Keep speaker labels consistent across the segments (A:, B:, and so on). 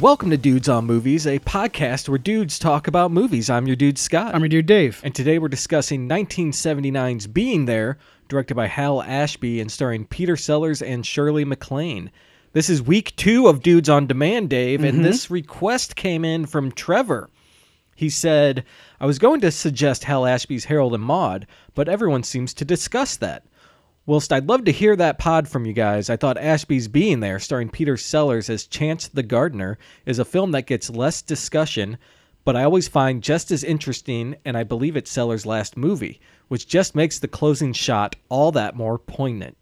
A: Welcome to Dudes on Movies, a podcast where dudes talk about movies. I'm your dude Scott.
B: I'm your dude Dave.
A: and today we're discussing 1979's Being There, directed by Hal Ashby and starring Peter Sellers and Shirley MacLaine. This is week two of Dudes on Demand, Dave, and this request came in from Trevor. He said, I was going to suggest Hal Ashby's Harold and Maude, but everyone seems to discuss that. Whilst I'd love to hear that pod from you guys, I thought Ashby's Being There, starring Peter Sellers as Chance the Gardener, is a film that gets less discussion, but I always find just as interesting, and I believe it's Sellers' last movie, which just makes the closing shot all that more poignant.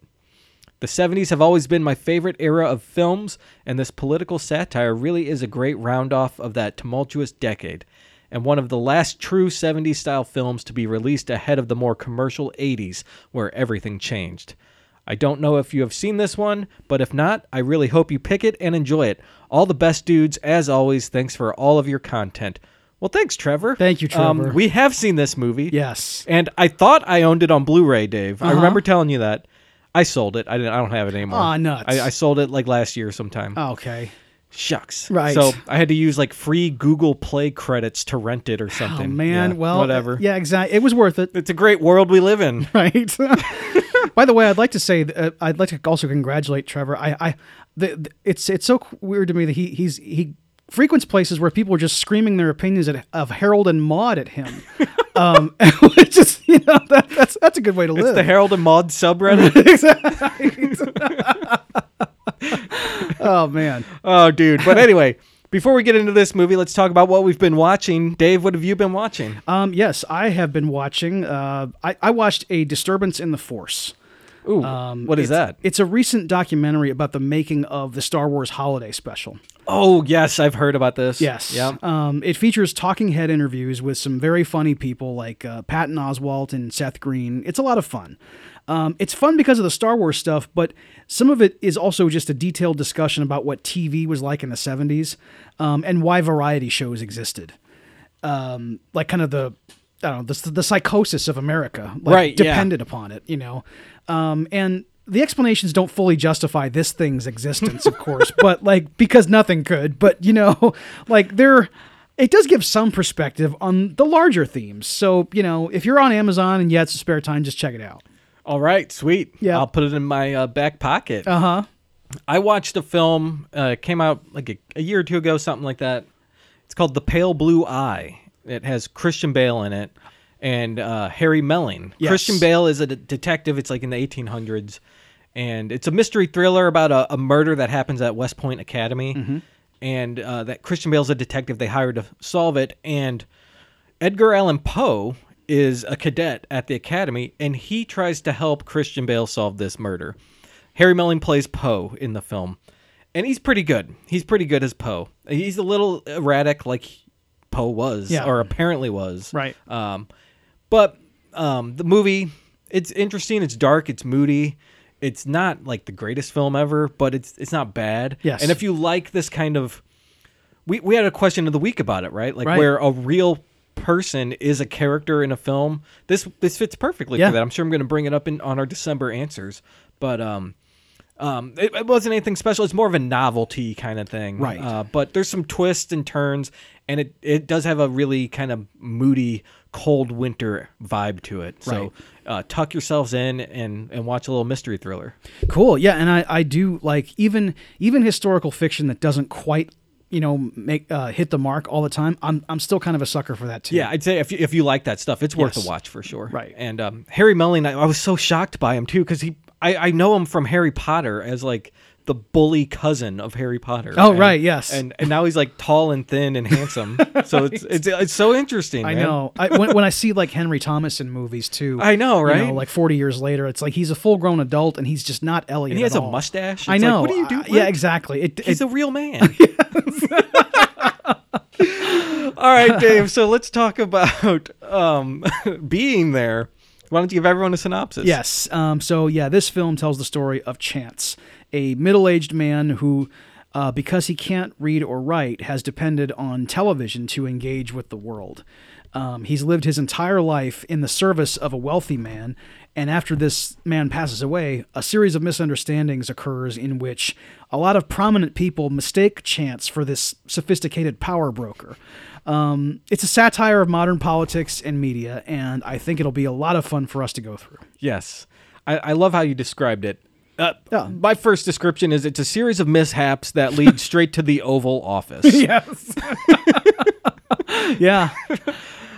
A: The 70s have always been my favorite era of films, and this political satire really is a great roundoff of that tumultuous decade, and one of the last true 70s style films to be released ahead of the more commercial 80s, where everything changed. I don't know if you have seen this one, but if not, I really hope you pick it and enjoy it. All the best, dudes, as always. Thanks for all of your content. Well, thanks, Trevor.
B: Thank you,
A: Um,
B: Trevor.
A: we have seen this movie.
B: Yes.
A: And I thought I owned it on Blu-ray, Dave. I remember telling you that. I sold it. I didn't. I don't have it anymore.
B: Uh-huh. Aw, nuts.
A: I, I sold it like last year sometime.
B: Okay.
A: Shucks.
B: Right.
A: So I had to use like free Google Play credits to rent it or
B: Oh
A: something.
B: man.
A: Yeah,
B: well,
A: whatever.
B: Yeah, exactly. It was worth it,
A: It's a great world we live in.
B: right? By the way, I'd like to say uh, I'd like to also congratulate Trevor. I, I, the, the- it's it's so weird to me that he he's he frequents places where people are just screaming their opinions at, of Harold and Maude at him. um, it's just you know that, that's that's a good way to
A: It's the
B: live.
A: Harold and Maude subreddit.
B: oh man.
A: oh, dude. But anyway, before we get into this movie, let's talk about what we've been watching. Dave, what have you been watching?
B: Um, yes, I have been watching. Uh, I, I watched a disturbance in the force.
A: Ooh,
B: Um,
A: what is
B: it's-
A: that?
B: It's a recent documentary about the making of the Star Wars Holiday Special.
A: Oh, yes, I've heard about this.
B: Yes.
A: Yeah.
B: Um, it features talking head interviews with some very funny people like uh, Patton Oswalt and Seth Green. It's a lot of fun. Um, it's fun because of the Star Wars stuff, but some of it is also just a detailed discussion about what TV was like in the 70s um, and why variety shows existed. Um, like kind of the. I don't know the, the psychosis of America, like,
A: Right, yeah.
B: Dependent upon it, you know, um, and the explanations don't fully justify this thing's existence, of course, but like because nothing could, but you know, like there, it does give some perspective on the larger themes. So you know, if you're on Amazon and you had some spare time, just check it out.
A: All right, sweet.
B: Yeah.
A: I'll put it in my uh, back pocket.
B: Uh huh.
A: I watched a film. Uh, it came out like a, a year or two ago, something like that. It's called The Pale Blue Eye. It has Christian Bale in it and uh, Harry Melling.
B: Yes.
A: Christian Bale is a de- detective. It's like in the 1800s, and it's a mystery thriller about a, a murder that happens at West Point Academy. And uh, that Christian Bale's a detective they hired to solve it. And Edgar Allan Poe is a cadet at the academy, and he tries to help Christian Bale solve this murder. Harry Melling plays Poe in the film, and he's pretty good. He's pretty good as Poe. He's a little erratic, like Poe was,
B: Yeah.
A: or apparently was.
B: Right.
A: Um, but um, the movie, it's interesting. It's dark. It's moody. It's not like the greatest film ever, but it's it's not bad.
B: Yes.
A: And if you like this kind of we, we had a question of the week about it, right? Like
B: Right.
A: where a real person is a character in a film. This this fits perfectly
B: Yeah.
A: for that. I'm sure I'm going to bring it up in on our December answers, but um, um, it, it wasn't anything special. It's more of a novelty kind of thing,
B: Right.
A: Uh, but there's some twists and turns, and it it does have a really kind of moody, cold winter vibe to it. So
B: Right.
A: uh, tuck yourselves in and and watch a little mystery thriller.
B: Cool. Yeah, and I, I do like even even historical fiction that doesn't quite you know make uh, hit the mark all the time. I'm I'm still kind of a sucker for that too.
A: Yeah, I'd say if you, if you like that stuff, it's worth
B: Yes.
A: a watch for sure.
B: Right.
A: And um, Harry Melling, I, I was so shocked by him too because he, I, I know him from Harry Potter as like the bully cousin of Harry Potter.
B: Oh,
A: And-
B: right, yes.
A: And and now he's like tall and thin and handsome. So it's, it's it's so interesting.
B: I
A: man.
B: know. I, when, when I see like Henry Thomas in movies too,
A: I know,
B: you
A: right?
B: like forty years later, it's like he's a full grown adult and he's just not Elliot.
A: And he has
B: at
A: a
B: all.
A: mustache. It's
B: I
A: like,
B: know.
A: what do you do?
B: Uh,
A: What-
B: yeah, exactly. It,
A: He's
B: it,
A: a real man. All right, Dave. So let's talk about um, being there. Why don't you give everyone a synopsis?
B: yes. Um, so yeah, this film tells the story of Chance, a middle aged man who. Uh, because he can't read or write, has depended on television to engage with the world. Um, he's lived his entire life in the service of a wealthy man, And after this man passes away, a series of misunderstandings occurs in which a lot of prominent people mistake Chance for this sophisticated power broker. Um, it's a satire of modern politics and media, and I think it'll be a lot of fun for us to go through.
A: Yes. I, I love how you described it. Uh, My first description is it's a series of mishaps that lead straight to the Oval Office.
B: Yes. yeah.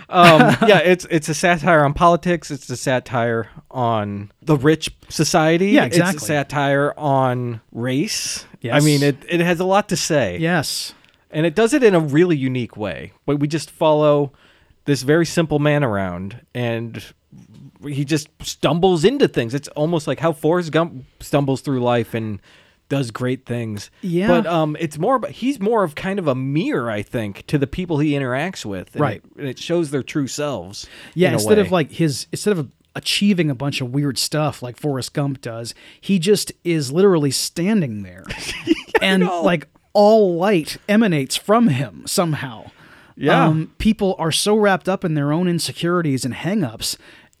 A: um, yeah, it's it's a satire on politics. It's a satire on the rich society.
B: Yeah,
A: It's
B: exactly.
A: a satire on race.
B: Yes.
A: I mean, it, it has a lot to say.
B: Yes.
A: And it does it in a really unique way. But we just follow this very simple man around and he just stumbles into things. It's almost like how Forrest Gump stumbles through life and does great things.
B: Yeah.
A: But um it's more but he's more of kind of a mirror, I think, to the people he interacts with. And
B: Right.
A: It, and it shows their true selves.
B: Yeah,
A: in a
B: instead of
A: way.
B: like his instead of achieving a bunch of weird stuff like Forrest Gump does, he just is literally standing there. and like all light emanates from him somehow. Um,
A: Yeah.
B: people are so wrapped up in their own insecurities and hangups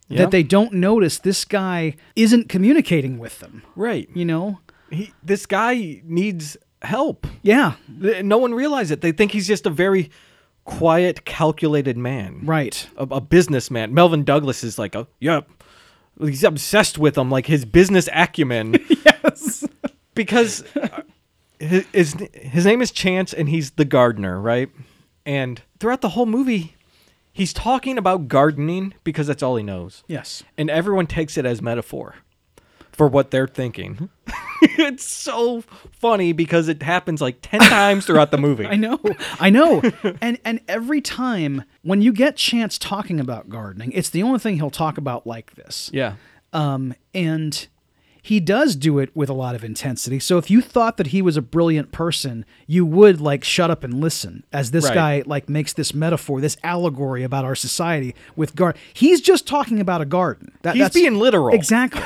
A: Yeah.
B: that they don't notice this guy isn't communicating with them.
A: Right.
B: You know?
A: He, this guy needs help.
B: Yeah.
A: Th- No one realizes it. They think he's just a very quiet, calculated man.
B: Right.
A: a, a businessman. Melvin Douglas is like, a, yep, he's obsessed with him, like his business acumen. yes, because uh, hi- his his name is Chance, and he's the gardener, right? And throughout the whole movie, he's talking about gardening because that's all he knows,
B: Yes.
A: and everyone takes it as metaphor for what they're thinking. it's so funny because it happens like ten times throughout the movie.
B: I know. I know. and and every time when you get Chance talking about gardening, it's the only thing he'll talk about like this.
A: Yeah.
B: Um and he does do it with a lot of intensity. So if you thought that he was a brilliant person, you would like shut up and listen as this
A: Right.
B: guy like makes this metaphor, this allegory about our society with garden. He's just talking about a garden. That,
A: He's
B: that's
A: being literal.
B: Exactly.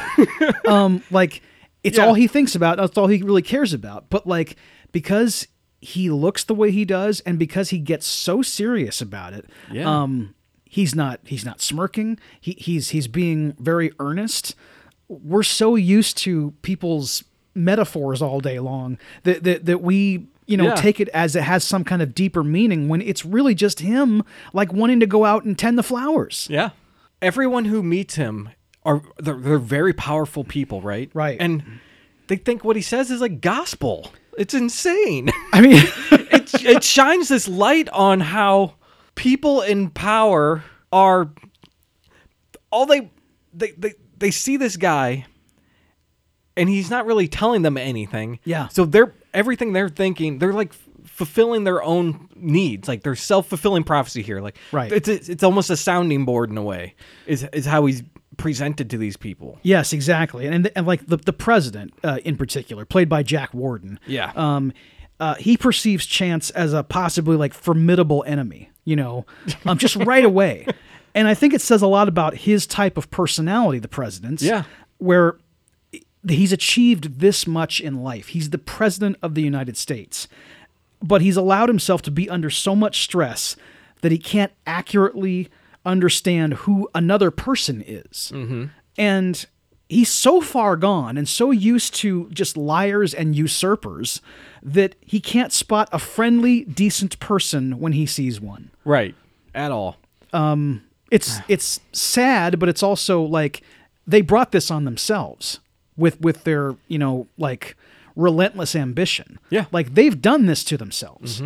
B: um, like it's
A: Yeah.
B: all he thinks about. That's all he really cares about. But like because he looks the way he does, and because he gets so serious about it,
A: Yeah.
B: um, he's not he's not smirking. He, he's he's being very earnest. We're so used to people's metaphors all day long that that, that we you know
A: Yeah.
B: take it as it has some kind of deeper meaning when it's really just him like wanting to go out and tend the flowers.
A: Yeah. Everyone who meets him are they're, they're very powerful people, right?
B: Right.
A: And they think what he says is like gospel. It's insane.
B: I mean,
A: it it shines this light on how people in power are all they they they, they see this guy and he's not really telling them anything.
B: Yeah.
A: So they're everything they're thinking, they're like f- fulfilling their own needs. Like they're self-fulfilling prophecy here. Like
B: Right.
A: it's it's it's almost a sounding board in a way. Is is how he's presented to these people.
B: Yes, exactly, and and like the the president uh, in particular, played by Jack Warden.
A: Yeah.
B: Um, uh, he perceives Chance as a possibly like formidable enemy. You know, um, just right away, and I think it says a lot about his type of personality. The president's.
A: Yeah.
B: Where he's achieved this much in life. He's the president of the United States, but he's allowed himself to be under so much stress that he can't accurately understand who another person is. And he's so far gone and so used to just liars and usurpers that he can't spot a friendly, decent person when he sees one
A: Right. At all.
B: it's
A: Ah.
B: it's sad, but it's also like they brought this on themselves with with their you know like relentless ambition.
A: Yeah. Mm-hmm.
B: like they've done this to themselves.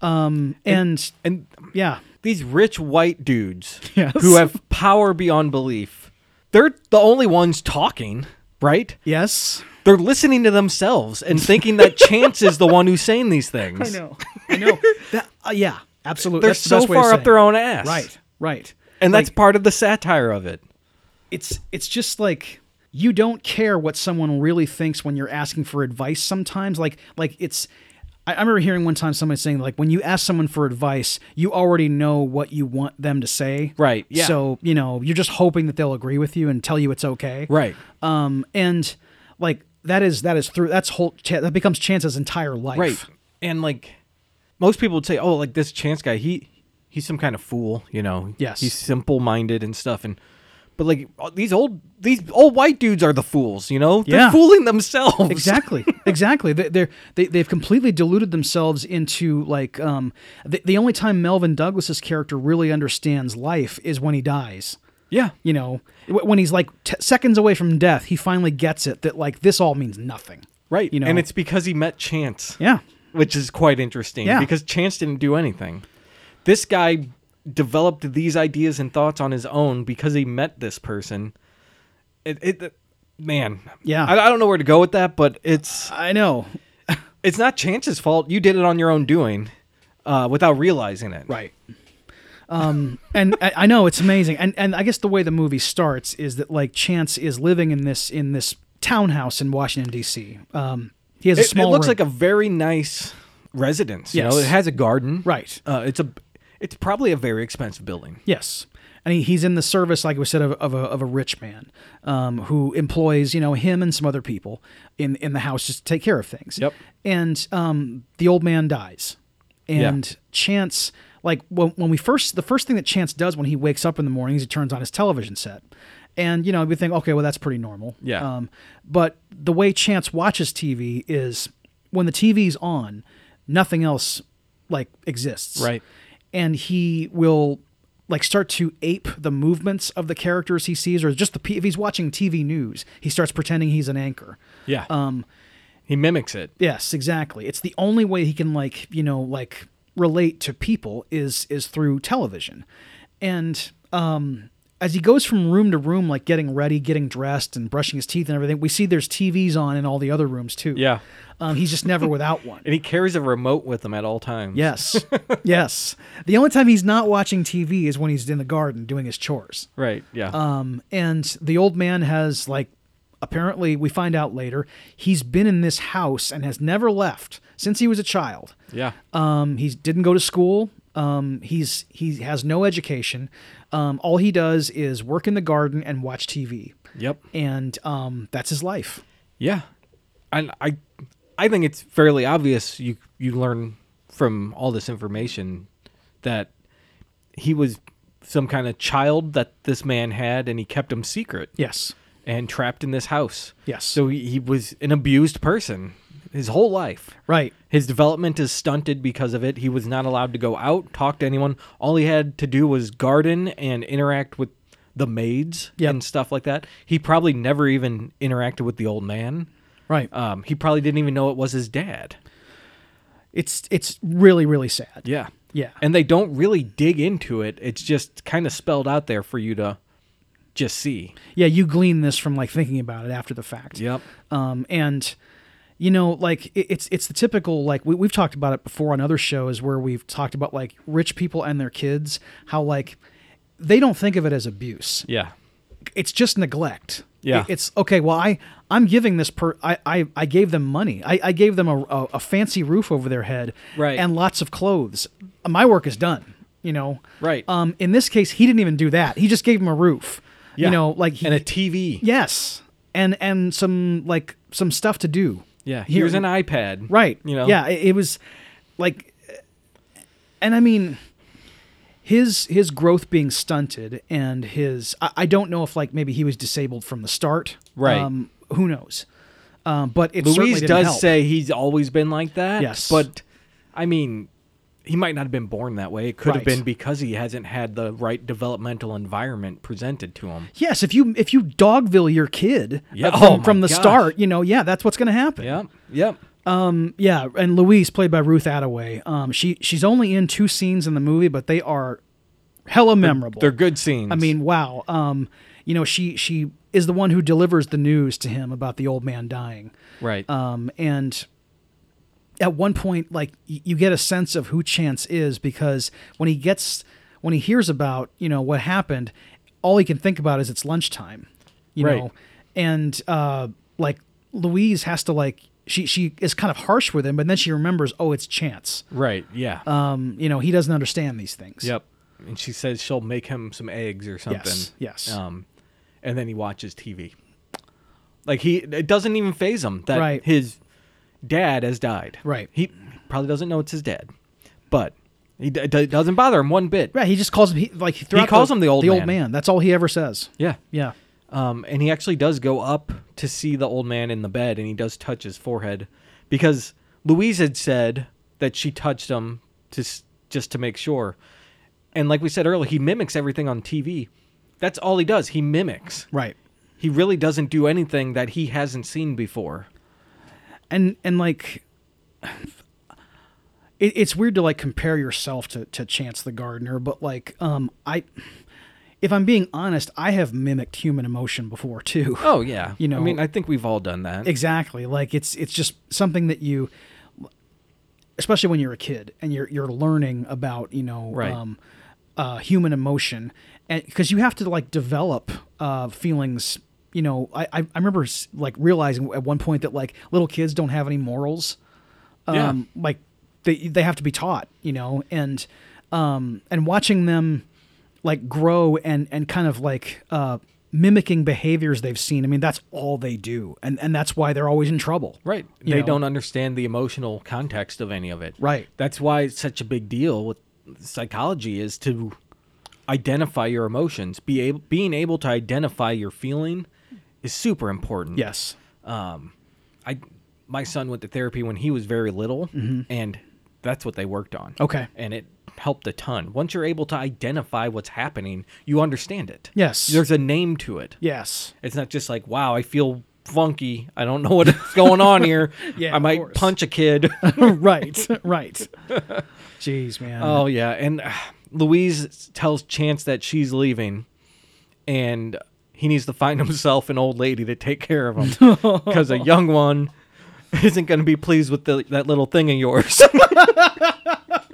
B: Um, and,
A: And
B: yeah,
A: these rich white dudes
B: Yes.
A: who have power beyond belief. They're the only ones talking, right?
B: yes,
A: They're listening to themselves and thinking that Chance is the one who's saying these things.
B: I know, I know. That, uh, yeah, absolutely.
A: They're
B: That's the
A: so
B: best way to
A: far
B: say
A: up their
B: it.
A: own ass.
B: Right, right.
A: And
B: Like,
A: that's part of the satire of it.
B: it's it's just like you don't care what someone really thinks when you're asking for advice sometimes like like it's I I remember hearing one time somebody saying like when you ask someone for advice, you already know what you want them to say.
A: Right, yeah.
B: So, you know, you're just hoping that they'll agree with you and tell you it's okay.
A: Right.
B: Um and like that is that is through that's whole Chan- that becomes Chance's entire life.
A: Right. And like most people would say, "Oh, like this Chance guy, he he's some kind of fool, you know.
B: Yes.
A: He's simple-minded and stuff." And But like these old these old white dudes are the fools, you know? They're
B: Yeah.
A: fooling themselves.
B: Exactly, exactly. They, they're they, they've completely diluted themselves into like um the, the only time Melvin Douglas's character really understands life is when he dies.
A: Yeah.
B: You know, wh- when he's like t- seconds away from death, he finally gets it that like this all means nothing.
A: Right.
B: You know,
A: And it's because he met Chance.
B: yeah,
A: which is quite interesting
B: Yeah.
A: because Chance didn't do anything. This guy developed these ideas and thoughts on his own because he met this person. It, it man,
B: Yeah.
A: I, I don't know where to go with that, but it's
B: I know.
A: it's not Chance's fault. You did it on your own doing, uh, without realizing it.
B: Right. Um, and I, I know it's amazing. And and I guess the way the movie starts is that like Chance is living in this in this townhouse in Washington D.C. Um, he has
A: It,
B: a small.
A: it looks
B: room.
A: like a very nice residence. You know,
B: Yes.
A: it has a garden.
B: right.
A: Uh, it's a it's probably a very expensive building.
B: Yes. And he, he's in the service, like we said, of, of, a, of a rich man um, who employs, you know, him and some other people in, in the house just to take care of things.
A: Yep.
B: And um, the old man dies.
A: Yeah.
B: And Chance, like when, when we first, the first thing that Chance does when he wakes up in the morning is he turns on his television set. And, you know, we think, okay, well, that's pretty normal.
A: Yeah.
B: Um, but the way Chance watches TV is when the TV's on, nothing else like exists
A: Right.
B: and he will like start to ape the movements of the characters he sees or just the pe- if he's watching TV news, he starts pretending he's an anchor.
A: Yeah. Um, he mimics it.
B: Yes, exactly. It's the only way he can like, you know, like relate to people is is through television. And um as he goes from room to room like getting ready, getting dressed and brushing his teeth and everything, we see there's TVs on in all the other rooms too.
A: Yeah.
B: Um, he's just never without one.
A: And he carries a remote with him at all times.
B: Yes. yes. The only time he's not watching TV is when he's in the garden doing his chores.
A: Right. Yeah.
B: Um, and the old man has like apparently we find out later he's been in this house and has never left since he was a child.
A: yeah.
B: Um, he didn't go to school. Um, he's he has no education. Um, all he does is work in the garden and watch TV,
A: Yep.
B: and um, that's his life.
A: Yeah, and I, I think it's fairly obvious. You you learn from all this information that he was some kind of child that this man had, and he kept him secret
B: Yes.
A: and trapped in this house.
B: Yes.
A: So he, he was an abused person his whole life.
B: Right.
A: His development is stunted because of it. He was not allowed to go out, talk to anyone. All he had to do was garden and interact with the maids
B: Yep.
A: and stuff like that. He probably never even interacted with the old man.
B: Right.
A: Um, he probably didn't even know it was his dad.
B: it's it's really really sad.
A: Yeah.
B: Yeah.
A: And they don't really dig into it. It's just kind of spelled out there for you to just see.
B: yeah, you glean this from like thinking about it after the fact.
A: Yep.
B: Um, and you know, like it, it's it's the typical like we, we've talked about it before on other shows where we've talked about like rich people and their kids, how like they don't think of it as abuse.
A: Yeah.
B: It's just neglect.
A: Yeah.
B: It- it's okay. Well, I I'm giving this per I I, I gave them money. I, I gave them a, a a fancy roof over their head.
A: Right.
B: And lots of clothes. My work is done. You know.
A: Right.
B: Um. In this case, he didn't even do that. He just gave him a roof.
A: Yeah.
B: You know, like he,
A: and a TV.
B: Yes, and and some like some stuff to do.
A: Yeah.
B: Here-
A: Here's an iPad.
B: right.
A: You know.
B: yeah, it, it was like, and I mean, his his growth being stunted and his I, I don't know if like maybe he was disabled from the start.
A: Right.
B: Um, who knows? Um, but it certainly
A: Louise
B: didn't
A: does
B: help.
A: say he's always been like that.
B: Yes.
A: But I mean, he might not have been born that way. It could have
B: Right.
A: been because he hasn't had the right developmental environment presented to him.
B: yes. If you if you dogville your kid
A: Yeah.
B: uh,
A: Oh
B: from,
A: my
B: from the
A: gosh.
B: start, you know, yeah, that's what's going to happen.
A: Yep. Yep.
B: Yeah, and Louise, played by Ruth Attaway, um, she she's only in two scenes in the movie, but they are hella memorable.
A: They're good scenes.
B: I mean, wow. Um, you know, she she is the one who delivers the news to him about the old man dying.
A: right.
B: Um, and at one point, like y- you get a sense of who Chance is because when he gets when he hears about you know what happened, all he can think about is it's lunchtime, you
A: Right.
B: know, and uh, like Louise has to like she she is kind of harsh with him, but then she remembers oh it's Chance.
A: right. Yeah.
B: Um, you know he doesn't understand these things.
A: Yep. And she says she'll make him some eggs or something.
B: Yes, yes.
A: Um, and then he watches TV. Like he, it doesn't even phase him that
B: Right.
A: his dad has died.
B: Right.
A: He probably doesn't know it's his dad, but He d- d- doesn't bother him one bit.
B: Right. He just calls him he, like throughout
A: calls him the old
B: the
A: man.
B: old man. That's all he ever says.
A: Yeah.
B: Yeah.
A: Um, and he actually does go up to see the old man in the bed, and he does touch his forehead because Louise had said that she touched him to s- just to make sure. And like we said earlier, he mimics everything on TV. That's all he does. He mimics.
B: Right.
A: He really doesn't do anything that he hasn't seen before.
B: and and like it, it's weird to like compare yourself to to chance the gardener but like um i if i'm being honest i have mimicked human emotion before too
A: Oh yeah.
B: You
A: I
B: know-
A: mean, I think we've all done that.
B: exactly like it's it's just something that you especially when you're a kid and you're you're learning about you know
A: Right.
B: um uh human emotion and because you have to like develop uh feelings you know I, I i remember s- like realizing at one point that like little kids don't have any morals
A: Yeah.
B: um, like they they have to be taught, you know, and um, and watching them like grow and and kind of like uh, mimicking behaviors they've seen. I mean, that's all they do, and and that's why they're always in trouble.
A: Right.
B: You
A: they
B: know?
A: don't understand the emotional context of any of it.
B: Right.
A: That's why it's such a big deal with psychology is to identify your emotions. Be able, being able to identify your feeling is super important.
B: Yes.
A: I my son went to therapy when he was very little and that's what they worked on.
B: Mm-hmm. Okay.
A: And it helped a ton. Once you're able to identify what's happening, you understand it.
B: Yes.
A: There's a name to it.
B: Yes.
A: It's not just like, wow, I feel funky. I don't know what's going on here.
B: Yeah,
A: I
B: of
A: might
B: course.
A: punch a kid.
B: right. Right. Jeez, man.
A: oh yeah, and uh, Louise tells Chance that she's leaving, and he needs to find himself an old lady to take care of him because a young one isn't going to be pleased with the, that little thing of yours.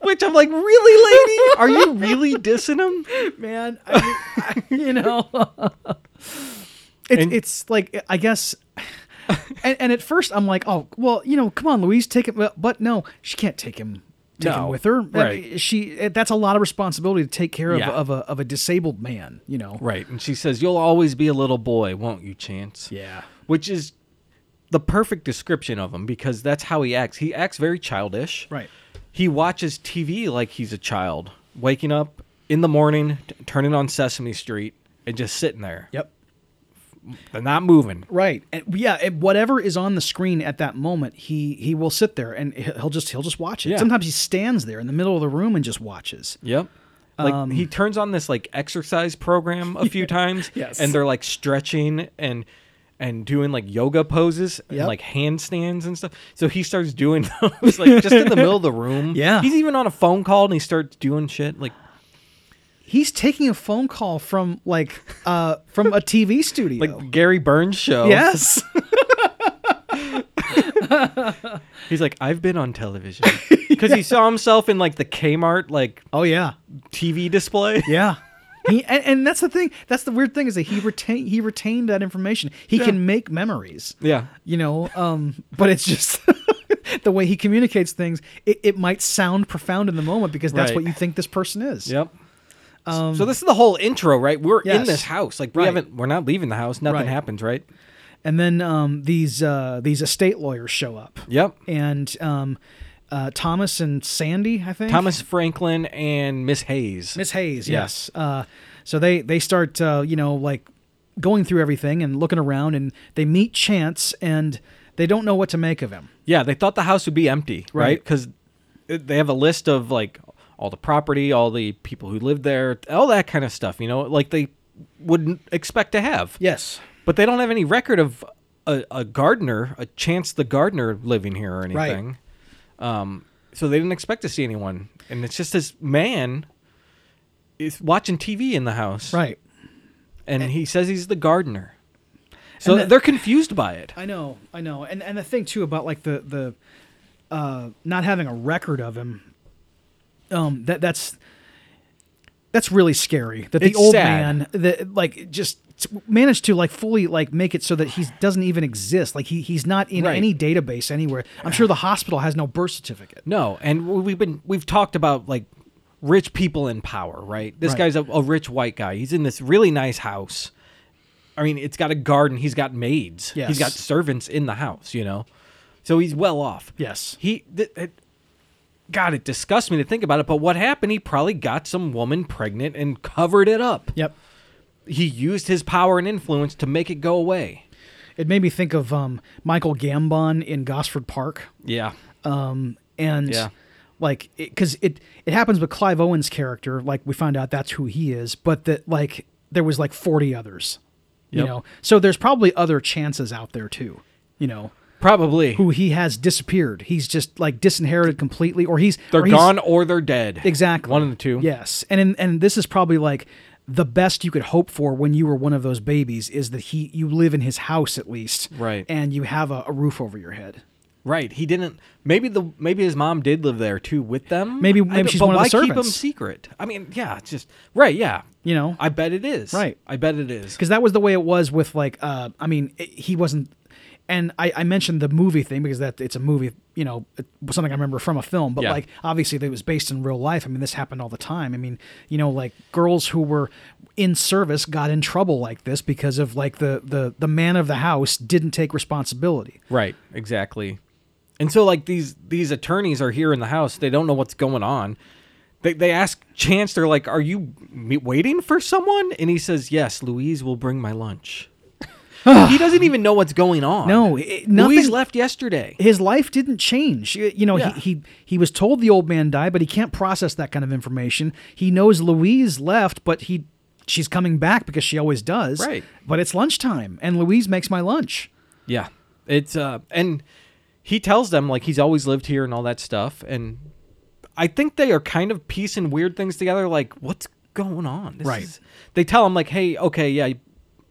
A: Which I'm like, really, lady? Are you really dissing him?
B: man. I, I- you know, it's
A: And-
B: it's like I guess. And, and at first I'm like, oh well, you know, come on, Louise, take it. But- But no, she can't take him. Take
A: No,
B: him with her. Uh,
A: right.
B: She that's a lot of responsibility to take care of,
A: Yeah.
B: of a of a disabled man. You know.
A: Right, and she says, "You'll always be a little boy, won't you, Chance?"
B: Yeah.
A: which is the perfect description of him because that's how he acts. He acts very childish.
B: Right.
A: He watches TV like he's a child, waking up in the morning, t- turning on Sesame Street, and just sitting there.
B: Yep.
A: They're not moving.
B: Right. And yeah, and whatever is on the screen at that moment, he he will sit there and he'll he'll just he'll just watch it.
A: Yeah.
B: Sometimes he stands there in the middle of the room and just watches.
A: Yep. Like
B: Um,
A: he turns on this like exercise program a few times,
B: Yes.
A: and they're like stretching and and doing like yoga poses and
B: Yep.
A: like handstands and stuff. So he starts doing those like just in the middle of the room.
B: Yeah.
A: he's even on a phone call and he starts doing shit like
B: he's taking a phone call from like uh from a TV studio.
A: like Gary Burns show.
B: yes.
A: He's like, I've been on television because he saw himself in like the Kmart like
B: oh yeah.
A: TV display.
B: Yeah. He and, and that's the thing. That's the weird thing is that he retain he retained that information. He can make memories.
A: Yeah.
B: You know, um but it's just the way he communicates things, it, it might sound profound in the moment because that's
A: Right.
B: what you think this person is.
A: Yep. so this is the whole intro, right? We're in
B: Um, Yes.
A: this house. Like we
B: Right.
A: haven't. We're not leaving the house. Nothing
B: Right.
A: happens, right?
B: And then um these uh these estate lawyers show up.
A: Yep.
B: And um uh Thomas and Sandy, I think.
A: Thomas Franklin and Miss Hayes.
B: Miss Hayes,
A: Yeah.
B: yes. Uh, so they they start uh, you know like going through everything and looking around, and they meet Chance, and they don't know what to make of him.
A: Yeah, they thought the house would be empty, right?
B: Right.
A: Because they have a list of like all the property, all the people who lived there, all that kind of stuff. You know, like they wouldn't expect to have.
B: Yes,
A: But they don't have any record of a, a gardener, a chance the gardener living here or
B: Right.
A: anything. Um, so they didn't expect to see anyone, and it's just this man is watching TV in the house,
B: right.
A: And he says he's the gardener. So
B: the-
A: they're confused by it.
B: I know, I know, and and the thing too about like the the uh, not having a record of him, um, that that's that's really scary. That the
A: It's
B: old
A: sad.
B: man, that like just managed to like fully like make it so that he doesn't even exist. Like he he's not in
A: Right.
B: any database anywhere. I'm sure the hospital has no birth certificate.
A: No, and we- we've been we've talked about like rich people in power, right? This
B: Right.
A: guy's a, a rich white guy. He's in this really nice house. I mean, it's got a garden. He's got maids. He's
B: Yes.
A: got servants in the house. You know, so he's well off.
B: Yes.
A: He. Th- it, God, it disgusts me to think about it. But what happened? He probably got some woman pregnant and covered it up.
C: Yep.
A: He used his power and influence to make it go away.
B: It made me think of um, Michael Gambon in Gosford Park,
A: Yeah.
B: um, and
A: Yeah.
B: like because it, it happens with Clive Owen's character. Like we find out that's who he is, but that like there was like forty others, you
A: Yep.
B: know. So there's probably other chances out there too, you know.
A: Probably.
B: Who he has disappeared. He's just like disinherited completely, or he's
A: They're
B: or he's-
A: gone or they're dead.
B: Exactly.
A: One of the two.
B: Yes, and in, and this is probably like the best you could hope for when you were one of those babies is that he you live in his house at least,
A: Right.
B: And you have a, a roof over your head.
A: Right. He didn't. Maybe the maybe his mom did live there too with them.
B: Maybe-
A: I
B: maybe
A: don't-
B: she's
A: but
B: one of the
A: why keep them
B: servants.
A: secret? I mean, yeah, it's just right. Yeah.
B: You know?
A: I bet it is.
B: Right.
A: I bet it is.
B: Because that was the way it was with like uh, I mean it, he wasn't, and I, I mentioned the movie thing because that it's a movie you know it was something I remember from a film, but
A: Yeah.
B: like obviously that was based in real life. I mean this happened all the time. I mean you know like girls who were in service got in trouble like this because of like the the the man of the house didn't take responsibility.
A: Right, exactly. And so like these these attorneys are here in the house. They don't know what's going on. They they ask Chance. They're like, "Are you me- waiting for someone?" And he says, "Yes, Louise will bring my lunch." he doesn't even know what's going on.
B: No, it- nothing-
A: Louise left yesterday.
B: his life didn't change. You, you know,
A: Yeah.
B: he, he he was told the old man died, but he can't process that kind of information. He knows Louise left, but he she's coming back because she always does.
A: Right.
B: But it's lunchtime, and Louise makes my lunch.
A: Yeah. It's uh and he tells them like he's always lived here and all that stuff and I think they are kind of piecing weird things together like what's going on? This
B: Right.
A: is- they tell him like hey, okay, yeah,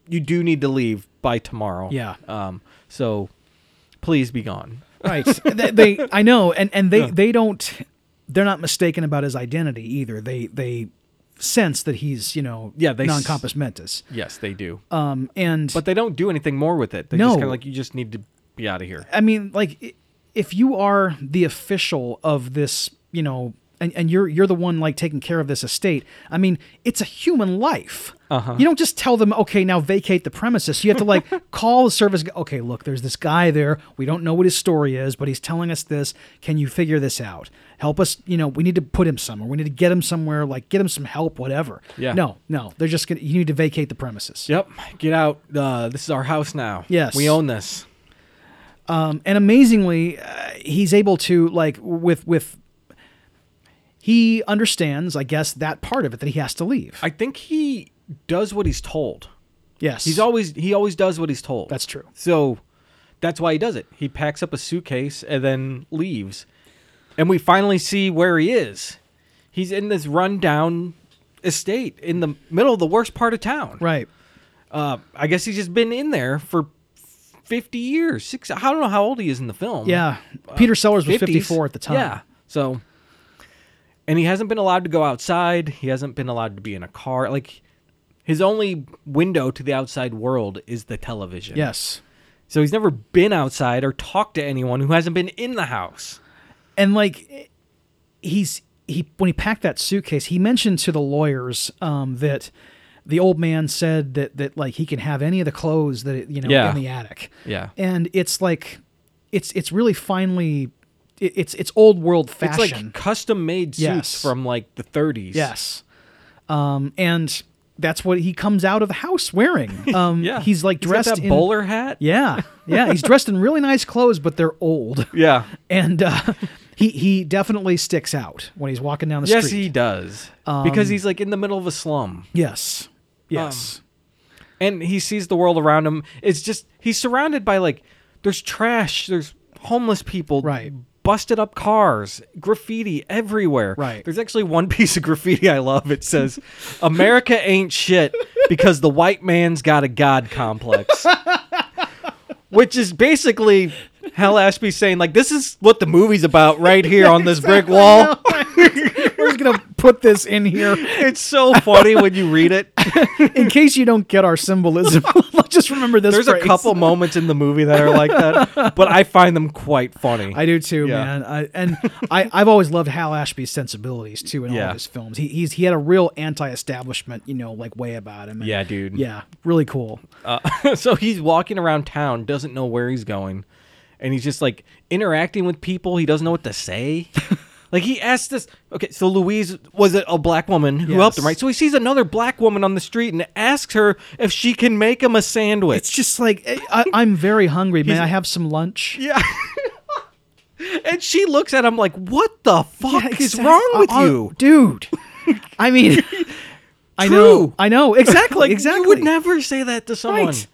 A: you do need to leave by tomorrow.
B: Yeah.
A: Um so please be gone.
B: Right. they, they I know, and and they they don't they're not mistaken about his identity either. They they sense that he's you know
A: Yeah, they s-
B: non compass mentis.
A: Yes, they do.
B: Um and
A: but they don't do anything more with it. They
B: No.
A: just kind of like you just need to be out of here.
B: I mean, like, i- if you are the official of this, you know, and, and you're you're the one like taking care of this estate. I mean, it's a human life.
A: Uh-huh.
B: You don't just tell them, okay, now vacate the premises. You have to like call the service. g- Okay, look, there's this guy there. We don't know what his story is, but he's telling us this. Can you figure this out? Help us. You know, we need to put him somewhere. We need to get him somewhere. Like, get him some help. Whatever.
A: Yeah.
B: No, no, they're just gonna. You need to vacate the premises.
A: Yep. Get out. Uh, this is our house now.
B: Yes.
A: We own this.
B: um, and amazingly, uh, he's able to like with with he understands, I guess, that part of it that he has to leave.
A: I think he does what he's told.
B: yes,
A: He's always he always does what he's told.
B: That's true.
A: So that's why he does it. He packs up a suitcase and then leaves. And we finally see where he is. He's in this rundown estate in the middle of the worst part of town.
B: right.
A: Uh, I guess he's just been in there for fifty years. Six. I don't know how old he is in the film.
B: Yeah, Peter Sellers was
A: 50s.
B: fifty four at the time.
A: Yeah. So, and he hasn't been allowed to go outside. He hasn't been allowed to be in a car. Like, his only window to the outside world is the television.
B: Yes,
A: So he's never been outside or talked to anyone who hasn't been in the house.
B: and like he's he when he packed that suitcase, he mentioned to the lawyers um, that the old man said that that like he can have any of the clothes that you know
A: Yeah.
B: in the attic.
A: Yeah.
B: and it's like it's it's really finely it, it's it's old world
A: It's
B: fashion.
A: like custom made suits
B: Yes.
A: from like the 30s.
B: Yes. Um, and that's what he comes out of the house wearing. Um,
A: Yeah.
B: He's like
A: He's got
B: dressed
A: that
B: in
A: bowler hat.
B: Yeah, yeah. He's dressed in really nice clothes, but they're old,
A: Yeah.
B: and uh, he he definitely sticks out when he's walking down the
A: Yes,
B: street. Um,
A: he does. because he's like in the middle of a slum.
B: Yes. Yes.
A: and he sees the world around him. It's just he's surrounded by like there's trash, there's homeless people,
B: Right.
A: Busted up cars, graffiti everywhere.
B: Right.
A: There's actually one piece of graffiti I love. It says, "America ain't shit because the white man's got a god complex," which is basically Hal Ashby saying like, "This is what the movie's about right here on this brick wall." Um.
B: We're just gonna put this in here
A: It's so funny when you read it.
B: in case you don't get our symbolism. just remember this.
A: There's
B: phrase.
A: a couple moments in the movie that are like that, but I find them quite funny.
B: I do too,
A: Yeah.
B: man. I, and I, I've always loved Hal Ashby's sensibilities too in all
A: Yeah.
B: of his films. He, he's he had a real anti-establishment, you know, like way about him. And
A: Yeah, dude.
B: Yeah, really cool.
A: Uh, so he's walking around town, doesn't know where he's going, and he's just like interacting with people. He doesn't know what to say. Like he asked this. Okay, so Louise was a a black woman who helped him,
B: Yes.
A: right? So he sees another black woman on the street and asks her if she can make him a sandwich.
B: It's just like eh, I, I'm very hungry. May I have some lunch?
A: yeah. and she looks at him like, "What the fuck
B: Yeah,
A: is
B: exact-
A: wrong with
B: uh, uh,
A: you?"
B: dude? I mean, I
A: True.
B: know, I know exactly,
A: Like
B: exactly.
A: you would never say that to someone.
B: Right.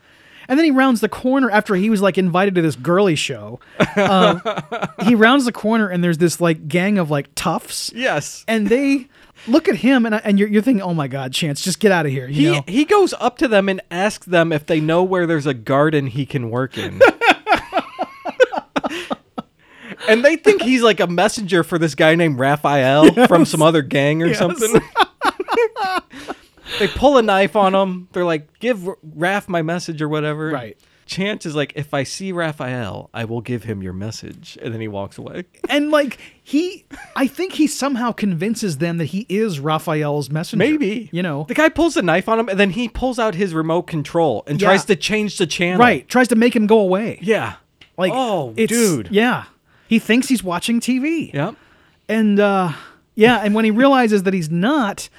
B: And then he rounds the corner after he was like invited to this girly show. Uh, he rounds the corner and there's this like gang of like toughs,
A: Yes.
B: and they look at him and and you're, you're thinking, oh my god, Chance, just get out of here. You
A: He,
B: know?
A: he goes up to them and asks them if they know where there's a garden he can work in. and they think he's like a messenger for this guy named Raphael from some other gang or something. they pull a knife on him. They're like, give Raph my message or whatever.
B: Right.
A: Chance is like, if I see Raphael, I will give him your message. And then he walks away.
B: And like he, I think he somehow convinces them that he is Raphael's messenger.
A: Maybe.
B: you know.
A: The guy pulls the knife on him and then he pulls out his remote control and
B: Yeah.
A: tries to change the channel.
B: Right, tries to make him go away.
A: Yeah.
B: Like,
A: oh,
B: it's,
A: dude.
B: yeah, he thinks he's watching TV.
A: Yep.
B: and uh, yeah, and when he realizes that he's not,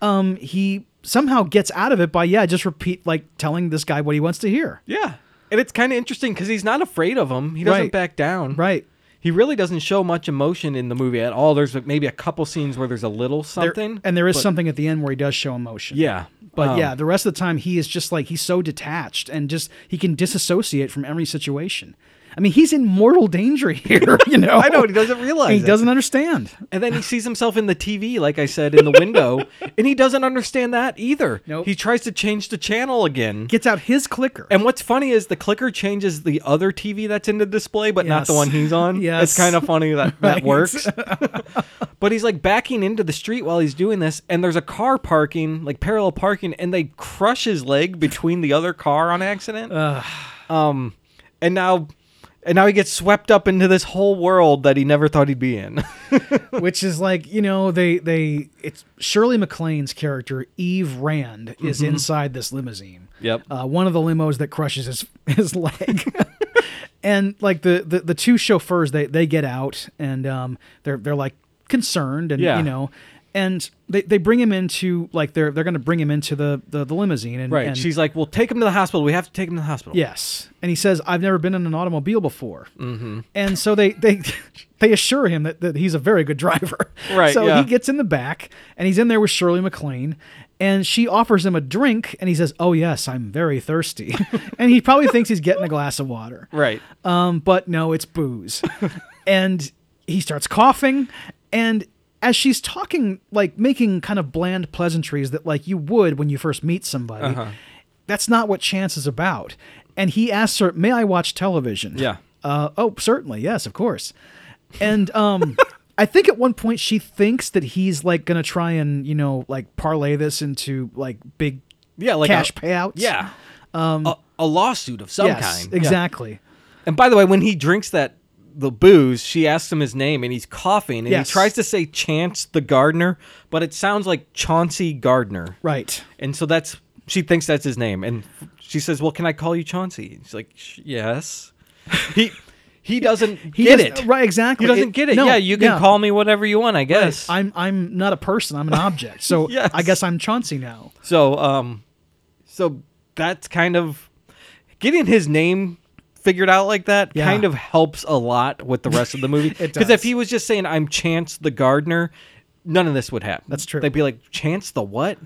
B: um, he somehow gets out of it by yeah, just repeat like telling this guy what he wants to hear.
A: Yeah. And it's kind of interesting because he's not afraid of him. He doesn't
B: Right.
A: back down.
B: Right.
A: He really doesn't show much emotion in the movie at all. There's maybe a couple scenes where there's a little
B: There-
A: something.
B: and there is
A: but-
B: something at the end where he does show emotion.
A: Yeah.
B: But
A: Um,
B: yeah, the rest of the time he is just like he's so detached and just he can disassociate from every situation. I mean, he's in mortal danger here, you know.
A: I know. He doesn't realize.
B: Oh. And he
A: it.
B: doesn't understand.
A: And then he sees himself in the TV, like I said, in the window, and he doesn't understand that either.
B: Nope.
A: He tries to change the channel again.
B: Gets out his clicker.
A: and what's funny is the clicker changes the other TV that's in the display, but not the
B: Yes.
A: one he's on.
B: Yes.
A: It's kind of funny that that
B: Right.
A: works. but he's like backing into the street while he's doing this, and there's a car parking, like parallel parking, and they crush his leg between the other car on accident. Um, and now. And now he gets swept up into this whole world that he never thought he'd be in.
B: which is like you know they they it's Shirley MacLaine's character Eve Rand is inside this limousine.
A: Mm-hmm. Yep.
B: uh, one of the limos that crushes his his leg. And like the, the the two chauffeurs, they they get out and um they're they're like concerned and
A: Yeah.
B: you know, and they, they bring him into like they're they're gonna bring him into the the, the limousine and
A: right.
B: and-
A: She's like, "Well, take him to the hospital. We have to take him to the hospital."
B: Yes, and he says, "I've never been in an automobile before," mm-hmm. and so they they they assure him that, that he's a very good driver.
A: Right,
B: So
A: yeah.
B: he gets in the back, and he's in there with Shirley MacLaine, and she offers him a drink, and he says, "Oh yes, I'm very thirsty," and he probably thinks he's getting a glass of water.
A: Right.
B: Um, but no, it's booze. and he starts coughing. And as she's talking, like making kind of bland pleasantries that like you would when you first meet somebody,
A: Uh-huh.
B: that's not what Chance is about. And he asks her, May I watch television?
A: Yeah.
B: Uh, oh, certainly. Yes, of course. And um, I think at one point she thinks that he's like going to try and, you know, like parlay this into like big
A: Yeah. Like a-
B: cash payouts.
A: Yeah. Um, a, a lawsuit of some
B: Yes,
A: kind. Yeah.
B: exactly.
A: And by the way, when he drinks that the booze, she asks him his name and he's coughing and
B: Yes.
A: he tries to say Chance the Gardener, but it sounds like Chauncey Gardner.
B: Right.
A: And so that's she thinks that's his name and she says, "Well, can I call you Chauncey?" And she's like, "Sh- "Yes." He he doesn't get
B: doesn't-
A: it.
B: Right, exactly.
A: He doesn't get it. yeah, you can
B: yeah.
A: call me whatever you want, I guess.
B: I'm I'm not a person. I'm an object. So
A: Yes.
B: I guess I'm Chauncey now.
A: So um so that's kind of getting his name figured out like that
B: Yeah.
A: kind of helps a lot with the rest of the movie.
B: It
A: Because if
B: does.
A: he was just saying I'm Chance the gardener, none of this would happen.
B: That's true.
A: They'd be like Chance the what?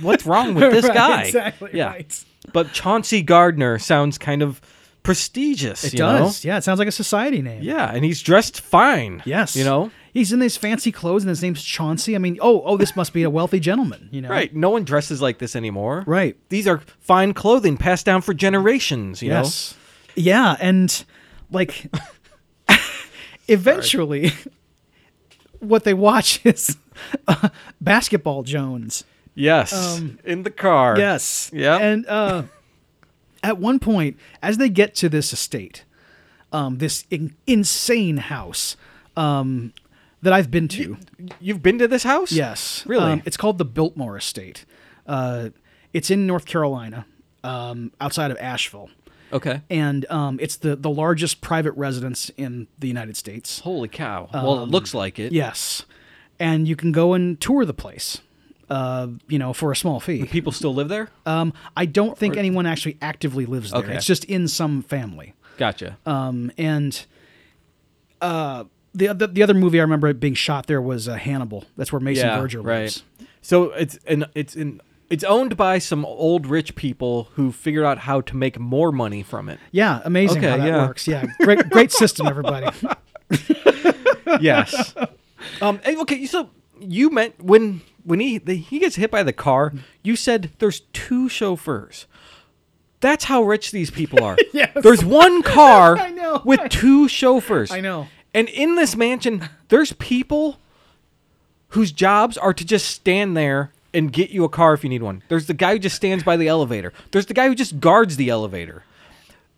A: What's wrong with this
B: Right,
A: guy?
B: exactly,
A: Yeah.
B: right.
A: But Chauncey Gardner sounds kind of prestigious.
B: It
A: you
B: does.
A: Know?
B: Yeah, it sounds like a society name.
A: Yeah, and he's dressed fine.
B: Yes.
A: You know?
B: He's in these fancy clothes and his name's Chauncey. I mean, oh, oh, this must be a wealthy gentleman, you know.
A: Right. No one dresses like this anymore.
B: Right.
A: These are fine clothing passed down for generations, you know?
B: Yes. Yeah, and like eventually what they watch is uh, basketball Jones.
A: Yes. in the car.
B: Um, Yes.
A: Yeah.
B: And uh, at one point, as they get to this estate, um, this in- insane house um, that I've been to.
A: You've been to this house?
B: Yes.
A: Really?
B: Um, it's called the Biltmore Estate. Uh, it's in North Carolina, um, outside of Asheville.
A: Okay.
B: and um, it's the the largest private residence in the United States.
A: Holy cow. well, it
B: Um,
A: looks like it.
B: Yes, and you can go and tour the place, uh, you know, for a small fee.
A: People still live there?
B: Um, I don't think anyone actually actively lives there.
A: Okay.
B: It's just in some family.
A: Gotcha.
B: Um, and uh, the, the the other movie I remember it being shot there was uh, Hannibal. That's where Mason
A: yeah,
B: Verger
A: right.
B: lives.
A: So it's an it's an it's owned by some old rich people who figured out how to make more money from it.
B: Yeah, amazing
A: Okay,
B: how that
A: yeah.
B: works. Yeah, great great system, everybody.
A: yes. Um. hey, Okay. So you meant when when he the, he gets hit by the car, you said there's two chauffeurs. That's how rich these people are.
B: Yes.
A: There's one car
B: I know.
A: with two chauffeurs.
B: I know.
A: And in this mansion, there's people whose jobs are to just stand there and get you a car if you need one. There's the guy who just stands by the elevator. There's the guy who just guards the elevator.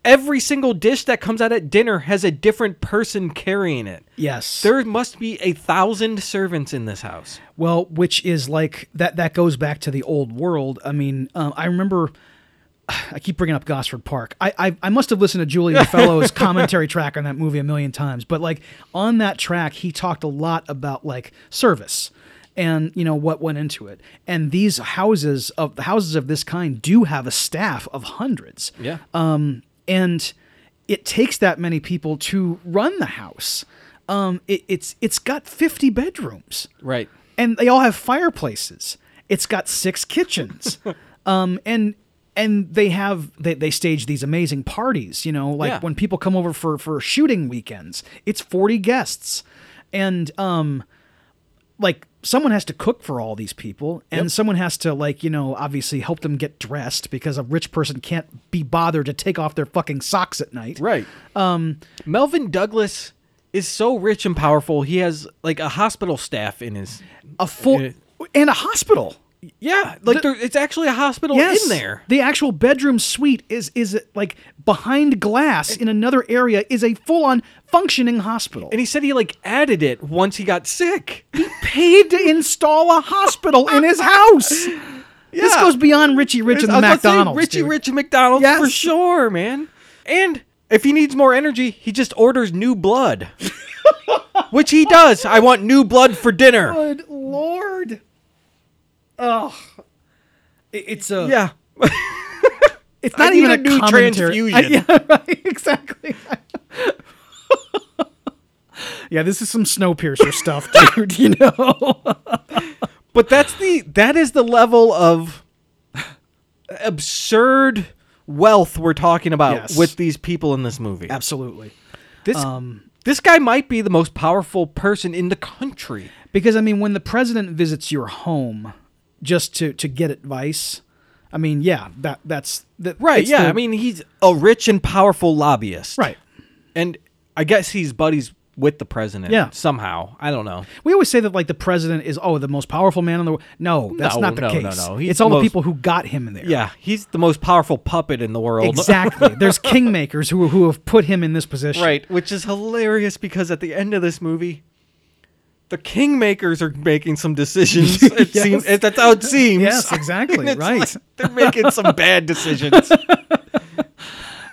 A: Every single dish that comes out at dinner has a different person carrying it.
B: Yes.
A: There must be a thousand servants in this house.
B: Well, which is like that. That goes back to the old world. I mean, um, I remember. I keep bringing up Gosford Park. I, I I must have listened to Julian Fellowes' commentary track on that movie a million times, but like on that track, he talked a lot about like service and you know what went into it. And these houses of the houses of this kind do have a staff of hundreds.
A: Yeah.
B: Um, and it takes that many people to run the house. Um, it, it's it's got fifty bedrooms
A: Right.
B: and they all have fireplaces. It's got six kitchens, um, and and they have they, they stage these amazing parties. You know, like
A: Yeah.
B: when people come over for for shooting weekends, it's forty guests, and um, like someone has to cook for all these people, and someone has to like you know obviously help them get dressed because a rich person can't be bothered to take off their fucking socks at night.
A: Right. Um, Melvin Douglas is so rich and powerful. He has like a hospital staff in his.
B: A full
A: Yeah.
B: and a hospital.
A: Yeah, like there, it's actually a hospital in there.
B: The actual bedroom suite is is like behind glass in another area is a full on functioning hospital.
A: And he said he like added it once he got sick.
B: paid to install a hospital in his house. This
A: Yeah.
B: goes beyond Richie Rich and the
A: I was about to say,
B: McDonald's.
A: Richie
B: dude.
A: Rich and McDonald's
B: Yes.
A: for sure, man. And if he needs more energy, he just orders new blood. Which he does. I want new blood for dinner.
B: Good lord. Oh, it's a
A: Yeah.
B: It's
A: I
B: not
A: need
B: even
A: a
B: a
A: new
B: commentary.
A: transfusion.
B: I- yeah, right, exactly. yeah, this is some Snowpiercer stuff, dude. You know.
A: But that's the that is the level of absurd wealth we're talking about
B: Yes.
A: with these people in this movie.
B: Absolutely.
A: This this guy might be the most powerful person in the country.
B: Because I mean, when the president visits your home just to to get advice, I mean, yeah, that that's that,
A: Right.
B: it's
A: yeah.
B: the-
A: I mean, he's a rich and powerful lobbyist.
B: right.
A: And I guess he's buddies with the president.
B: Yeah.
A: Somehow. I don't know.
B: We always say that like the president is oh the most powerful man in the world. No, that's
A: No,
B: not the
A: no, no,
B: case.
A: no. He's
B: It's all
A: most-
B: the people who got him in there.
A: Yeah. He's the most powerful puppet in the world.
B: exactly. There's kingmakers who who have put him in this position.
A: right. Which is hilarious because at the end of this movie, the kingmakers are making some decisions. It
B: Yes.
A: seems that's how it seems.
B: Yes, exactly,
A: It's
B: right.
A: like they're making some bad decisions.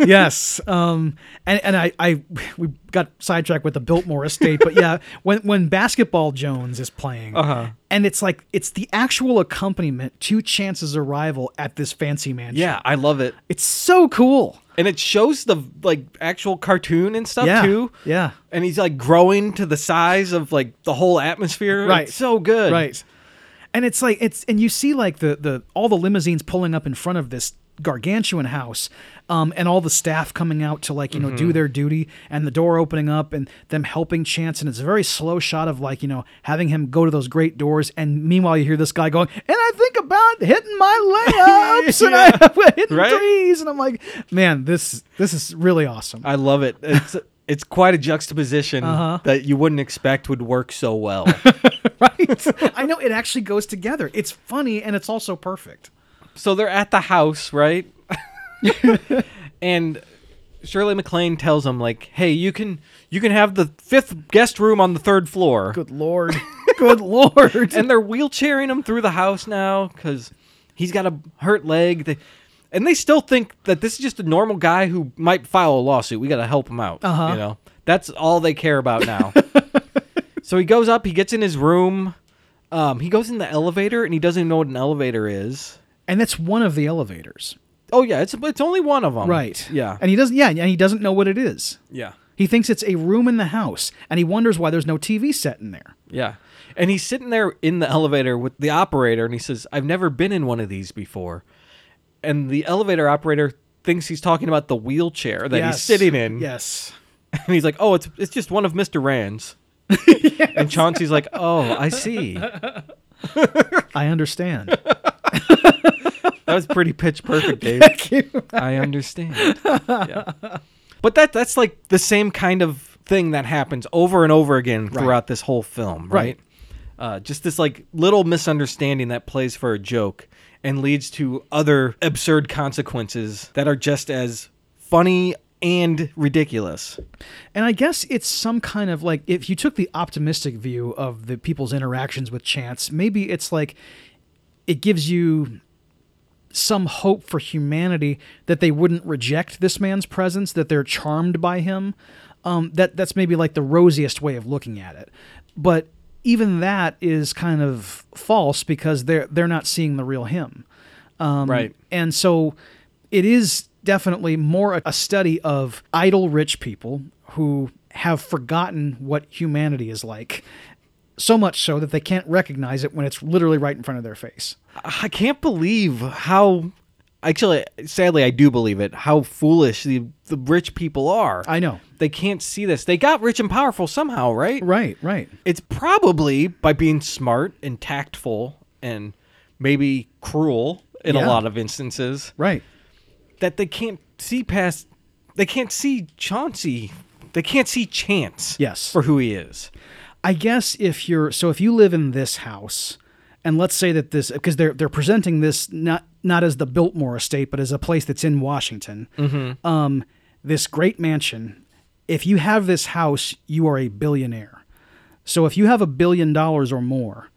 B: yes. Um, and and I, I we got sidetracked with the Biltmore estate, but yeah, when when Basketball Jones is playing,
A: Uh-huh.
B: and it's like it's the actual accompaniment to Chance's arrival at this fancy mansion.
A: yeah, I love it.
B: it's so cool.
A: And it shows the like actual cartoon and stuff
B: yeah,
A: too.
B: yeah,
A: and he's like growing to the size of like the whole atmosphere.
B: Right.
A: It's so good.
B: right. And it's like it's and you see like the the all the limousines pulling up in front of this gargantuan house um, and all the staff coming out to like you know
A: Mm-hmm.
B: do their duty and the door opening up and them helping chance and it's a very slow shot of like you know having him go to those great doors and meanwhile you hear this guy going and i think about hitting my layups and i have hitting
A: Right?
B: threes and i'm like man this this is really awesome
A: I love it. It's it's quite a juxtaposition
B: Uh-huh.
A: that you wouldn't expect would work so well.
B: right i know it actually goes together it's funny and it's also perfect
A: so they're at the house, right? and Shirley MacLaine tells him like, "Hey, you can you can have the fifth guest room on the third floor."
B: good lord good lord
A: and they're wheelchairing him through the house now because he's got a hurt leg. They, and they still think that this is just a normal guy who might file a lawsuit. We got to help him out.
B: Uh-huh.
A: You know, that's all they care about now. so he goes up. He gets in his room. Um, he goes in the elevator, and he doesn't even know what an elevator is.
B: and that's one of the elevators,
A: Oh yeah, it's it's only one of them.
B: right?
A: Yeah.
B: and he doesn't. Yeah, and he doesn't know what it is.
A: yeah.
B: He thinks it's a room in the house, and he wonders why there's no TV set in there.
A: Yeah. And he's sitting there in the elevator with the operator and he says, I've never been in one of these before. And the elevator operator thinks he's talking about the wheelchair that he's
B: Yes.
A: sitting in.
B: Yes.
A: And he's like, Oh, it's it's just one of Mr. Rand's. And Chauncey's like, Oh, I see. That
B: I understand.
A: was pretty pitch perfect, Dave. I understand. Yeah. But that that's like the same kind of thing that happens over and over again throughout this whole film, right?
B: Right.
A: Uh, just this like little misunderstanding that plays for a joke and leads to other absurd consequences that are just as funny and ridiculous.
B: And I guess it's some kind of like if you took the optimistic view of the people's interactions with chance, maybe it's like it gives you some hope for humanity that they wouldn't reject this man's presence, that they're charmed by him. Um, that that's maybe like the rosiest way of looking at it, but even that is kind of false because they're they're not seeing the real him.
A: right.
B: And so it is definitely more a study of idle rich people who have forgotten what humanity is like, so much so that they can't recognize it when it's literally right in front of their face.
A: I can't believe how actually sadly I do believe it how foolish the, the rich people are.
B: I know.
A: They can't see this. They got rich and powerful somehow, right?
B: Right, right.
A: It's probably by being smart and tactful and maybe cruel in a
B: Yeah.
A: lot of instances
B: Right.
A: that they can't see past. They can't see Chauncey. They can't see Chance.
B: Yes.
A: For who he is.
B: I guess if you're so if you live in this house, and let's say that this because they're they're presenting this not not as the Biltmore estate, but as a place that's in Washington. Um, this great mansion. If you have this house, you are a billionaire. So if you have a billion dollars or more,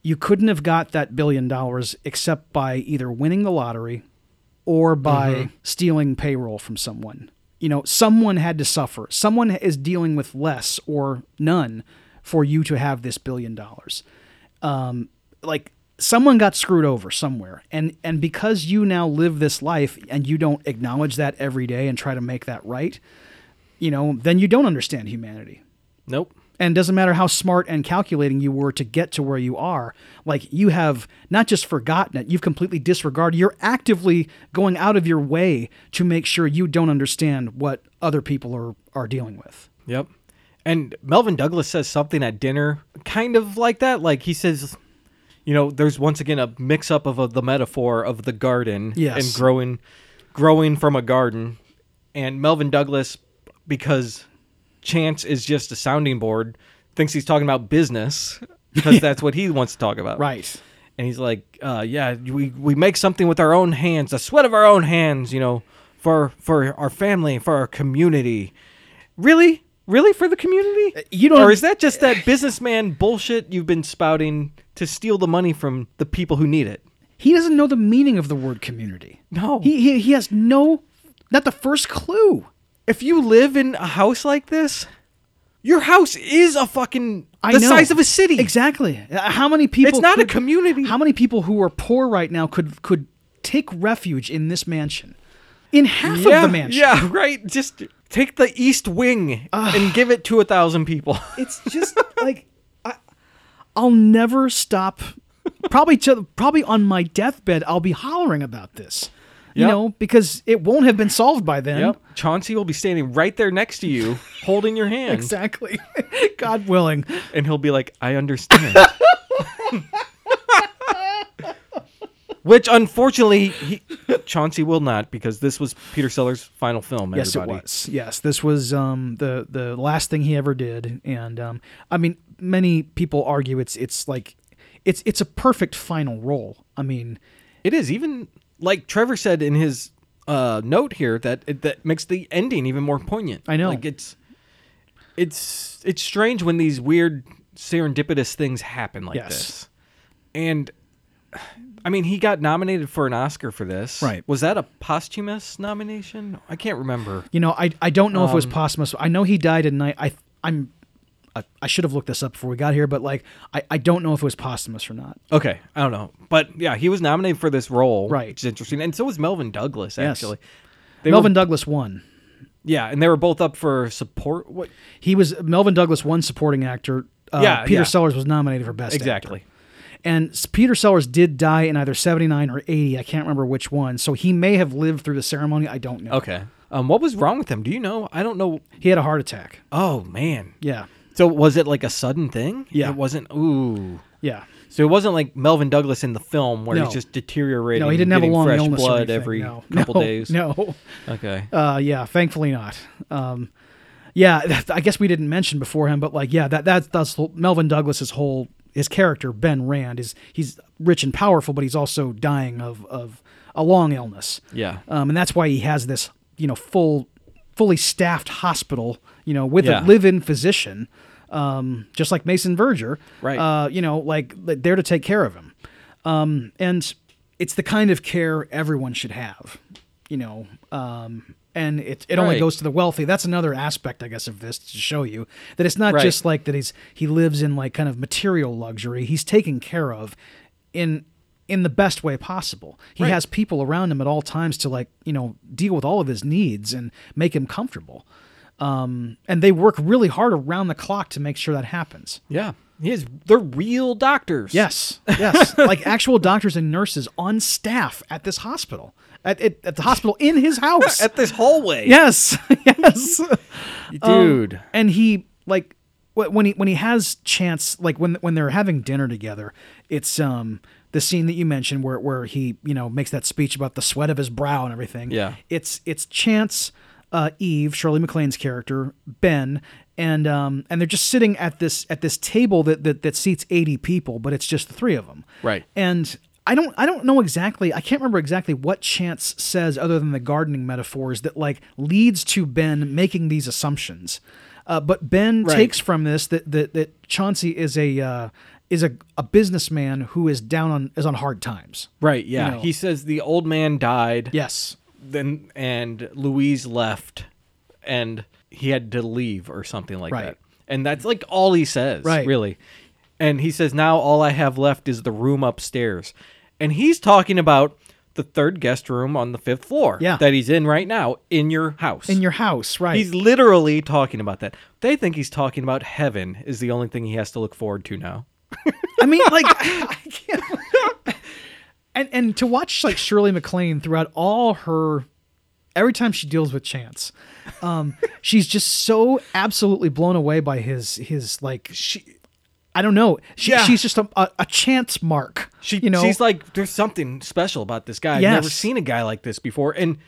B: you couldn't have got that billion dollars except by either winning the lottery or by stealing payroll from someone. You know, someone had to suffer. Someone is dealing with less or none for you to have this billion dollars. Um, like someone got screwed over somewhere, and and because you now live this life and you don't acknowledge that every day and try to make that right, you know, then you don't understand humanity.
A: Nope.
B: And it doesn't matter how smart and calculating you were to get to where you are, like you have not just forgotten it, you've completely disregarded. You're actively going out of your way to make sure you don't understand what other people are, are dealing with.
A: Yep. And Melvin Douglas says something at dinner, kind of like that. Like he says, you know, there's once again a mix up of uh the metaphor of the garden
B: Yes.
A: and growing, growing from a garden, and Melvin Douglas, because Chance is just a sounding board, thinks he's talking about business because that's what he wants to talk about.
B: Right.
A: And he's like, uh, yeah, we, we make something with our own hands, the sweat of our own hands, you know, for for our family, for our community. Really? Really for the community?
B: Uh, you don't-
A: Or is that just that businessman bullshit you've been spouting to steal the money from the people who need it?
B: He doesn't know the meaning of the word community.
A: No.
B: He, he, he has no, not the first clue.
A: If you live in a house like this, your house is a fucking
B: I
A: the
B: know.
A: size of a city.
B: Exactly. Uh, How many people?
A: It's not a
B: could-
A: community.
B: How many people who are poor right now could could take refuge in this mansion? In half
A: Yeah,
B: of the mansion.
A: yeah, right. Just take the east wing and give it to a thousand people.
B: It's just like I, I'll never stop. Probably to probably on my deathbed, I'll be hollering about this. You
A: Yep.
B: know, because it won't have been solved by then.
A: Yep. Chauncey will be standing right there next to you, holding your hand,
B: Exactly. God willing.
A: and he'll be like, "I understand." Which unfortunately, he, Chauncey will not, because this was Peter Sellers' final film.
B: Yes,
A: Everybody.
B: it was. Yes, this was um, the the last thing he ever did, and um, I mean, many people argue it's it's like it's it's a perfect final role. I mean,
A: It is even like Trevor said in his uh, note here that it, that makes the ending even more poignant.
B: I know.
A: Like it's it's it's strange when these weird serendipitous things happen like
B: Yes.
A: this. And I mean, he got nominated for an Oscar for this.
B: Right.
A: Was that a posthumous nomination? I can't remember.
B: You know, I I don't know if it was
A: Um,
B: posthumous. I know he died in night. I I'm I, I should have looked this up before we got here, but like I I don't know if it was posthumous or not.
A: Okay, I don't know, but yeah, he was nominated for this role,
B: Right.
A: Which is interesting, and so was Melvin Douglas
B: Yes.
A: actually. They
B: Melvin
A: were,
B: Douglas won.
A: yeah, and they were both up for support. What
B: He was Melvin Douglas won supporting actor. Uh,
A: Yeah,
B: Peter
A: yeah.
B: Sellers was nominated for best actor.
A: exactly?
B: And S- Peter Sellers did die in either 79 or 80. I can't remember which one. So he may have lived through the ceremony. I don't know.
A: Okay, um, what was wrong with him? Do you know? I don't know.
B: He had a heart attack.
A: Oh man,
B: Yeah.
A: so was it like a sudden thing?
B: Yeah.
A: it wasn't. Ooh,
B: Yeah.
A: so it wasn't like Melvin Douglas in the film where
B: No.
A: he's just deteriorating.
B: No, he didn't have a
A: getting
B: long
A: fresh
B: illness or
A: blood
B: anything.
A: every
B: no.
A: couple
B: No.
A: days.
B: No.
A: Okay,
B: Uh, yeah, thankfully not. Um, yeah, I guess we didn't mention before him, but like, yeah, that that's that's Melvin Douglas's whole his character Ben Rand is he's rich and powerful, but he's also dying of of a long illness.
A: Yeah.
B: um, and that's why he has this you know full fully staffed hospital you know with
A: Yeah.
B: a live-in physician, um, just like Mason Verger,
A: Right.
B: Uh, you know, like there to take care of him Um, and it's the kind of care everyone should have, you know. Um, and it it only
A: Right.
B: goes to the wealthy. That's another aspect, I guess, of this to show you that it's not
A: Right.
B: just like that. He's he lives in like kind of material luxury. He's taken care of in in the best way possible. He
A: Right.
B: has people around him at all times to like you know deal with all of his needs and make him comfortable. Um, and they work really hard around the clock to make sure that happens.
A: yeah, he is. They're real doctors.
B: Yes, yes, like actual doctors and nurses on staff at this hospital, at at, at the hospital in his house.
A: at this hallway.
B: yes, yes,
A: dude.
B: and he like wh- when he when he has chance, like when when they're having dinner together, it's um the scene that you mentioned where where he you know makes that speech about the sweat of his brow and everything.
A: Yeah.
B: it's it's chance. Uh, Eve, Shirley MacLaine's character, Ben, and um, and they're just sitting at this at this table that that, that seats eighty people, but it's just the three of them.
A: Right.
B: And I don't I don't know exactly I can't remember exactly what Chance says other than the gardening metaphors that like leads to Ben making these assumptions. Uh, but Ben
A: Right.
B: takes from this that that, that Chauncey is a uh, is a, a businessman who is down on is on hard times.
A: Right, yeah.
B: know.
A: He says the old man died.
B: Yes.
A: Then and Louise left and he had to leave or something like
B: Right.
A: that. And that's like all he says,
B: Right.
A: really. And he says now all I have left is the room upstairs. And he's talking about the third guest room on the fifth floor
B: Yeah.
A: that he's in right now in your house.
B: In your house, right?
A: he's literally talking about that. They think he's talking about heaven is the only thing he has to look forward to now.
B: I mean, like, I can't. And and to watch like Shirley MacLaine throughout all her, every time she deals with Chance, um, she's just so absolutely blown away by his his like she, I don't know, she,
A: Yeah.
B: she's just a, a, a Chance mark.
A: She,
B: you know,
A: she's like, there's something special about this guy. I've never
B: Yes.
A: seen a guy like this before, and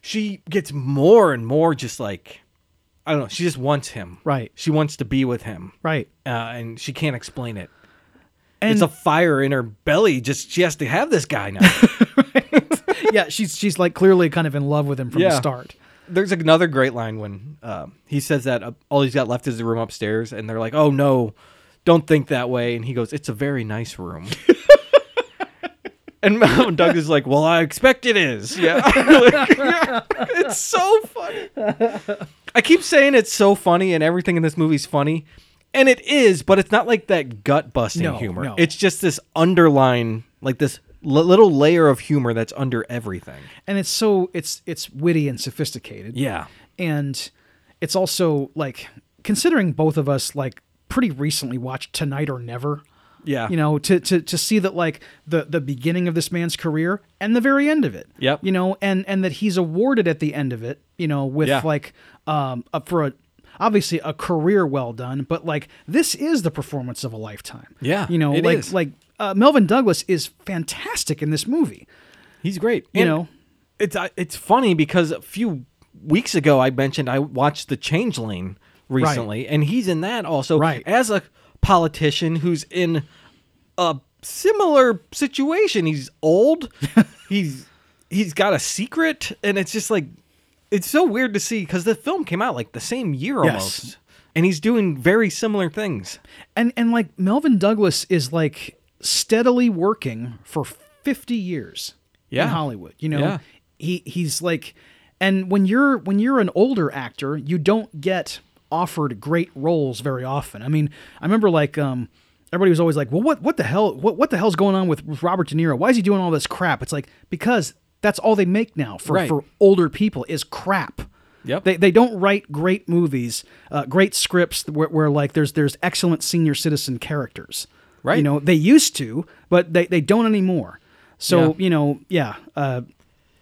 A: she gets more and more just like, I don't know. She just wants him.
B: Right.
A: She wants to be with him.
B: right.
A: Uh, and she can't explain it.
B: And
A: it's a fire in her belly. Just she has to have this guy now.
B: yeah, she's she's like clearly kind of in love with him from the
A: Yeah.
B: start.
A: There's another great line when uh, he says that uh, all he's got left is the room upstairs, and they're like, "Oh no, don't think that way." And he goes, "It's a very nice room." and Malcolm Douglas is like, "Well, I expect it is." Yeah, Like, yeah. it's so funny. I keep saying it's so funny, and everything in this movie's funny, and it is, but it's not like that gut busting
B: No,
A: humor.
B: no.
A: It's just this underline, like this l- little layer of humor that's under everything.
B: and it's so it's it's witty and sophisticated.
A: Yeah.
B: and it's also like considering both of us like pretty recently watched Tonight or Never.
A: Yeah.
B: you know to to to see that like the the beginning of this man's career and the very end of it.
A: Yep.
B: you know, and and that he's awarded at the end of it. You know, with
A: Yeah.
B: like um a, for a obviously a career well done, but like this is the performance of a lifetime.
A: Yeah,
B: you know,
A: it
B: like
A: is.
B: like uh, Melvin Douglas is fantastic in this movie.
A: He's great.
B: You know?
A: it's uh, it's funny because a few weeks ago I mentioned I watched The Changeling recently, and he's in that also
B: Right.
A: as a politician who's in a similar situation. He's old. he's he's got a secret, and it's just like it's so weird to see because the film came out like the same year
B: Yes.
A: almost, and he's doing very similar things.
B: and and like Melvin Douglas is like steadily working for 50 years
A: Yeah.
B: in Hollywood. You know,
A: Yeah.
B: he he's like, and when you're when you're an older actor, you don't get offered great roles very often. I mean, I remember like um, everybody was always like, well, what what the hell what what the hell's going on with, with Robert De Niro? Why is he doing all this crap? It's like because that's all they make now for
A: Right.
B: for older people is crap.
A: Yep.
B: They, they don't write great movies, uh, great scripts where, where like there's there's excellent senior citizen characters.
A: Right.
B: You know, they used to, but they, they don't anymore. So,
A: Yeah.
B: you know, yeah. Uh,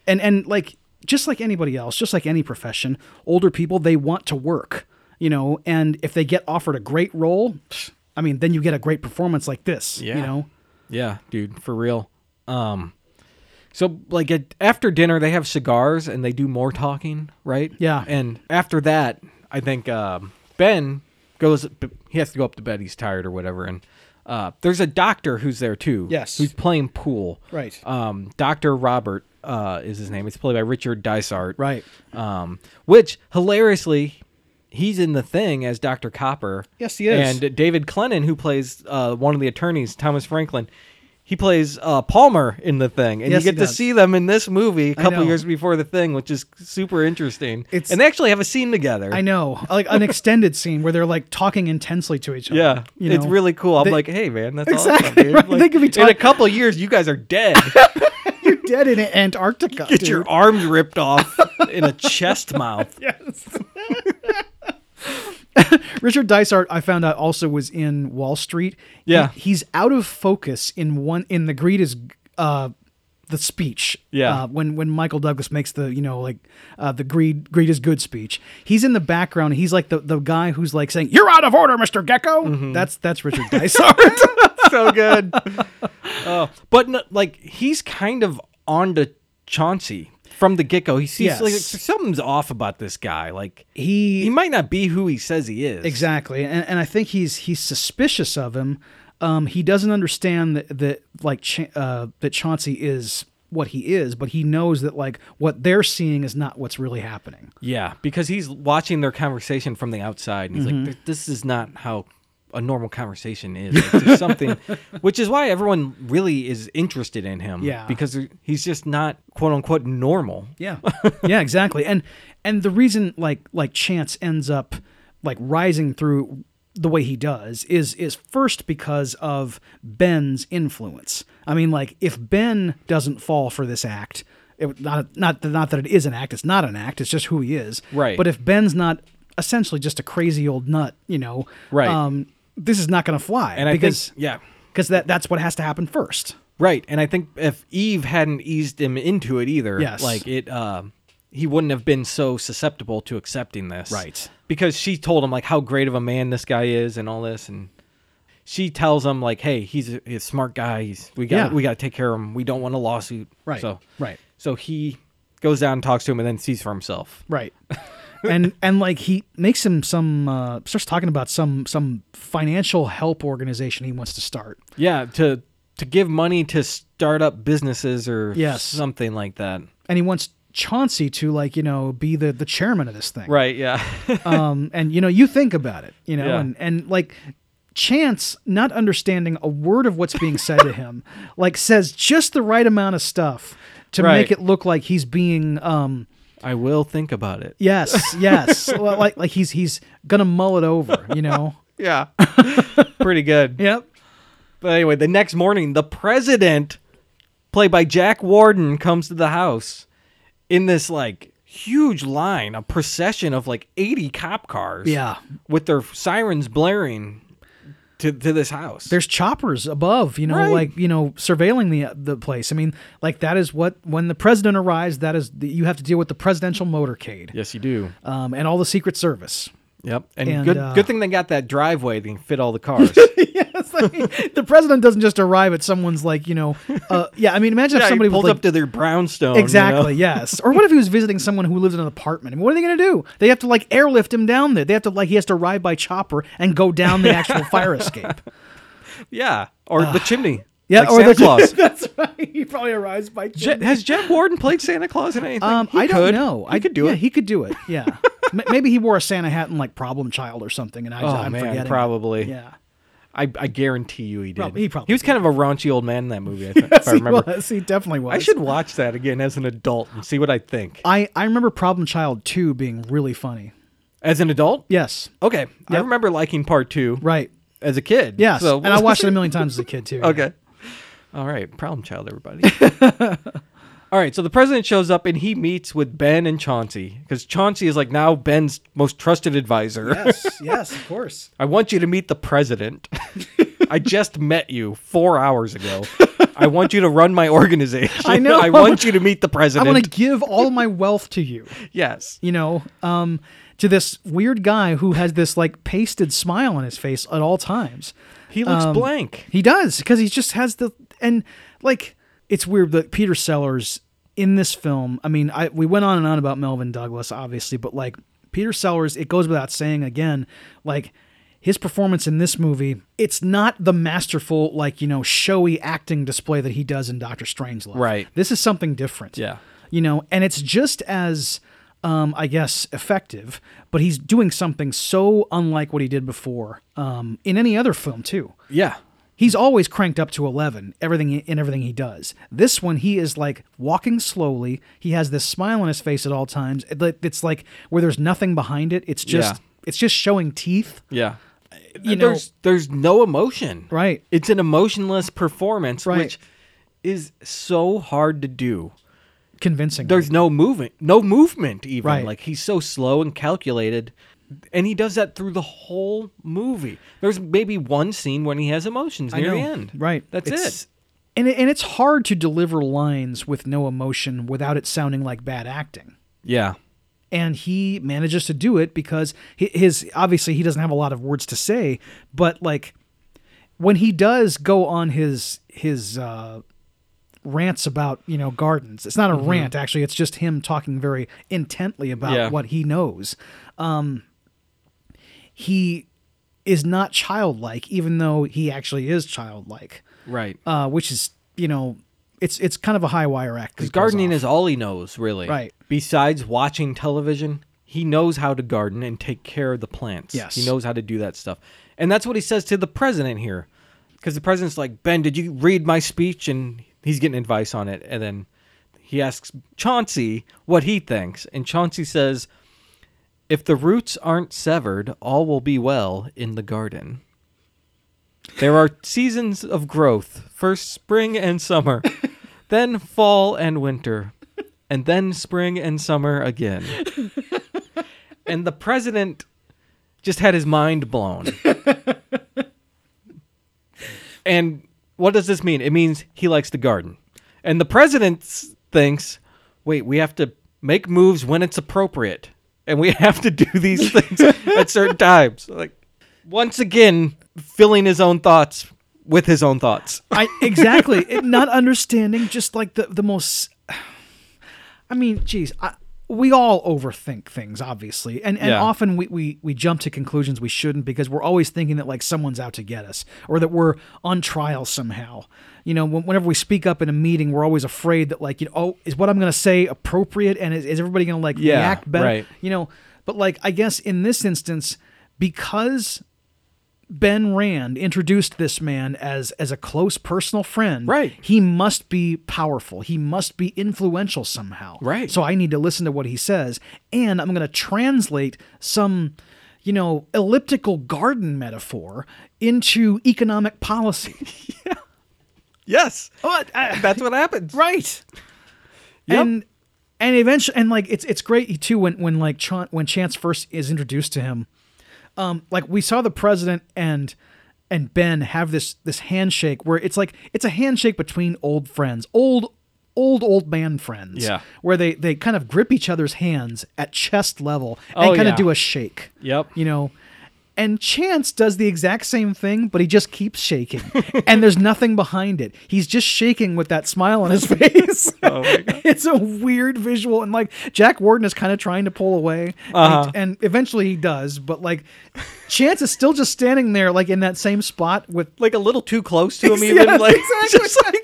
B: and, and like, just like anybody else, just like any profession, older people, they want to work, you know, and if they get offered a great role, psh, I mean, then you get a great performance like this,
A: Yeah.
B: you know?
A: Yeah, dude, for real. Um, so like at, after dinner, they have cigars and they do more talking, right?
B: Yeah.
A: And after that, I think um, Ben goes. He has to go up to bed. He's tired or whatever. And uh, there's a doctor who's there too.
B: Yes.
A: Who's playing pool.
B: Right.
A: Um, Doctor Robert uh, is his name. It's played by Richard Dysart.
B: Right.
A: Um, which hilariously, he's in the thing as Doctor Copper.
B: Yes, he is.
A: And David Clennon, who plays uh, one of the attorneys, Thomas Franklin, he plays uh, Palmer in the thing, and
B: Yes,
A: you
B: he
A: get to
B: does.
A: see them in this movie a
B: I
A: couple
B: know.
A: years before the thing, which is super interesting.
B: It's-
A: and they actually have a scene together.
B: I know, like an extended scene where they're like talking intensely to each other.
A: Yeah,
B: you
A: it's
B: know?
A: really cool. I'm
B: They-
A: like, hey man, that's awesome,
B: Exactly,
A: dude.
B: right?
A: Like,
B: They could be
A: in a
B: talk-
A: couple years, you guys are dead.
B: you're dead in Antarctica.
A: get
B: dude.
A: your arms ripped off in a chest mouth.
B: Richard Dysart, I found out also was in Wall Street. He-
A: Yeah.
B: he's out of focus in one in the greed is uh, the speech.
A: Yeah.
B: uh, when when Michael Douglas makes the you know like uh, the greed greed is good speech, he's in the background. He's like the the guy who's like saying you're out of order, Mister Gecko. That's that's Richard Dysart.
A: Mm-hmm. so good. Oh, but no, like he's kind of on to Chauncey from the get go. He sees
B: Yes.
A: like something's off about this guy. Like he,
B: he
A: might not be who he says he is.
B: Exactly, and, and I think he's he's suspicious of him. Um, he doesn't understand that, that like Cha- uh, that Chauncey is what he is, but he knows that like what they're seeing is not what's really happening.
A: Yeah, because he's watching their conversation from the outside, and he's like, "Th- "This is not how." A normal conversation is Like, there's something, which is why everyone really is interested in him.
B: Yeah.
A: because he's just not quote unquote normal.
B: Yeah, yeah, exactly. And and the reason like like Chance ends up like rising through the way he does is is first because of Ben's influence. I mean, like if Ben doesn't fall for this act, it, would- not not not that it is an act. It's not an act. It's just who he is.
A: Right.
B: But if Ben's not essentially just a crazy old nut, you know,
A: Right.
B: Um, this is not going to fly.
A: And I
B: because
A: think, yeah,
B: because that that's what has to happen first.
A: Right, and I think if Eve hadn't eased him into it either,
B: Yes.
A: like it, um, he wouldn't have been so susceptible to accepting this,
B: Right.
A: Because she told him like how great of a man this guy is and all this, and she tells him like, "Hey, he's a, he's a smart guy. He's we got
B: Yeah.
A: we got to take care of him. We don't want a lawsuit,
B: Right,
A: So
B: right.
A: so he goes down and talks to him, and then sees for himself.
B: Right. and and like he makes him some uh starts talking about some some financial help organization he wants to start.
A: Yeah, to to give money to start up businesses or
B: Yes.
A: something like that.
B: And he wants Chauncey to like, you know, be the the chairman of this thing.
A: Right. Yeah.
B: Um and you know, you think about it, you know,
A: Yeah.
B: and and like Chance not understanding a word of what's being said to him, like says just the right amount of stuff to
A: Right.
B: make it look like he's being um
A: I will think about it.
B: yes, yes, Well, like like he's he's going to mull it over, you know.
A: Yeah. Pretty good.
B: yep.
A: But anyway, the next morning, the president, played by Jack Warden, comes to the house in this like huge line, a procession of like 80 cop cars.
B: Yeah.
A: With their sirens blaring to, to this house.
B: there's choppers above, you know,
A: Right.
B: like you know, surveilling the the place. I mean, like that is what when the president arrives, that is the, you have to deal with the presidential motorcade,
A: yes, you do.
B: um, and all the Secret Service.
A: Yep. And,
B: And,
A: good
B: uh,
A: good thing they got that driveway that can fit all the cars.
B: It's like, the president doesn't just arrive at someone's like you know, uh, yeah. I mean, imagine
A: yeah,
B: if
A: somebody
B: somebody was
A: pulled
B: like,
A: up to their brownstone. you know?
B: exactly yes, or what if he was visiting someone who lives in an apartment? I mean, what are they going to do? They have to like airlift him down there. They have to like he has to ride by chopper and go down the actual fire escape.
A: Yeah. Or the chimney.
B: Yeah,
A: Like
B: or
A: Santa
B: the-
A: Claus.
B: That's right. He probably arrives by.
A: Ja- has Jack Warden played Santa Claus in anything?
B: Um,
A: He
B: I don't
A: could.
B: know.
A: He
B: I
A: could do
B: yeah,
A: it.
B: He could do it. Yeah. M- Maybe he wore a Santa hat and like problem child or something, and I,
A: Oh
B: I'm
A: man,
B: forgetting.
A: probably.
B: Yeah.
A: I, I guarantee you he did.
B: Probably- he probably
A: was kind of a raunchy old man in that movie. I th- if I
B: he
A: remember.
B: was. He definitely was.
A: I should watch that again as an adult and see what I think.
B: I, I remember Problem Child 2 being really funny.
A: As an adult,
B: Yes.
A: okay, I
B: Yep.
A: remember liking part two
B: Right.
A: as a kid.
B: Yes.
A: so
B: and I watched it a million times as a kid, too. yeah.
A: Okay. All right. Problem child, everybody. All right. So the president shows up and he meets with Ben and Chauncey because Chauncey is like now Ben's most trusted advisor.
B: yes. Yes, of course.
A: I want you to meet the president. I just met you four hours ago. I want you to run my organization.
B: I know.
A: I want you to meet the
B: I
A: president.
B: want to give all my wealth to you,
A: Yes.
B: you know, um, to this weird guy who has this like pasted smile on his face at all times.
A: He looks
B: Um,
A: blank.
B: He does because he just has the and like it's weird that Peter Sellers in this film. I mean, I we went on and on about Melvin Douglas, obviously, but like Peter Sellers, it goes without saying again, like his performance in this movie, it's not the masterful like you know showy acting display that he does in Doctor Strangelove.
A: Right.
B: This is something different.
A: Yeah.
B: You know, and it's just as um, I guess effective, but he's doing something so unlike what he did before um, in any other film too
A: Yeah.
B: he's always cranked up to 11 everything in everything he does this one he is like walking slowly he has this smile on his face at all times It- like- it's like where there's nothing behind it it's just
A: Yeah.
B: it's just showing teeth
A: Yeah.
B: you know
A: there's there's no emotion.
B: Right.
A: It's an emotionless performance,
B: Right.
A: which is so hard to do.
B: convincing
A: There's no movement, no movement even.
B: Right.
A: Like he's so slow and calculated, and he does that through the whole movie. There's maybe one scene when he has emotions
B: I
A: near the
B: know.
A: end.
B: right
A: That's
B: It's-
A: it.
B: and, it and it's hard to deliver lines with no emotion without it sounding like bad acting
A: Yeah.
B: and he manages to do it because hi- his obviously he doesn't have a lot of words to say but like when he does go on his his uh rants about you know gardens it's not a rant actually it's just him talking very intently about
A: Mm-hmm. Yeah.
B: what he knows um he is not childlike even though he actually is childlike
A: Right.
B: uh which is you know it's it's kind of a high wire act
A: Because gardening is all he knows, really.
B: Right.
A: Besides watching television, he knows how to garden and take care of the plants.
B: Yes.
A: He knows how to do that stuff. And that's what he says to the president here. Because the president's like, Ben, did you read my speech? And he's getting advice on it. And then he asks Chauncey what he thinks. And Chauncey says, If the roots aren't severed, all will be well in the garden. There are seasons of growth first spring and summer, then fall and winter, and then spring and summer again. And the president just had his mind blown. and what does this mean? It means he likes the garden. And the president s- thinks, wait, we have to make moves when it's appropriate. And we have to do these things at certain times. Like, once again, filling his own thoughts with his own thoughts.
B: I exactly It- not understanding just like the the most. I mean, geez, I, we all overthink things, obviously, and and
A: Yeah.
B: often we, we we jump to conclusions we shouldn't because we're always thinking that like someone's out to get us or that we're on trial somehow. You know, when, whenever we speak up in a meeting, we're always afraid that like you know, oh, is what I'm going to say appropriate and is, is everybody going to like
A: Yeah,
B: react better?
A: right.
B: You know, but like I guess in this instance, because Ben Rand introduced this man as as a close personal friend.
A: Right.
B: He must be powerful. He must be influential somehow.
A: Right.
B: So I need to listen to what he says and I'm going to translate some you know elliptical garden metaphor into economic policy.
A: Yes. Oh,
B: What? I-
A: That's what happens.
B: right.
A: Yep.
B: And and eventually and like it's it's great too when when like Chan, when Chance first is introduced to him. Um like we saw the president and and Ben have this this handshake where it's like it's a handshake between old friends. Old old old man friends.
A: Yeah.
B: Where they they kind of grip each other's hands at chest level and
A: Oh,
B: kind
A: yeah.
B: of do a shake
A: Yep.
B: you know and chance does the exact same thing but he just keeps shaking and there's nothing behind it he's just shaking with that smile on his face
A: Oh my God.
B: it's a weird visual and like jack warden is kind of trying to pull away
A: Uh-huh.
B: and, and eventually he does but like chance is still just standing there like in that same spot with
A: Like a little too close to him, even.
B: Yes,
A: like,
B: exactly.
A: just like-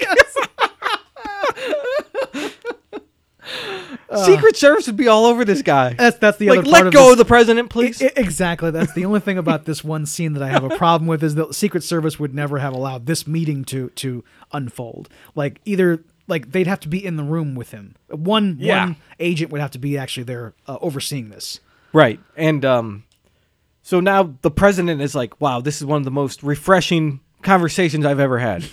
A: Secret Service would be all over this guy.
B: That's that's the
A: like,
B: other
A: let
B: part
A: go
B: of
A: of the president, please.
B: I- I- E-, exactly. That's the only thing about this one scene that I have a problem with is the Secret Service would never have allowed this meeting to to unfold. Like either like they'd have to be in the room with him. One
A: Yeah.
B: one agent would have to be actually there uh, overseeing this.
A: Right. And um so now the president is like, "Wow, this is one of the most refreshing conversations I've ever had."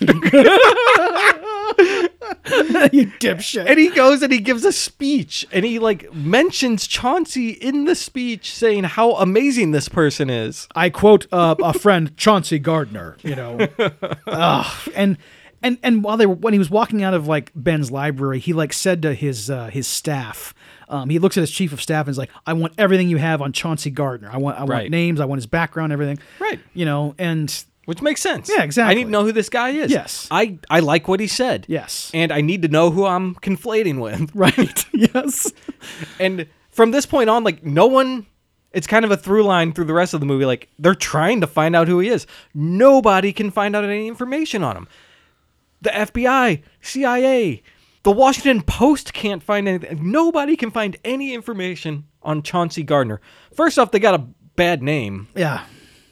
B: you dipshit.
A: and he goes and he gives a speech and he like mentions Chauncey in the speech saying how amazing this person is.
B: I quote uh, a friend Chauncey Gardner, you know, Ugh. and and and while they were when he was walking out of like Ben's library, he like said to his uh, his staff, um, he looks at his chief of staff and is like, "I want everything you have on Chauncey Gardner. I want I want
A: Right.
B: names. I want his background, everything.
A: Right.
B: You know, and
A: Which makes sense.
B: Yeah, exactly.
A: I need to know who this guy is.
B: Yes.
A: I I like what he said.
B: yes,
A: And I need to know who I'm conflating with.
B: right, yes,
A: And from this point on, like no one it's kind of a through line through the rest of the movie. Like they're trying to find out who he is. Nobody can find out any information on him. The FBI, CIA, the Washington Post can't find anything. Nobody can find any information on Chauncey Gardner. First off, they got a bad name.
B: yeah,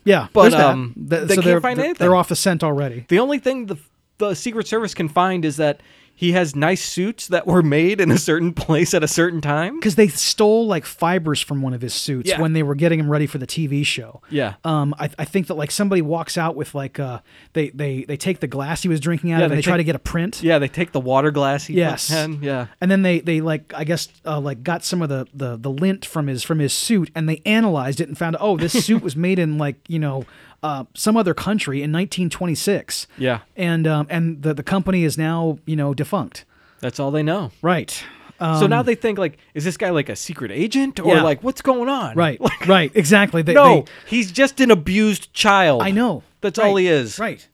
B: yeah.
A: But,
B: there's that.
A: um,
B: Th-
A: they
B: so
A: can't
B: they're,
A: find
B: they're-
A: anything.
B: They're off the scent already.
A: The only thing the the Secret Service can find is that he has nice suits that were made in a certain place at a certain time.
B: because they stole like fibers from one of his suits
A: Yeah.
B: when they were getting him ready for the TV show.
A: Yeah.
B: Um, I, I think that like somebody walks out with like uh, they they they take the glass he was drinking out
A: Yeah,
B: of and
A: they
B: they try
A: take-
B: to get a print.
A: Yeah, they take the water glass. He
B: Yes.
A: had. Yeah.
B: And then they they like I guess uh, like got some of the, the the lint from his from his suit and they analyzed it and found oh this suit was made in like you know uh, some other country in 1926.
A: Yeah.
B: And um, and the the company is now you know defunct.
A: That's all they know.
B: Right. Um,
A: so now they think like, is this guy like a secret agent or
B: Yeah.
A: like what's going on?
B: right
A: Like,
B: right exactly they,
A: no,
B: they-
A: he's just an abused child.
B: I know.
A: That's
B: Right.
A: all he is.
B: Right.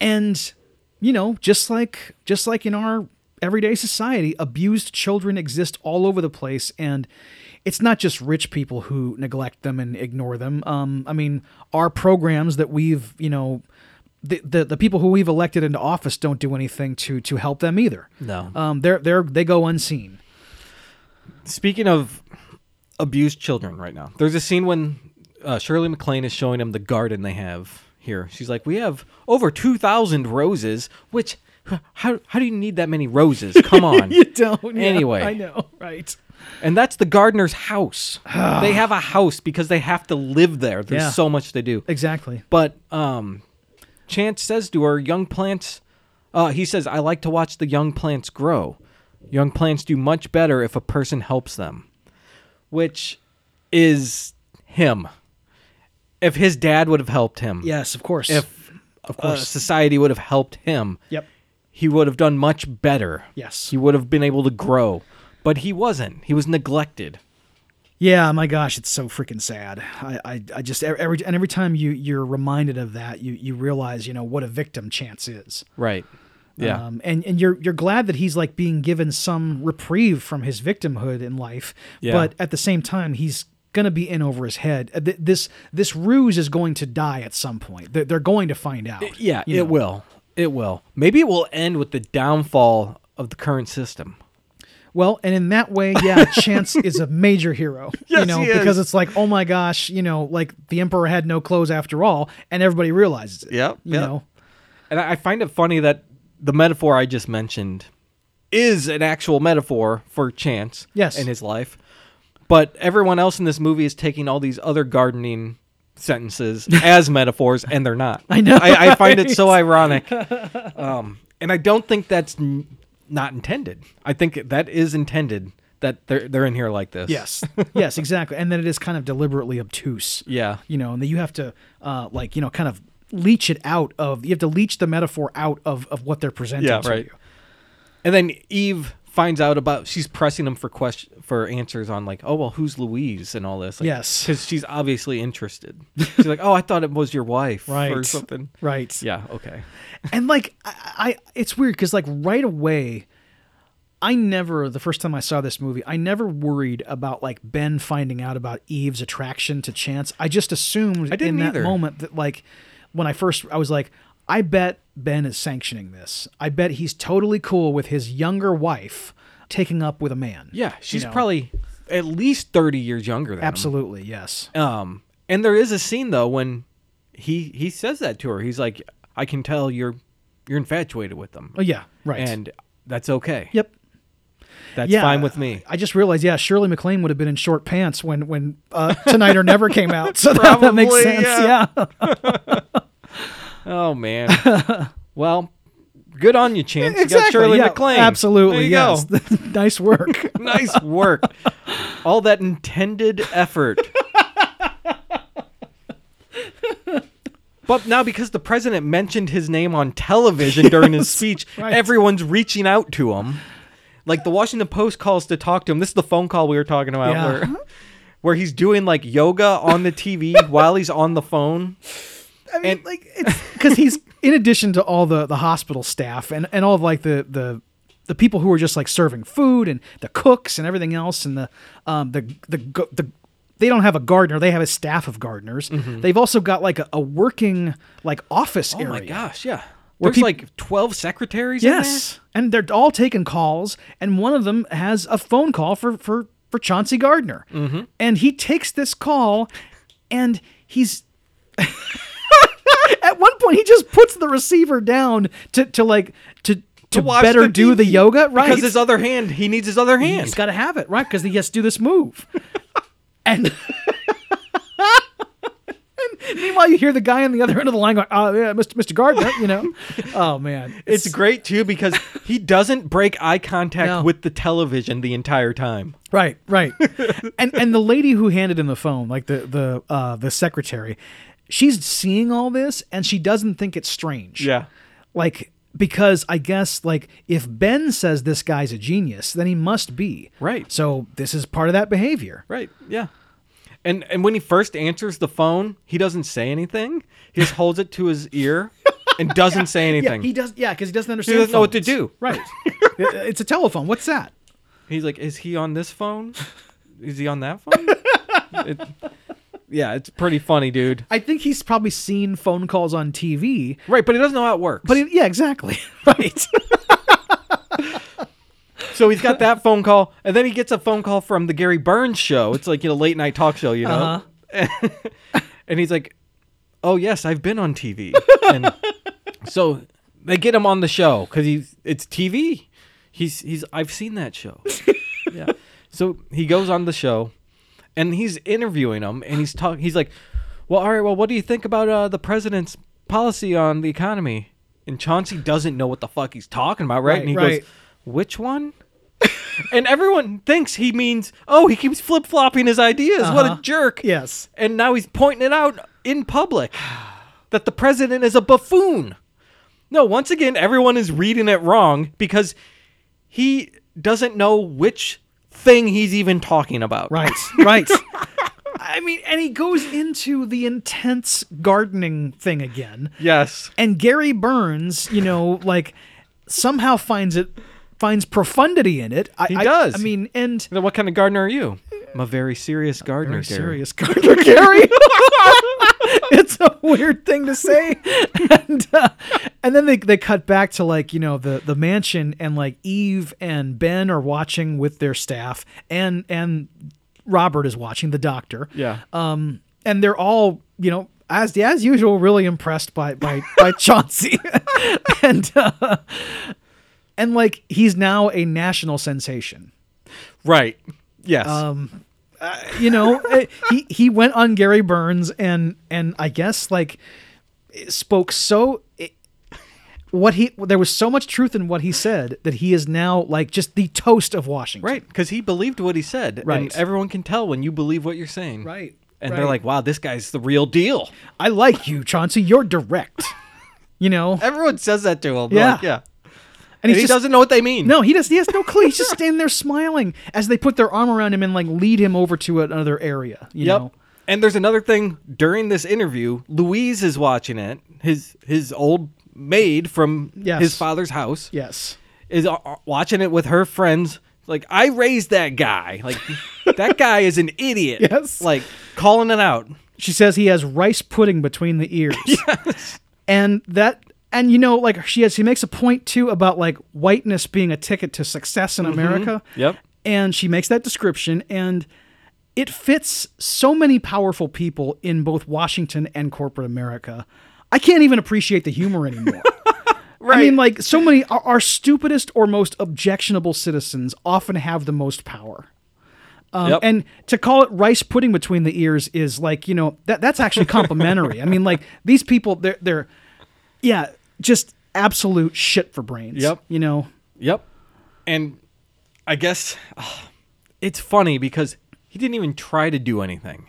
B: And you know, just like just like in our everyday society, abused children exist all over the place and it's not just rich people who neglect them and ignore them. Um, I mean, our programs that we've, you know, the, the, the people who we've elected into office don't do anything to to help them either.
A: No.
B: Um, they're they're they go unseen.
A: Speaking of abused children, right now, there's a scene when uh, Shirley MacLaine is showing him the garden they have here. She's like, "We have over two thousand roses." Which, how how do you need that many roses? Come on.
B: don't.
A: Anyway.
B: I know, right?
A: And that's the gardener's house. they have a house because they have to live there. There's
B: Yeah.
A: so much to do.
B: Exactly.
A: But um, Chance says to her, "Young plants." Uh, he says, "I like to watch the young plants grow. Young plants do much better if a person helps them," which is him. If his dad would have helped him,
B: Yes, of course.
A: If of course society would have helped him,
B: uh, Yep.
A: he would have done much better.
B: Yes.
A: he would have been able to grow, but he wasn't. He was neglected.
B: Yeah, my gosh, it's so freaking sad. I, I, I just e-, every and every time you you're reminded of that, you you realize you know what a victim Chance is.
A: Right. Yeah.
B: Um, and and you're you're glad that he's like being given some reprieve from his victimhood in life,
A: Yeah.
B: but at the same time he's gonna be in over his head. Uh, th- This this ruse is going to die at some point. They're, they're going to find out.
A: Yeah,
B: you
A: it
B: know.
A: will. It will. Maybe it will end with the downfall of the current system.
B: Well, and in that way, yeah, Chance is a major hero. you
A: Yes,
B: know,
A: he is.
B: because it's like, oh my gosh, you know, like the emperor had no clothes after all, and everybody realizes it.
A: Yep,
B: You
A: yep.
B: know.
A: And I I find it funny that the metaphor I just mentioned is an actual metaphor for chance
B: Yes.
A: in his life. But everyone else in this movie is taking all these other gardening sentences as metaphors, and they're not. I
B: know,
A: I, find it so ironic. Um, and I don't think that's n- not intended. I think that is intended that they're, they're in here like this.
B: Yes. yes, exactly. And then it is kind of deliberately obtuse.
A: Yeah.
B: You know, and then you have to uh like, you know, kind of leech it out of you have to leech the metaphor out of of what they're presenting
A: Yeah,
B: to
A: right.
B: you.
A: And then Eve finds out about she's pressing him for question for answers on like, oh well, who's Louise and all this. Like,
B: Yes.
A: because she's obviously interested. She's like, oh, I thought it was your wife, or
B: Right.
A: something.
B: Right.
A: Yeah. Okay.
B: and like I, I it's weird because like right away i never the first time i saw this movie i never worried about like ben finding out about eve's attraction to chance i just assumed
A: I didn't
B: in that
A: either.
B: moment that like when i first i was like i bet ben is sanctioning this i bet he's totally cool with his younger wife taking up with a man.
A: Yeah, she's
B: know.
A: probably at least 30 years younger than him.
B: Absolutely, yes.
A: Um, and there is a scene though when he he says that to her. He's like, "I can tell you're you're infatuated with them."
B: Oh, yeah, right.
A: And that's okay.
B: yep.
A: That's
B: yeah,
A: fine with me.
B: I just realized, yeah, Shirley MacLaine would have been in short pants when when uh, Tonight or Never came out. So that, that makes
A: Probably,
B: sense.
A: yeah.
B: Yeah.
A: Oh man. well, good on you, Chance. You got Shirley
B: yeah,
A: MacLaine.
B: Absolutely.
A: There you
B: yes.
A: go.
B: nice work.
A: nice work. All that intended effort. But now, because the president mentioned his name on television during his speech,
B: right.
A: everyone's reaching out to him. Like the Washington Post calls to talk to him. This is the phone call we were talking about,
B: Yeah.
A: where, where he's doing like yoga on the TV while he's on the phone.
B: I mean,
A: And-
B: like it's because he's in addition to all the the hospital staff and and all of like the the the people who are just like serving food and the cooks and everything else and the um the the go- the they don't have a gardener they have a staff of gardeners they've also got like a, a working like office
A: Mm-hmm. Oh
B: area
A: my gosh, yeah.
B: Where
A: There's
B: peop-
A: like twelve secretaries. in there?
B: yes and they're all taking calls and one of them has a phone call for for for chauncey gardner
A: Mm-hmm.
B: and he takes this call and he's at one point he just puts the receiver down to to like to to,
A: watch
B: better
A: the
B: do the
A: TV,
B: yoga right
A: because his other hand, he needs his other hand.
B: he's got to have it right because he has to do this move and and Meanwhile, you hear the guy on the other end of the line going, "Oh yeah, Mr. Mr. Gardner," you know. Oh man,
A: It's great too because he doesn't break eye contact
B: No.
A: with the television the entire time.
B: Right, right. and and the lady who handed him the phone, like the the uh, the secretary, she's seeing all this and she doesn't think it's strange. Like because I guess like if Ben says this guy's a genius, then he must be.
A: Right.
B: So this is part of that behavior.
A: Right. Yeah. And and when he first answers the phone, he doesn't say anything. He just holds it to his ear and doesn't say
B: Yeah,
A: anything.
B: he does. Yeah, because he doesn't understand.
A: doesn't know what to
B: phones.
A: do.
B: Right. it's a telephone. What's that?
A: He's like, "Is he on this phone? Is he on that phone?" It- yeah, it's pretty funny, dude.
B: I think he's probably seen phone calls on TV.
A: Right, but he doesn't know how it works.
B: But it, yeah, exactly. Right.
A: So he's got that phone call, and then he gets a phone call from the Gary Burns show. It's like you know, late night talk show, you know. and he's like, "Oh yes, I've been on TV." And so they get him on the show because he's it's TV. He's he's I've seen that show. yeah. So he goes on the show, and he's interviewing him, and he's talking. He's like, "Well, all right. Well, what do you think about uh, the president's policy on the economy?" And Chauncey doesn't know what the fuck he's talking about, right?
B: Right,
A: and he
B: right.
A: goes, "Which one?" and everyone thinks he means, "Oh, he keeps flip flopping his ideas. What a
B: Uh-huh.
A: jerk!"
B: yes.
A: And now he's pointing it out in public that the president is a buffoon. No, once again, everyone is reading it wrong because he doesn't know which thing he's even talking about.
B: Right, right. I mean, and he goes into the intense gardening thing again.
A: Yes.
B: And Gary Burns, you know, like somehow finds it finds profundity in it. I,
A: He
B: I-
A: does.
B: I, mean, and
A: Then what kind of gardener are you? I'm a very serious gardener,
B: very
A: Gary.
B: serious gardener Gary. it's a weird thing to say. And uh, and then they they cut back to like, you know, the the mansion and like Eve and Ben are watching with their staff and and Robert is watching the doctor.
A: Yeah.
B: um, and they're all you know as as usual really impressed by by by Chauncey and uh, and like he's now a national sensation.
A: right. Yes.
B: Um, You know, eh, he he went on Gary Burns and and I guess like spoke so eh, what he there was so much truth in what he said that he is now like just the toast of Washington.
A: right. Because he believed what he said. And
B: Right.
A: everyone can tell when you believe what you're saying.
B: Right,
A: And they're
B: right.
A: like, wow, this guy's the real deal.
B: I like you, Chauncey. You're direct. You know,
A: Everyone says that to him.
B: Yeah.
A: Like, yeah.
B: and
A: And
B: he's
A: he
B: just
A: doesn't know what they mean.
B: No, he does. He has no clue. He's just standing there smiling as they put their arm around him and like lead him over to another area. You know,
A: And there's another thing during this interview, Louise is watching it. His his old maid from
B: Yes.
A: his father's house
B: yes,
A: is uh, uh, watching it with her friends. Like I raised that guy. Like that guy is an idiot.
B: Yes.
A: Like calling it out.
B: she says he has rice pudding between the ears, and that and you know, like she has, she makes a point too about like whiteness being a ticket to success in America.
A: Yep.
B: And she makes that description, and it fits so many powerful people in both Washington and corporate America. I can't even appreciate the humor anymore. I mean, like so many our, our stupidest or most objectionable citizens often have the most power. Um,
A: Yep.
B: And to call it rice pudding between the ears is like you know that that's actually complimentary. I mean, like these people, they're they're yeah, just absolute shit for brains.
A: Yep.
B: You know,
A: Yep. And I guess uh, it's funny because he didn't even try to do anything.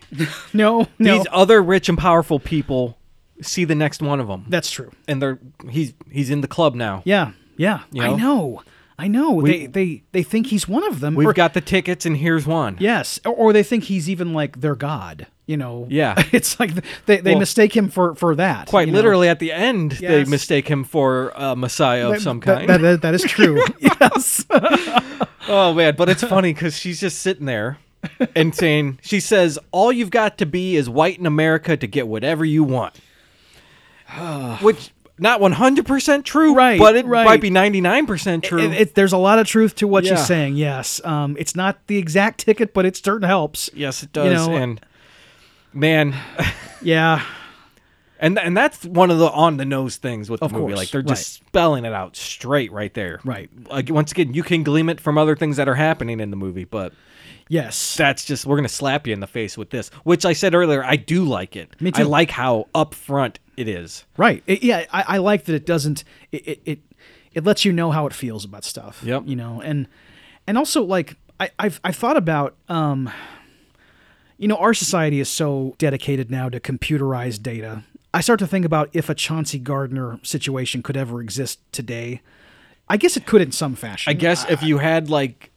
B: no, no,
A: These other rich and powerful people see the next one of them,
B: that's true.
A: and they're he's he's in the club now.
B: Yeah, yeah. I
A: know?
B: know, I know. they they they think he's one of them.
A: We've
B: or-
A: got the tickets, and here's one.
B: Yes, or, or they think he's even like their god. You know.
A: Yeah.
B: It's like they, they
A: Well,
B: mistake him for for that.
A: Quite
B: you know?
A: literally, at the end, they
B: Yes.
A: mistake him for a messiah of
B: That-
A: some
B: that-
A: kind.
B: that- that- that is true. yes.
A: Oh man, but it's funny because she's just sitting there and saying, she says, "All you've got to be is white in America to get whatever you want," which not one hundred percent true,
B: Right,
A: But it
B: right.
A: might be ninety nine percent true.
B: It- it- there's a lot of truth to what
A: Yeah.
B: she's saying. Yes. Um, it's not the exact ticket, but it certain helps.
A: yes, it
B: you
A: does.
B: know-
A: and man,
B: Yeah.
A: and and that's one of the on the nose things with the
B: Of
A: movie.
B: course,
A: like they're just spelling it out straight right there.
B: Right.
A: Like once again, you can glean it from other things that are happening in the movie, but
B: Yes.
A: that's just we're gonna slap you in the face with this which i said earlier i do like it
B: Me too.
A: i like how upfront it is
B: right. It- yeah. I, I like that it doesn't. It, it it it lets you know how it feels about stuff.
A: Yep.
B: You know, and and also like I I've I've thought about um, you know, our society is so dedicated now to computerized data. I start to think about if a Chauncey Gardner situation could ever exist today. I guess it could in some fashion.
A: i guess if you had like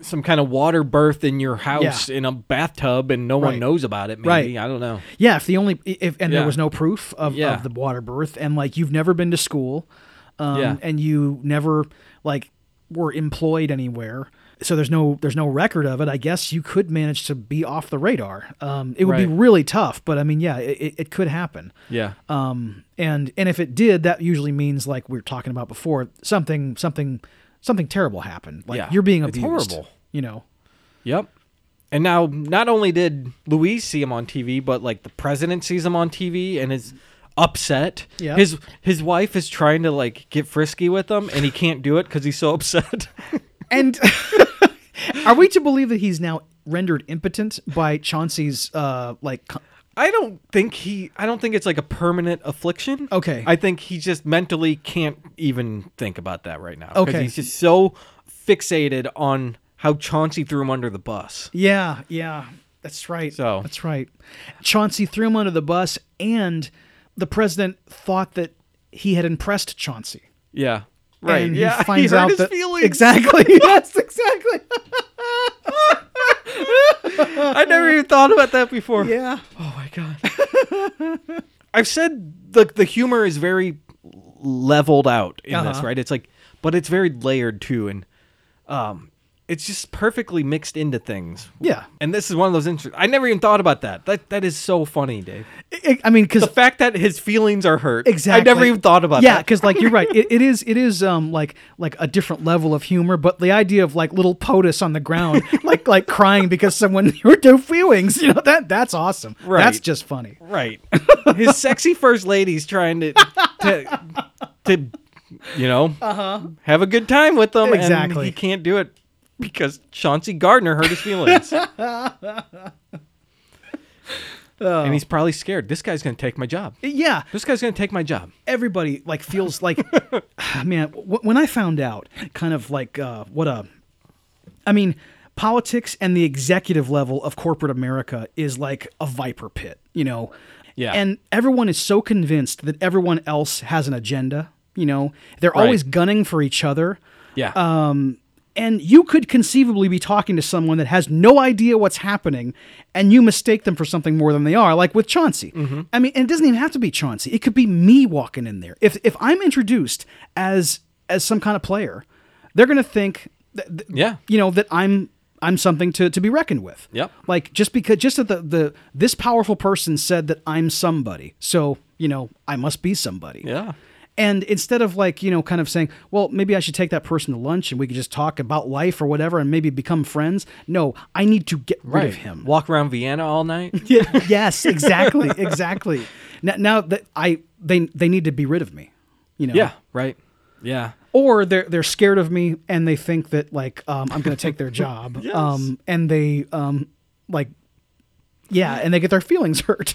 A: some kind of water birth in your house in a bathtub and no
B: Right.
A: one knows about it maybe
B: Right.
A: i don't know
B: Yeah, if the only if and there
A: Yeah.
B: was no proof of,
A: Yeah.
B: of the water birth, and like you've never been to school, um,
A: Yeah.
B: and you never like were employed anywhere, so there's no there's no record of it. I guess you could manage to be off the radar. Um, it would be
A: Right.
B: really tough, but I mean, yeah, it, it- it could happen.
A: yeah
B: Um, and and if it did, that usually means like we were talking about before, something something something terrible happened. Like
A: Yeah.
B: you're being
A: It's
B: abused.
A: horrible.
B: You know.
A: yep and now not only did louise see him on tv but like the president sees him on tv and is upset
B: Yeah.
A: his his wife is trying to like get frisky with him and he can't do it because he's so upset
B: And are we to believe that he's now rendered impotent by Chauncey's uh like co-
A: I don't think he. I don't think it's like a permanent affliction.
B: Okay.
A: I think he just mentally can't even think about that right now. 'cause
B: Okay.
A: He's just so fixated on how Chauncey threw him under the bus.
B: Yeah, yeah. That's right.
A: So-
B: That's right. Chauncey threw him under the bus and the president thought that he had impressed Chauncey.
A: Yeah. Right.
B: And
A: yeah.
B: he finds
A: hurt
B: out
A: his
B: that
A: feelings.
B: Exactly. yes, exactly.
A: I never even thought about that before.
B: Yeah.
A: Oh my god. I've said the the humor is very leveled out in this,
B: Uh-huh.
A: right? It's like but it's very layered too and um it's just perfectly mixed into things.
B: Yeah.
A: And this is one of those interesting. I never even thought about that. That that is so funny, Dave.
B: I- I mean cuz
A: The fact that his feelings are hurt.
B: Exactly.
A: I never even thought about
B: yeah,
A: that.
B: because like you're right, it, it is it is um like like a different level of humor, but the idea of like little POTUS on the ground, like like crying because someone hurt their feelings, you know that that's awesome.
A: Right.
B: That's just funny.
A: Right. His sexy first lady's trying to to, to you know have a good time with them. And
B: Uh-huh. Exactly.
A: he can't do it because Chauncey Gardner hurt his feelings.
B: Oh.
A: And he's probably scared. This guy's gonna take my job.
B: Yeah,
A: This guy's gonna take my job.
B: everybody like feels like man w- when i found out kind of like uh, what a i mean politics and the executive level of corporate america is like a viper pit you know
A: Yeah.
B: and everyone is so convinced that everyone else has an agenda you know they're
A: Right.
B: always gunning for each other
A: Yeah.
B: um, and you could conceivably be talking to someone that has no idea what's happening and you mistake them for something more than they are, like with Chauncey. I mean, and it doesn't even have to be Chauncey. It could be me walking in there. If if I'm introduced as as some kind of player, they're going to think th- th-
A: Yeah.
B: you know, that I'm I'm something to to be reckoned with.
A: Yep.
B: Like just because just that the the this powerful person said that I'm somebody. So, you know, I must be somebody.
A: yeah.
B: And instead of like, you know, kind of saying, well, maybe I should take that person to lunch and we could just talk about life or whatever and maybe become friends. No, I need to get rid of him.
A: Walk around Vienna all night.
B: Yeah, yes, exactly, exactly. Now, now that I they they need to be rid of me, you know.
A: yeah, right. Yeah.
B: Or they're they're scared of me and they think that like um, I'm going to take their job.
A: Yes.
B: Um, and they um, like, yeah, and they get their feelings hurt.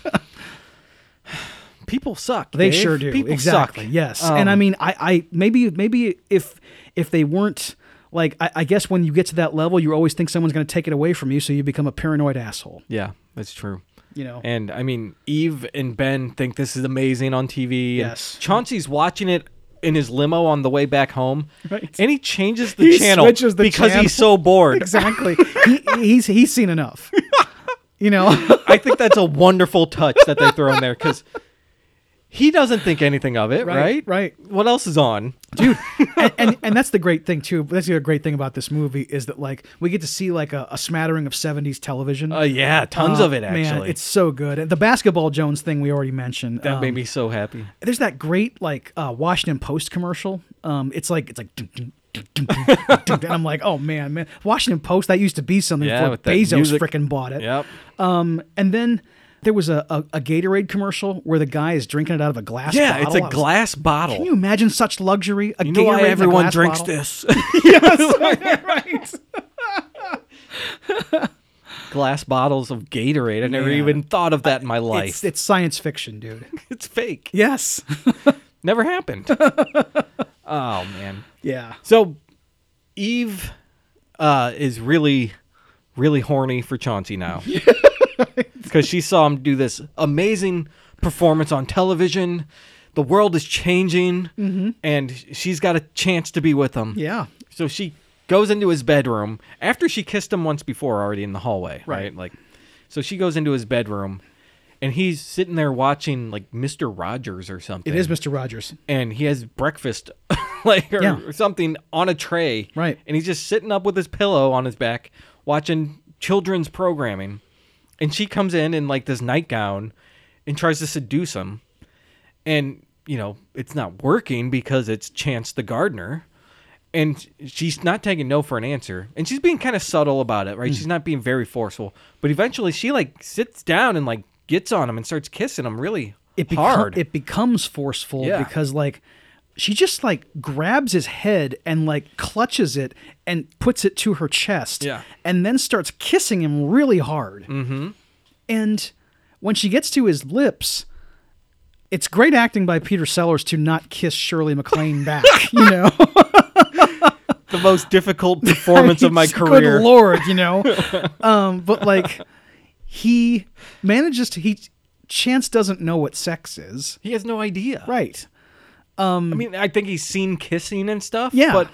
A: People suck.
B: they
A: Dave.
B: sure do.
A: People
B: exactly.
A: suck.
B: Yes.
A: Um,
B: and I mean, I I maybe maybe if if they weren't. Like I, I guess when you get to that level, you always think someone's going to take it away from you, so you become a paranoid asshole.
A: yeah, that's true.
B: You know,
A: And I mean, Eve and Ben think this is amazing on TV. and
B: Yes.
A: Chauncey's watching it in his limo on the way back home.
B: Right.
A: And he changes the
B: He
A: channel
B: switches the
A: because
B: channel.
A: he's so bored.
B: exactly. he, he's he's seen enough. You know,
A: I think that's a wonderful touch that they throw in there because he doesn't think anything of it, right?
B: Right, right.
A: What else is on?
B: dude. And, and and that's the great thing too. That's the other great thing about this movie is that like we get to see like a, a smattering of '70s television.
A: Oh, yeah, tons
B: Uh,
A: of it, actually.
B: Man, it's so good. And the basketball Jones thing we already mentioned.
A: that
B: um,
A: made me so happy.
B: there's that great like uh, Washington Post commercial. Um, it's like it's like. dun, dun, dun, dun, dun, dun, dun. and I'm like, oh man, man, Washington Post. That used to be something
A: Yeah,
B: before
A: with that
B: Bezos
A: music.
B: freaking bought it.
A: Yep.
B: Um, and then there was a, a, a Gatorade commercial where the guy is drinking it out of a glass.
A: Yeah, it's
B: bottle. I
A: a
B: was-
A: glass bottle.
B: Can you imagine such luxury? A
A: You know
B: Gatorade
A: why
B: in a
A: everyone
B: glass
A: drinks
B: bottle?
A: this?
B: yes, right.
A: glass bottles of Gatorade. I never
B: Man.
A: even thought of that in my life.
B: It's, it's science fiction, dude.
A: it's fake.
B: Yes.
A: Never happened. oh man.
B: yeah.
A: So Eve uh, is really, really horny for Chauncey now because she saw him do this amazing performance on television. The world is changing, and she's got a chance to be with him.
B: Mm-hmm. Yeah.
A: So she goes into his bedroom after she kissed him once before already in the hallway, right?
B: Right.
A: Like so she goes into his bedroom and he's sitting there watching like Mr. Rogers or something.
B: It is Mr. Rogers.
A: and he has breakfast like or,
B: Yeah.
A: or something on a tray.
B: Right.
A: And he's just sitting up with his pillow on his back watching children's programming. And she comes in in like this nightgown and tries to seduce him. And you know, it's not working because it's Chance the gardener. And she's not taking no for an answer. And she's being kind of subtle about it, right?
B: Hmm.
A: She's not being very forceful. But eventually she like sits down and like gets on him and starts kissing him really
B: It become-
A: hard.
B: It becomes forceful
A: Yeah.
B: because like she just like grabs his head and like clutches it and puts it to her chest.
A: Yeah.
B: And then starts kissing him really hard. Mm-hmm. And when she gets to his lips. It's great acting by Peter Sellers to not kiss Shirley MacLaine back, you know.
A: the most difficult performance of my
B: Good
A: career.
B: lord, you know. um, but like he manages to he Chance doesn't know what sex is.
A: He has no idea.
B: Right.
A: I mean, I think he's seen kissing and stuff.
B: Yeah.
A: But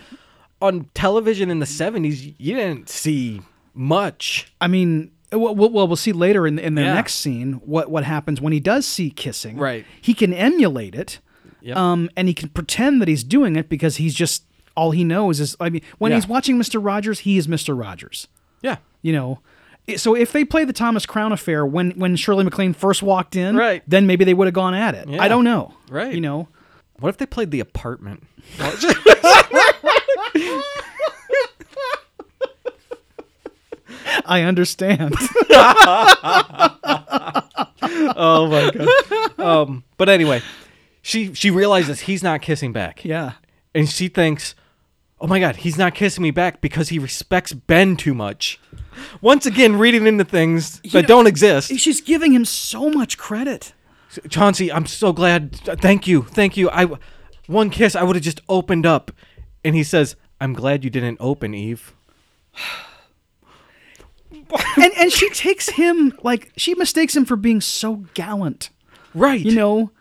A: on television in the 70s, you didn't see much.
B: I mean, well, well, well, we'll see later in in the
A: Yeah.
B: next scene what what happens when he does see kissing.
A: Right.
B: He can emulate it,
A: Yep.
B: um, and he can pretend that he's doing it because he's just all he knows is. I mean, when
A: Yeah.
B: he's watching Mister Rogers, he is Mister Rogers.
A: Yeah.
B: You know. I- So if they play the Thomas Crown affair when when Shirley MacLaine first walked in,
A: Right.
B: then maybe they would have gone at it.
A: Yeah.
B: I don't know.
A: Right.
B: You know.
A: What if they played The Apartment?
B: I understand.
A: oh, my God. um, but anyway, she, she realizes he's not kissing back.
B: yeah.
A: And she thinks, oh, my God, he's not kissing me back because he respects Ben too much. Once again, reading into things that
B: know-
A: don't exist.
B: She's giving him so much credit.
A: Chauncey, I'm so glad. Thank you. Thank you. I one kiss, I would have just opened up. And he says, "I'm glad you didn't open, Eve."
B: and and she takes him like she mistakes him for being so gallant.
A: Right.
B: You know,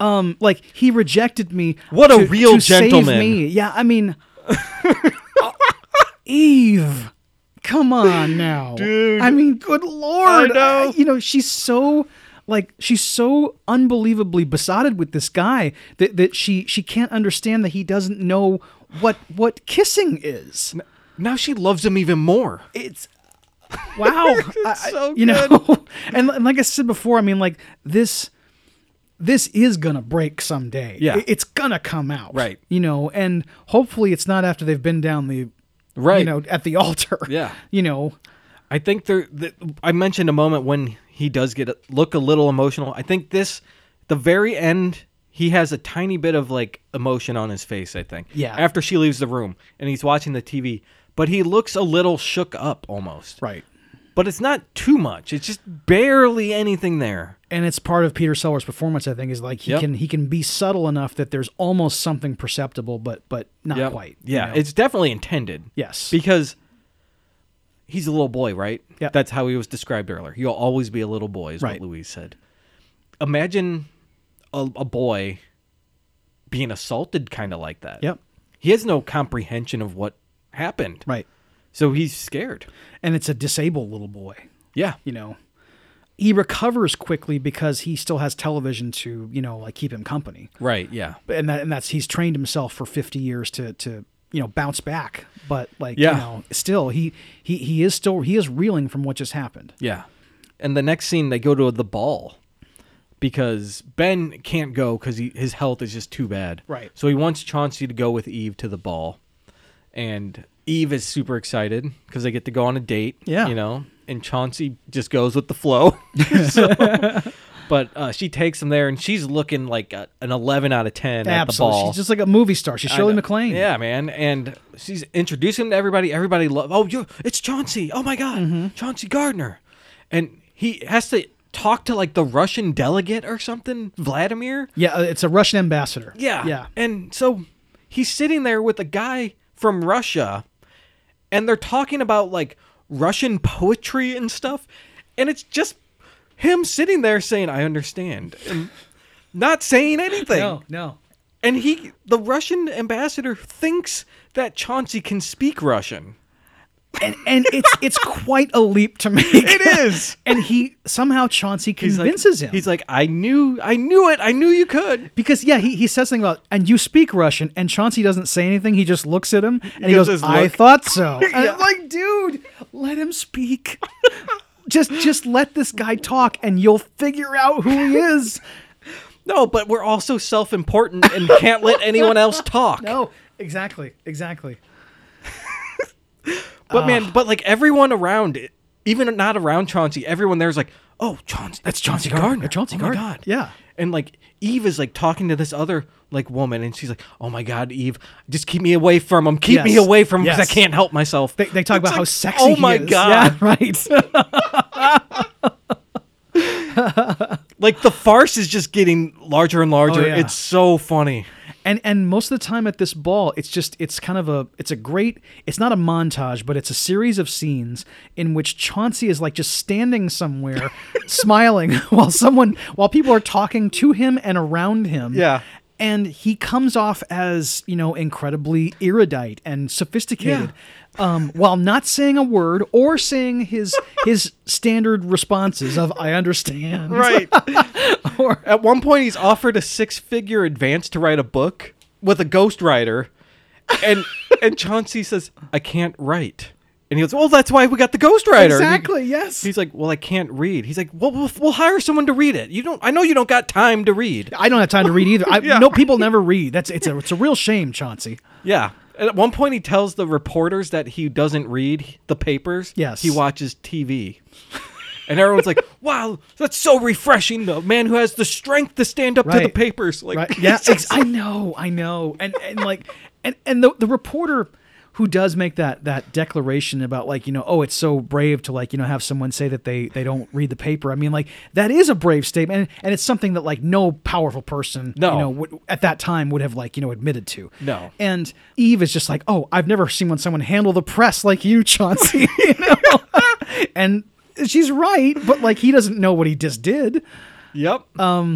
B: um, like he rejected me.
A: What a
B: to-
A: real
B: to save
A: gentleman.
B: me. Yeah, I mean, Eve, come on now, dude. I mean, good lord.
A: I know.
B: You know, she's so like she's so unbelievably besotted with this guy that that she she can't understand that he doesn't know what what kissing is.
A: now she loves him even more.
B: It's wow, I- I-
A: so
B: you know, and, and like I said before, I mean, like this this is gonna break someday.
A: Yeah.
B: It- it's gonna come out.
A: Right.
B: You know, and hopefully it's not after they've been down the
A: Right.
B: you know, at the altar.
A: Yeah.
B: You know.
A: I think there. Th- I mentioned a moment when he does get a, look a little emotional. I think this, the very end, he has a tiny bit of like emotion on his face. I think.
B: Yeah.
A: After she leaves the room and he's watching the TV, but he looks a little shook up almost.
B: Right.
A: But it's not too much. It's just barely anything there.
B: And it's part of Peter Sellers' performance, I think, is like he
A: Yep.
B: can he can be subtle enough that there's almost something perceptible, but but not
A: Yep.
B: quite. you
A: Yeah.
B: know?
A: It's definitely intended.
B: yes.
A: Because he's a little boy, right?
B: Yep.
A: That's how he was described earlier. He'll always be a little boy, is
B: Right.
A: what Louise said. Imagine a, a boy being assaulted kind of like that.
B: Yep.
A: He has no comprehension of what happened.
B: right.
A: So he's scared.
B: And it's a disabled little boy.
A: Yeah.
B: you know he recovers quickly because he still has television to you know like keep him company
A: Right. Yeah.
B: and that and that's he's trained himself for 50 years to to you know bounce back but like
A: Yeah.
B: you know still he he he is still he is reeling from what just happened
A: Yeah. And the next scene, they go to the ball because Ben can't go because his health is just too bad.
B: Right.
A: So he wants Chauncey to go with Eve to the ball. And Eve is super excited because they get to go on a date.
B: Yeah.
A: You know, and Chauncey just goes with the flow. so, but uh, she takes him there and she's looking like a, an 11 out of 10 at the
B: absolutely
A: ball.
B: she's just like a movie star she's shirley
A: know.
B: MacLaine.
A: Yeah, man. And she's introducing him to everybody. Everybody love. Oh, you it's Chauncey. Oh my God,
B: Mm-hmm.
A: Chauncey Gardner. And he has to talk to like the Russian delegate or something, Vladimir.
B: yeah uh, it's a russian ambassador
A: Yeah.
B: yeah
A: And so he's sitting there with a guy from Russia, and they're talking about like Russian poetry and stuff, and it's just him sitting there saying, "I understand." And, not saying anything
B: no no
A: and he the russian ambassador thinks that chauncey can speak russian
B: and and it's it's quite a leap to make it is and he somehow chauncey convinces him
A: he's like i knew i knew it i knew you could
B: Because yeah, he, he says something about and you speak Russian, and Chauncey doesn't say anything. He just looks at him and he
A: gives
B: goes,
A: his
B: "I
A: look."
B: thought so." And I'm like, dude, let him speak. just just let this guy talk, and you'll figure out who he is.
A: no but we're also self-important and can't let anyone else talk
B: no, exactly, exactly.
A: but man but like everyone around it even not around chauncey everyone there's like oh chauncey that's chauncey gardner,
B: Chauncey
A: oh
B: Gardner.
A: my god
B: Yeah.
A: and like eve is like talking to this other like woman and she's like oh my god eve just keep me away from him keep me
B: Yes.
A: away from him because
B: Yes.
A: i can't help myself
B: They, they talk
A: It's
B: about how
A: like,
B: sexy.
A: oh
B: he
A: my
B: is.
A: god
B: Yeah, right.
A: like the farce is just getting larger and larger.
B: Oh, yeah.
A: It's so funny.
B: and and most of the time at this ball it's just it's kind of a it's a great it's not a montage but it's a series of scenes in which chauncey is like just standing somewhere smiling while someone while people are talking to him and around him
A: Yeah.
B: and he comes off as you know incredibly erudite and sophisticated um, while not saying a word or saying his his standard responses of i understand
A: Right. At one point, he's offered a six-figure advance to write a book with a ghostwriter, and and Chauncey says, "I can't write," and he goes, "Well, that's why we got the ghostwriter." And he-
B: exactly yes
A: He's like, "Well, I can't read." He's like, "Well, we'll, we'll hire someone to read it. You don't. I know you don't got time to read."
B: I don't have time to read either. I,
A: Yeah.
B: No, people never read. That's it's a it's a real shame, Chauncey.
A: Yeah. And at one point, he tells the reporters that he doesn't read the papers.
B: Yes.
A: He watches TV. And everyone's like, wow, that's so refreshing. The man who has the strength to stand up to the
B: Right.
A: papers. Like,
B: Right? Yeah, ex- I know, I know, and and like and and the the reporter who does make that that declaration about like you know oh it's so brave to like you know have someone say that they they don't read the paper. I mean like that is a brave statement, and, and it's something that like no powerful person
A: No.
B: you know would, at that time would have like you know admitted to.
A: No.
B: and Eve is just like oh I've never seen when someone handle the press like you, Chauncey. you know? and she's right, but like he doesn't know what he just did.
A: yep.
B: Uh,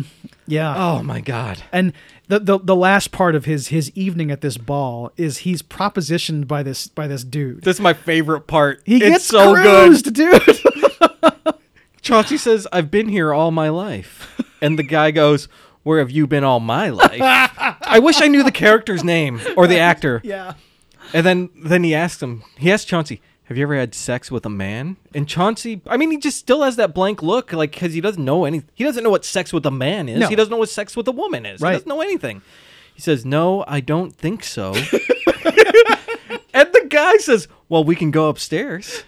B: Yeah.
A: oh, my God.
B: And the, the the last part of his his evening at this ball is he's propositioned by this by this dude.
A: This is my favorite part.
B: He
A: it's
B: gets
A: so good.
B: cruised, dude.
A: Chauncey says, I've been here all my life. And the guy goes, Where have you been all my life? I wish I knew the character's name or the actor.
B: yeah.
A: And then then he asks him, he asks Chauncey, Have you ever had sex with a man? And Chauncey, I mean, he just still has that blank look, like, because he doesn't know any. He doesn't know what sex with a man is.
B: No.
A: He doesn't know what sex with a woman is.
B: Right.
A: He doesn't know anything. He says, No, I don't think so. and the guy says, Well, we can go upstairs.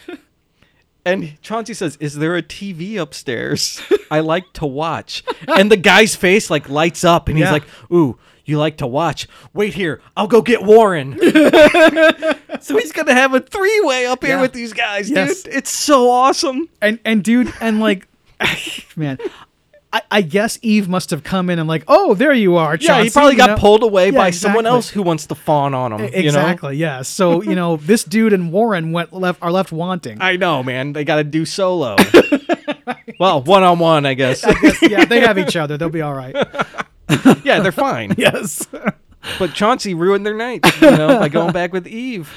A: And Chauncey says, Is there a TV upstairs? I like to watch. And the guy's face like lights up and he's
B: Yeah.
A: like, Ooh, you like to watch. Wait here. I'll go get Warren. so he's going to have a three way up here
B: Yeah.
A: with these guys,
B: Yes.
A: dude. It's so awesome.
B: and and dude and like man I, I guess Eve must have come in and like, oh, there you are.
A: Yeah, he
B: Chauncey,"
A: probably
B: you
A: got
B: know?
A: pulled away
B: Yeah,
A: by someone
B: exactly. E,
A: else who wants to fawn on him.
B: Exactly. Yeah. So you know, this dude and Warren went left are left wanting.
A: You know? I know, man. They got to do solo. Well, one on one, I guess.
B: yeah, they have each other. They'll be all right.
A: yeah, they're fine.
B: Yes.
A: But Chauncey ruined their night, you know, by going back with Eve.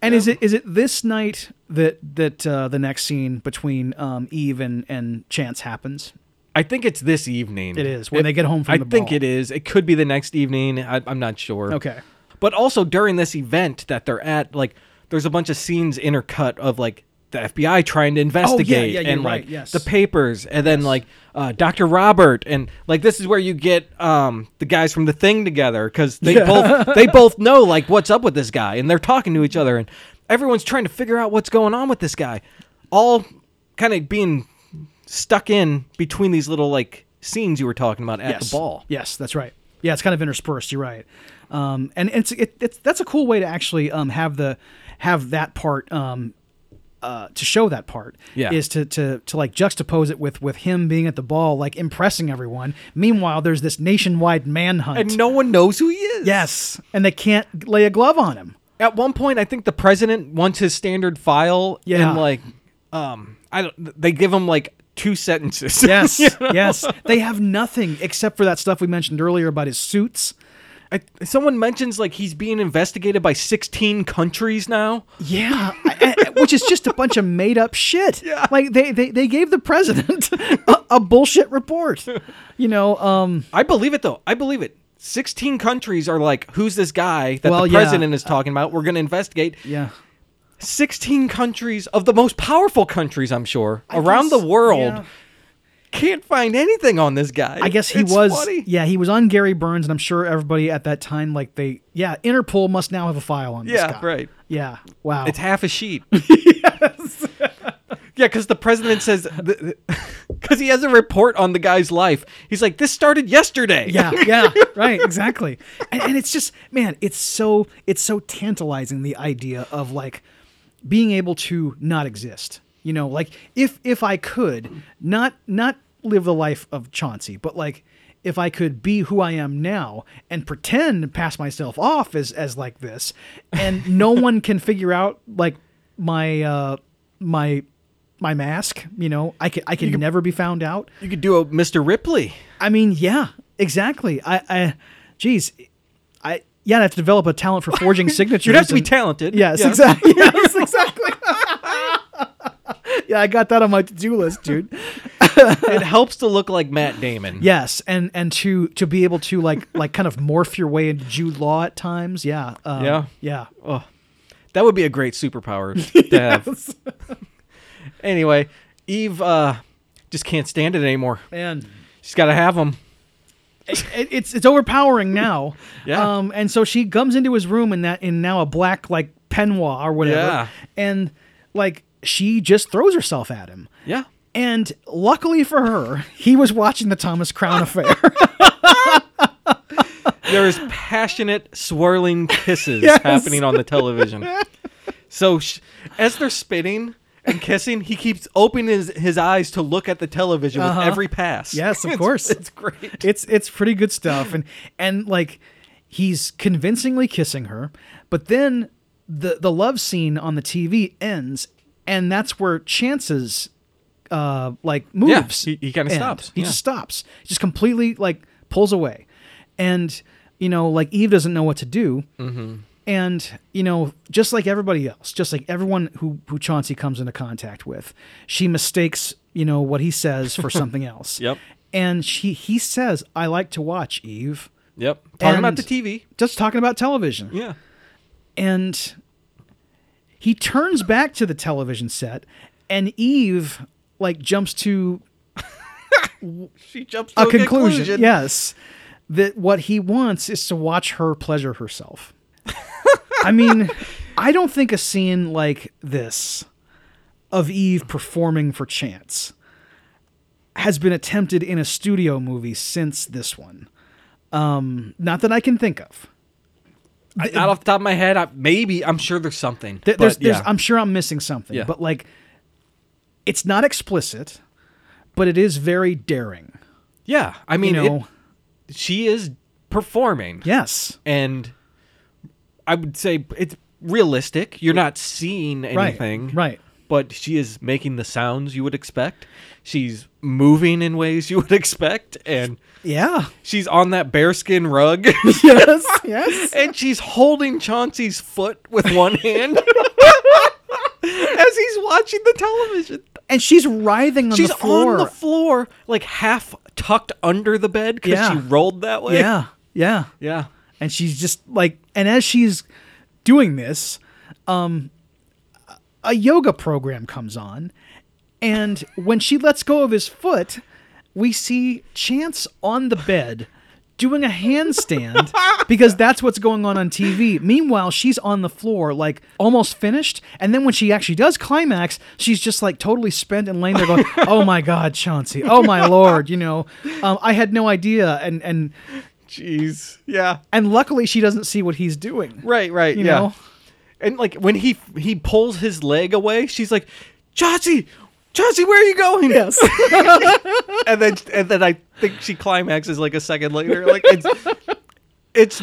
B: And is it is it this night that that uh, the next scene between um, Eve and and Chance happens?
A: I think it's this evening.
B: It is, when they get home from
A: I
B: the
A: think
B: ball.
A: it is. It could be the next evening. I, I'm not sure.
B: Okay.
A: But also during this event that they're at, like, there's a bunch of scenes intercut of like the FBI trying to investigate
B: Oh, yeah, you're
A: and like
B: right, yes.
A: the papers, and then like uh, Dr. Robert, and like this is where you get um, the guys from the thing together because they both they both know like what's up with this guy, and they're talking to each other, and everyone's trying to figure out what's going on with this guy, all kind of being stuck in between these little like scenes you were talking about at
B: yes.
A: the ball.
B: Yes, that's right. Yeah, it's kind of interspersed. You're right. Um, and it's it, it's that's a cool way to actually um, have the have that part um, uh, to show that part.
A: Yeah.
B: is to to to like juxtapose it with with him being at the ball, like impressing everyone. Meanwhile, there's this nationwide manhunt.
A: And no one knows who he is.
B: yes, and they can't lay a glove on him.
A: at one point i think the president wants his standard file
B: Yeah.
A: and like um i don't they give him like two sentences
B: Yes,
A: You know?
B: yes, they have nothing except for that stuff we mentioned earlier about his suits.
A: I, someone mentions like he's being investigated by 16 countries now
B: Yeah, Uh, I- I- which is just a bunch of made up shit.
A: Yeah.
B: like they they, they gave the president a, a bullshit report. You know, um,
A: i believe it though i believe it 16 countries are like who's this guy that
B: Well,
A: the
B: yeah.
A: president is talking about we're going to investigate
B: yeah,
A: 16 countries of the most powerful countries i'm sure around
B: guess-
A: the world
B: yeah.
A: can't find anything on this guy
B: I guess he
A: It's
B: was.
A: funny.
B: Yeah, he was on Gary Burns, and I'm sure everybody at that time, like they, yeah, Interpol must now have a file on
A: Yeah,
B: this guy.
A: right.
B: Yeah, wow.
A: It's half a sheet. yeah, because the president says, because he has a report on the guy's life. He's like, this started yesterday.
B: yeah, yeah, right, exactly. And, and it's just, man, it's so it's so tantalizing the idea of like being able to not exist. You know, like if if I could not not live the life of Chauncey, but like if I could be who I am now and pretend to pass myself off as as like this, and no one can figure out like my uh my my mask, you know, I could I could never be found out.
A: You could do a Mr. Ripley.
B: I mean, yeah, exactly. I, I, geez, I, yeah, I have to develop a talent for forging signatures.
A: You'd have to be
B: and-
A: talented.
B: Yes,
A: Yeah.
B: exactly. Yes, exactly. yeah, I got that on my to-do list, dude.
A: It helps to look like Matt Damon.
B: Yes, and and to to be able to like like kind of morph your way into Jude Law at times. Yeah. Um,
A: Yeah.
B: Yeah.
A: Oh, that would be a great superpower to have. anyway, Eve uh, just can't stand it anymore.
B: Man.
A: She's got to have him.
B: it, it's it's overpowering now.
A: Yeah.
B: Um, and so she comes into his room in that in now a black like peignoir or whatever,
A: Yeah.
B: and like she just throws herself at him.
A: Yeah.
B: And luckily for her, he was watching the Thomas Crown affair.
A: There is passionate, swirling kisses
B: Yes.
A: happening on the television. So sh- as they're spitting and kissing, he keeps opening his, his eyes to look at the television
B: Uh-huh.
A: with every pass.
B: Yes, of
A: It's-
B: course.
A: It's great.
B: it's it's pretty good stuff, and and like he's convincingly kissing her, but then the the love scene on the TV ends, and that's where chances. Uh, like moves.
A: he- he kinda
B: end.
A: stops,
B: He
A: yeah.
B: just stops. Just completely like pulls away, and you know, like Eve doesn't know what to do. And you know, just like everybody else, just like everyone who who Chauncey comes into contact with, she mistakes you know what he says for something else.
A: Yep.
B: And she he says, "I like to watch Eve."
A: Yep. Talking about
B: And-
A: the TV.
B: Just talking about television,
A: Yeah.
B: and He turns back to the television set, and Eve like jumps to
D: She jumps to
B: a conclusion. Yes, that what he wants is to watch her pleasure herself. I mean, I don't think a scene like this of Eve performing for chance has been attempted in a studio movie since this one. Um, not that I can think of.
A: I- not off the top of my head. I, maybe I'm sure there's something.
B: There-
A: but
B: there's, there's, um,
A: yeah.
B: I'm sure I'm missing something,
A: Yeah.
B: but like, it's not explicit, but it is very daring.
A: yeah. I
B: You
A: mean, it-
B: know,
A: she is performing,
B: yes,
A: and I would say it's realistic. You're not seeing
B: Right,
A: anything,
B: right.
A: But she is making the sounds you would expect. She's moving in ways you would expect, and
B: yeah,
A: she's on that bearskin rug,
B: yes, yes.
A: and she's holding Chauncey's foot with one hand as he's watching the television.
B: And she's writhing on
A: She's
B: the floor.
A: on the floor, like half tucked under the bed because
B: Yeah.
A: she rolled that way.
B: yeah, yeah.
A: yeah.
B: And she's just like, and as she's doing this, um, a yoga program comes on, and when she lets go of his foot, we see Chance on the bed doing a handstand because that's what's going on on TV. Meanwhile, she's on the floor, like almost finished. And then when she actually does climax, she's just like totally spent and laying there going, "Oh my God, Chauncey! Oh my Lord! You know, um, I had no idea." And and
A: Jeez. Yeah.
B: and luckily she doesn't see what he's doing.
A: Right, right.
B: You
A: yeah.
B: know?
A: And like when he he pulls his leg away, she's like, Chauncey, Chauncey, where are you going?
B: Yes.
A: and then and then I think she climaxes like a second later. Like it's it's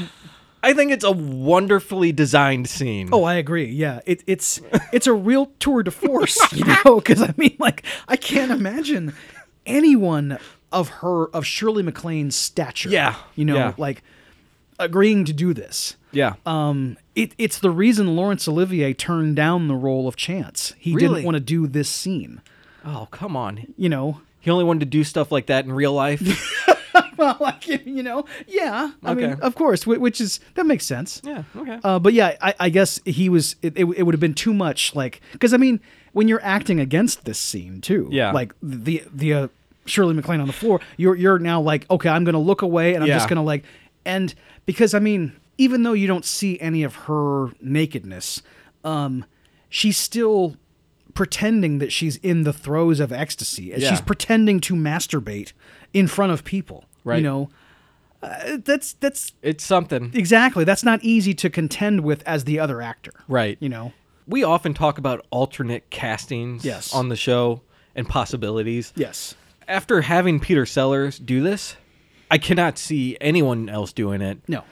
A: I think it's a wonderfully designed scene.
B: Oh, I agree. Yeah, it, it's it's a real tour de force, you know. Because I mean, like, I can't imagine anyone of her of Shirley MacLaine's stature.
A: Yeah,
B: you know,
A: yeah.
B: like agreeing to do this.
A: yeah.
B: Um, it, it's the reason Laurence Olivier turned down the role of Chance. He
A: Really?
B: didn't want to do this scene.
A: oh, come on.
B: You know.
A: He only wanted to do stuff like that in real life.
B: Well, like you know, yeah. I mean,
A: Okay.
B: of course, whi- which is that makes sense.
A: yeah, okay.
B: Uh, but yeah, I, I guess he was. It, it, it would have been too much, like because I mean, when you're acting against this scene too,
A: Yeah.
B: like the the uh, Shirley MacLaine on the floor, you're you're now like, okay, I'm gonna look away and I'm
A: Yeah.
B: just gonna like, and because I mean, even though you don't see any of her nakedness, um, she's still pretending that she's in the throes of ecstasy. and
A: Yeah.
B: She's pretending to masturbate in front of people.
A: Right.
B: You know, uh, that's that's
A: it's something.
B: Exactly. That's not easy to contend with as the other actor.
A: Right.
B: You know?
A: We often talk about alternate castings
B: Yes.
A: on the show and possibilities.
B: Yes.
A: After having Peter Sellers do this, I cannot see anyone else doing it,
B: No.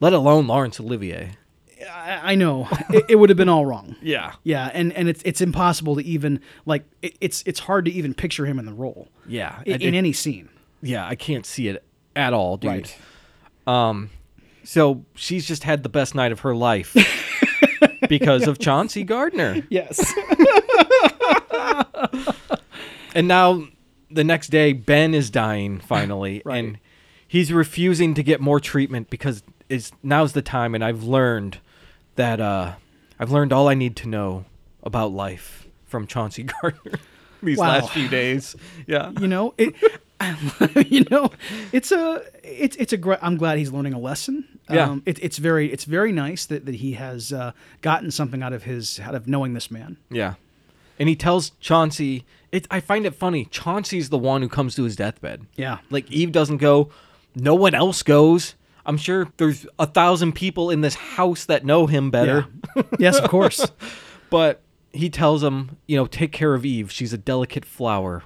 A: let alone Laurence Olivier.
B: I, I know. it, it would have been all wrong.
A: Yeah.
B: Yeah, and, and it's it's impossible to even like it, it's it's hard to even picture him in the role.
A: Yeah,
B: In,
A: and
B: in
A: it-
B: any scene.
A: Yeah, I can't see it at all, dude.
B: Right.
A: Um so she's just had the best night of her life because of Chauncey Gardner.
B: Yes.
A: And now the next day, Ben is dying finally, and he's refusing to get more treatment because it's now's the time. And I've learned that uh, I've learned all I need to know about life from Chauncey Gardner these
B: Wow.
A: last few days. Yeah,
B: you know, it you know, it's a it's it's a gr- I'm glad he's learning a lesson. Um,
A: Yeah.
B: it, it's very it's very nice that, that he has uh, gotten something out of his out of knowing this man.
A: yeah. And he tells Chauncey. It, I find it funny. Chauncey's the one who comes to his deathbed.
B: Yeah.
A: Like Eve doesn't go. No one else goes. I'm sure there's a thousand people in this house that know him better.
B: Yeah. yes, of course.
A: But he tells him, you know, take care of Eve. She's a delicate flower,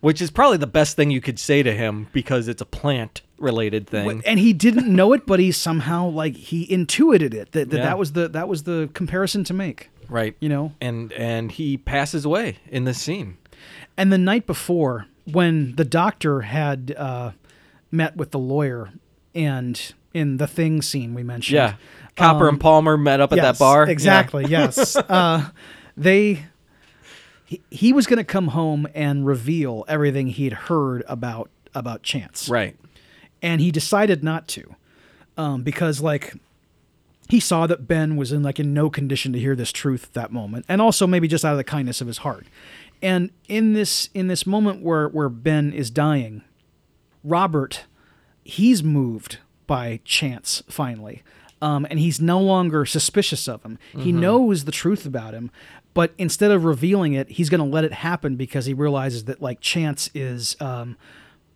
A: which is probably the best thing you could say to him because it's a plant related thing.
B: and he didn't know it, but he somehow like he intuited it that that,
A: Yeah.
B: that was the that was the comparison to make,
A: right.
B: you know.
A: And and he passes away in this scene.
B: And the night before, when the doctor had uh, met with the lawyer, and in the thing scene we mentioned,
A: Yeah. Copper and Palmer met up at
B: Um, Yes,
A: that bar. Yeah.
B: exactly. Yes, uh, they. He, he was going to come home and reveal everything he had heard about about Chance,
A: Right.
B: and he decided not to um, because like he saw that Ben was in like in no condition to hear this truth at that moment, and also maybe just out of the kindness of his heart. And in this in this moment where where Ben is dying, Robert, he's moved by chance finally, um, and he's no longer suspicious of him. He knows the truth about him, but instead of revealing it, he's going to let it happen because he realizes that like chance is um,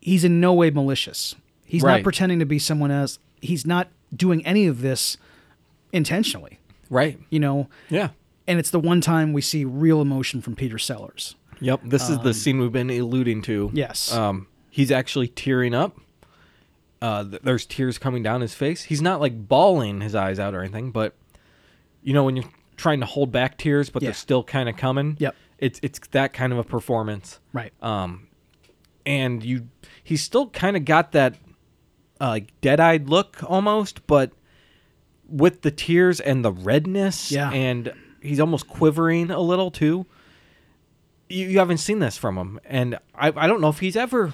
B: he's in no way malicious. He's
A: Right.
B: not pretending to be someone else. He's not doing any of this intentionally,
A: Right.
B: you know.
A: Yeah.
B: And it's the one time we see real emotion from Peter Sellers.
A: Yep. This is the scene we've been alluding to.
B: Um, Yes.
A: Um, he's actually tearing up. Uh, th- there's tears coming down his face. He's not like bawling his eyes out or anything, but you know when you're trying to hold back tears, but
B: Yeah.
A: they're still kind of coming.
B: Yep.
A: It's it's that kind of a performance.
B: right.
A: and you he's still kind of got that uh, like dead-eyed look almost but with the tears and the redness
B: Yeah.
A: and he's almost quivering a little too you, you haven't seen this from him and I, I don't know if he's ever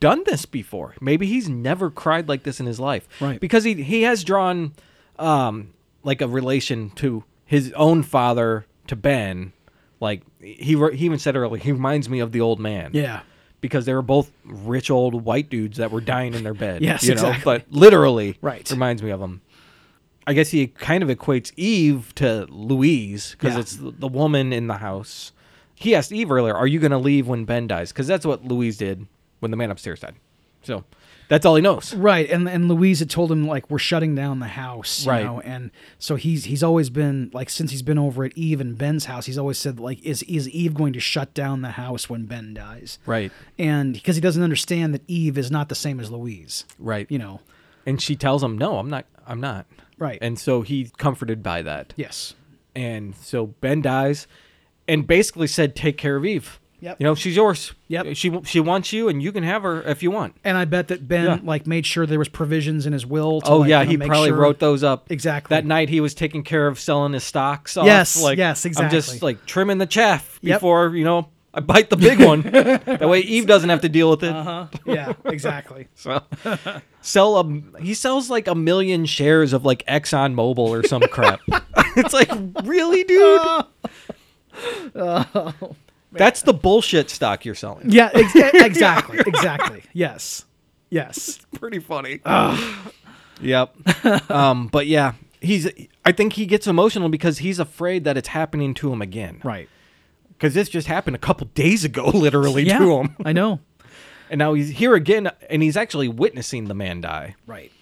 A: done this before maybe he's never cried like this in his life
B: Right.
A: because he, he has drawn um, like a relation to his own father to ben like he, re- he even said earlier he reminds me of the old man
B: yeah.
A: because they were both rich old white dudes that were dying in their bed.
B: Yes,
A: you know,
B: exactly.
A: but literally,
B: Right.
A: reminds me of them. I guess he kind of equates Eve to Louise because
B: Yeah.
A: it's the the woman in the house. He asked Eve earlier, "Are you going to leave when Ben dies?" Because that's what Louise did when the man upstairs died. So that's all he knows.
B: Right, and and Louise had told him like we're shutting down the house, you
A: Right.
B: know, and so he's he's always been like since he's been over at Eve and Ben's house, he's always said like is is Eve going to shut down the house when Ben dies?
A: Right.
B: and because he doesn't understand that Eve is not the same as Louise,
A: Right.
B: you know,
A: and she tells him, "No, I'm not. I'm not."
B: Right.
A: And so he's comforted by that.
B: yes,
A: And so Ben dies, and basically said, "Take care of Eve.
B: Yep.
A: You know, she's yours.
B: Yep.
A: She she wants you, and you can have her if you want."
B: and I bet that Ben
A: Yeah.
B: like made sure there was provisions in his will. To,
A: Oh
B: like,
A: yeah,
B: you know,
A: he
B: make
A: probably
B: sure-
A: wrote those up
B: Exactly.
A: That night he was taking care of selling his stocks. Off.
B: Yes,
A: Like,
B: yes,
A: I'm just
B: exactly.
A: like trimming the chaff
B: Yep.
A: before you know I bite the big one. that way Eve doesn't have to deal with it. Uh-huh.
B: yeah, exactly.
A: So sell a he sells like a million shares of like Exxon Mobil or some crap. it's like really, dude. Oh, That's the bullshit stock you're selling.
B: Yeah, ex- e-, exactly, exactly. Yes, yes,
A: pretty funny. yep. um, but yeah, he's. I think he gets emotional because he's afraid that it's happening to him again.
B: right.
A: Because this just happened a couple days ago, literally to him,
B: I know.
A: and now he's here again, and he's actually witnessing the man die,
B: Right.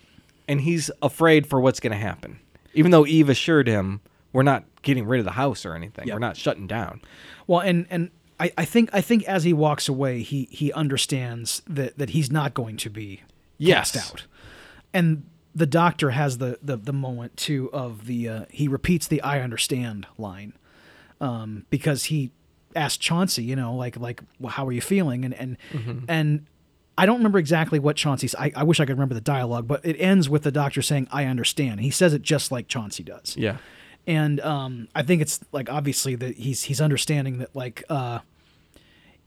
A: and he's afraid for what's going to happen. Even though Eve assured him, "We're not getting rid of the house or anything. We're not shutting down."
B: Well, and and I, I think I think as he walks away, he he understands that that he's not going to be
A: Yes.
B: cast out. And the doctor has the the, the moment too of the uh, he repeats the "I understand" line um, because he asked Chauncey, you know, like like well, how are you feeling? And and and I don't remember exactly what Chauncey's. I, I wish I could remember the dialogue, but it ends with the doctor saying, "I understand." He says it just like Chauncey does
A: Yeah.
B: and um, I think it's like obviously that he's he's understanding that like uh,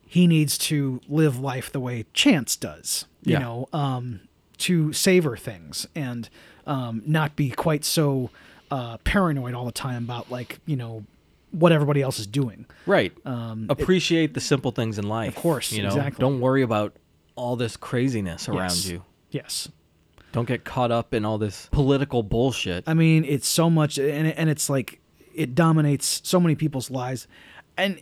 B: he needs to live life the way Chance does, you
A: Yeah.
B: know, um, to savor things and um, not be quite so uh, paranoid all the time about like you know what everybody else is doing.
A: Right. Appreciate the simple things in life. Of
B: Um, course,
A: You know,
B: exactly.
A: don't worry about all this craziness around
B: Yes.
A: you.
B: Yes,
A: Don't get caught up in all this political bullshit.
B: I mean it's so much, and and it's like it dominates so many people's lives, and.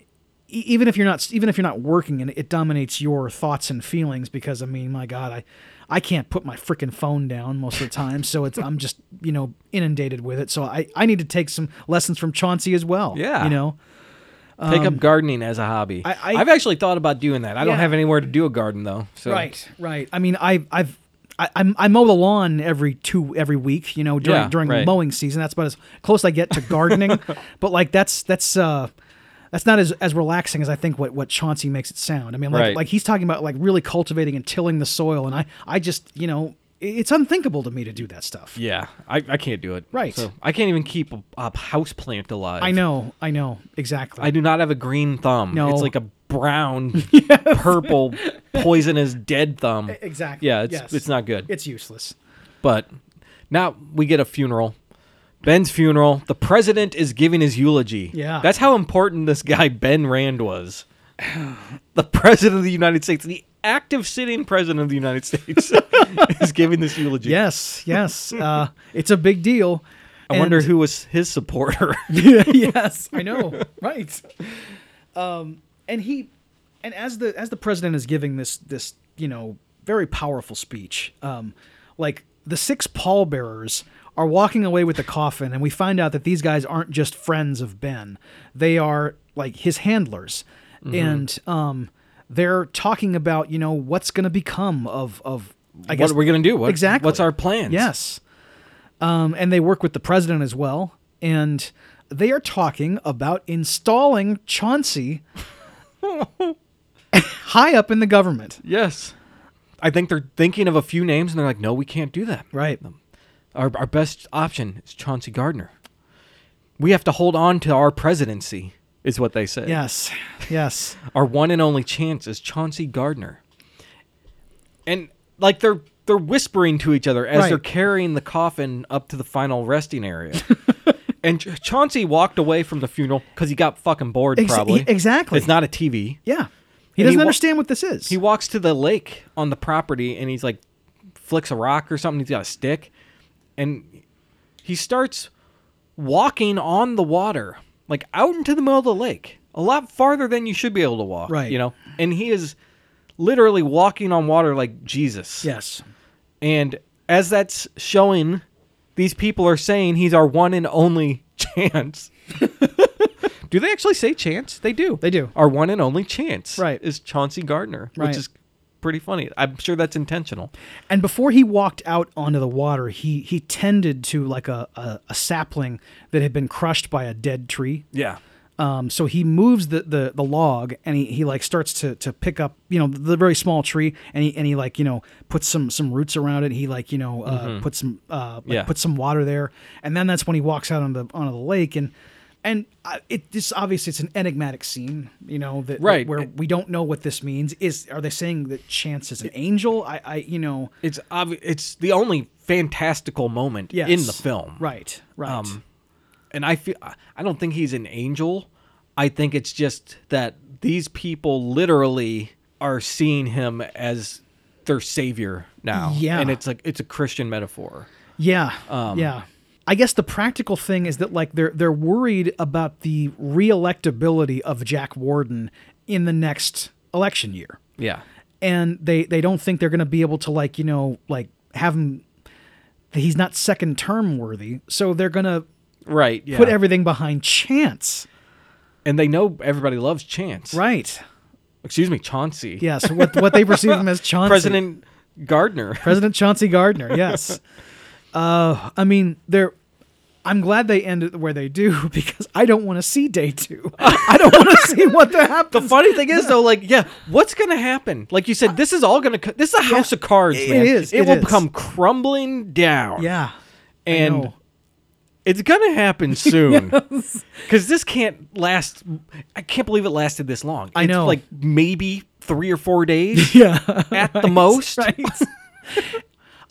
B: e- Even if you're not, even if you're not working, and it dominates your thoughts and feelings, because I mean, my God, I, I can't put my freaking phone down most of the time, so it's I'm just you know inundated with it. So I I need to take some lessons from Chauncey as well.
A: Yeah.
B: you know,
A: Take up gardening as a hobby.
B: um, I- I-
A: have actually thought about doing that. I don't
B: Yeah.
A: have anywhere to do a garden though. So
B: Right, right. I mean, I, I've, I, I'm, I mow the lawn every two every week. You know, during
A: Yeah,
B: during
A: right.
B: mowing season. That's about as close I get to gardening. but like, that's that's uh, that's not as as relaxing as I think what what Chauncey makes it sound. I mean, like
A: Right.
B: like he's talking about like really cultivating and tilling the soil, and I I just you know i- it's unthinkable to me to do that stuff.
A: Yeah, I, I can't do it.
B: Right.
A: So I can't even keep a, a house plant alive.
B: I know, I know exactly.
A: I do not have a green thumb.
B: No.
A: It's like a brown, purple, poisonous dead thumb.
B: E-, exactly.
A: Yeah, it's
B: Yes.
A: it's not good.
B: It's useless.
A: but now we get a funeral. Ben's funeral. The president is giving his eulogy.
B: Yeah.
A: That's how important this guy, Ben Rand, was. The president of the United States, the active sitting president of the United States, is giving this eulogy.
B: Yes, yes. Uh, it's a big deal.
A: I wonder who was his supporter.
B: yes, I know. Right. Um, and he, and as the as the president is giving this this you know very powerful speech, um, like the six pallbearers are walking away with the coffin, and we find out that these guys aren't just friends of Ben; they are like his handlers,
A: Mm-hmm.
B: and um, they're talking about you know what's going to become of of I guess
A: what are we going to do? What,
B: exactly
A: What's our plans?
B: Yes. Um, and they work with the president as well. And they are talking about installing Chauncey high up in the government.
A: Yes. I think they're thinking of a few names and they're like, no, we can't do that.
B: Right.
A: Our, our best option is Chauncey Gardner. We have to hold on to our presidency, is what they said.
B: Yes. Yes.
A: Our one and only chance is Chauncey Gardner. And like they're they're whispering to each other as
B: Right.
A: they're carrying the coffin up to the final resting area. and Ch- Chauncey walked away from the funeral because he got fucking bored.
B: Ex-
A: probably
B: he- e-, exactly.
A: It's not a TV.
B: Yeah. He
A: And he
B: doesn't
A: wa-
B: understand what this is.
A: He walks to the lake on the property and he's like flicks a rock or something. He's got a stick. And he starts walking on the water, like out into the middle of the lake, a lot farther than you should be able to walk.
B: Right.
A: You know? And he is literally walking on water like Jesus.
B: yes.
A: And as that's showing, these people are saying he's our one and only chance. do they actually say chance? They do.
B: They do.
A: Our one and only chance
B: Right.
A: is Chauncey Gardner,
B: Right.
A: which is pretty funny. I'm sure that's intentional.
B: And before he walked out onto the water, he he tended to like a, a, a sapling that had been crushed by a dead tree.
A: Yeah.
B: Um, so he moves the, the, the log and he, he like starts to, to pick up, you know, the very small tree and he, and he like, you know, puts some, some roots around it. He like, you know, uh, puts some, uh, like
A: Mm-hmm. Yeah.
B: puts some water there. And then that's when he walks out on the, onto the lake and, and uh, it just obviously it's an enigmatic scene, you know, that
A: Right.
B: where we don't know what this means is, are they saying that chance is an angel? I, I, you know,
A: It's obvi- it's the only fantastical moment
B: yes.
A: in the film.
B: Right. Right.
A: Um, and I feel I don't think he's an angel. I think it's just that these people literally are seeing him as their savior now.
B: Yeah.
A: and it's like it's a Christian metaphor.
B: Yeah.
A: Um,
B: yeah. I guess the practical thing is that like they're they're worried about the reelectability of Jack Warden in the next election year.
A: Yeah,
B: And they they don't think they're going to be able to like, you know, like have him he's not second term worthy. So they're going to
A: right. Yeah,
B: put everything behind chance.
A: and they know everybody loves Chance.
B: Right.
A: Excuse me, Chauncey.
B: Yeah, so what what they perceive him as Chauncey
A: President Gardner.
B: President Chauncey Gardner. Yes. uh, I mean, they're. I'm glad they ended where they do because I don't want to see day two. I don't want to see what the
A: The
B: happens.
A: funny thing is, though, like, yeah, what's gonna happen? Like you said, this is all gonna. co- This is a house of cards,
B: it
A: man.
B: is,
A: It,
B: it
A: will
B: is.
A: come crumbling down.
B: yeah. I
A: and
B: know.
A: it's gonna happen soon because this can't last i can't believe it lasted this long
B: I
A: It's
B: know.
A: like maybe three or four days
B: yeah,
A: at the most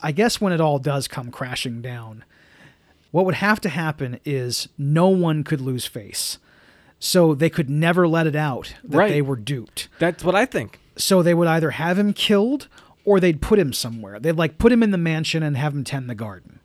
B: I guess when it all does come crashing down, what would have to happen is no one could lose face. So they could never let it out that
A: Right.
B: they were duped.
A: that's what i think
B: So they would either have him killed or they'd put him somewhere. They'd like put him in the mansion and have him tend the garden.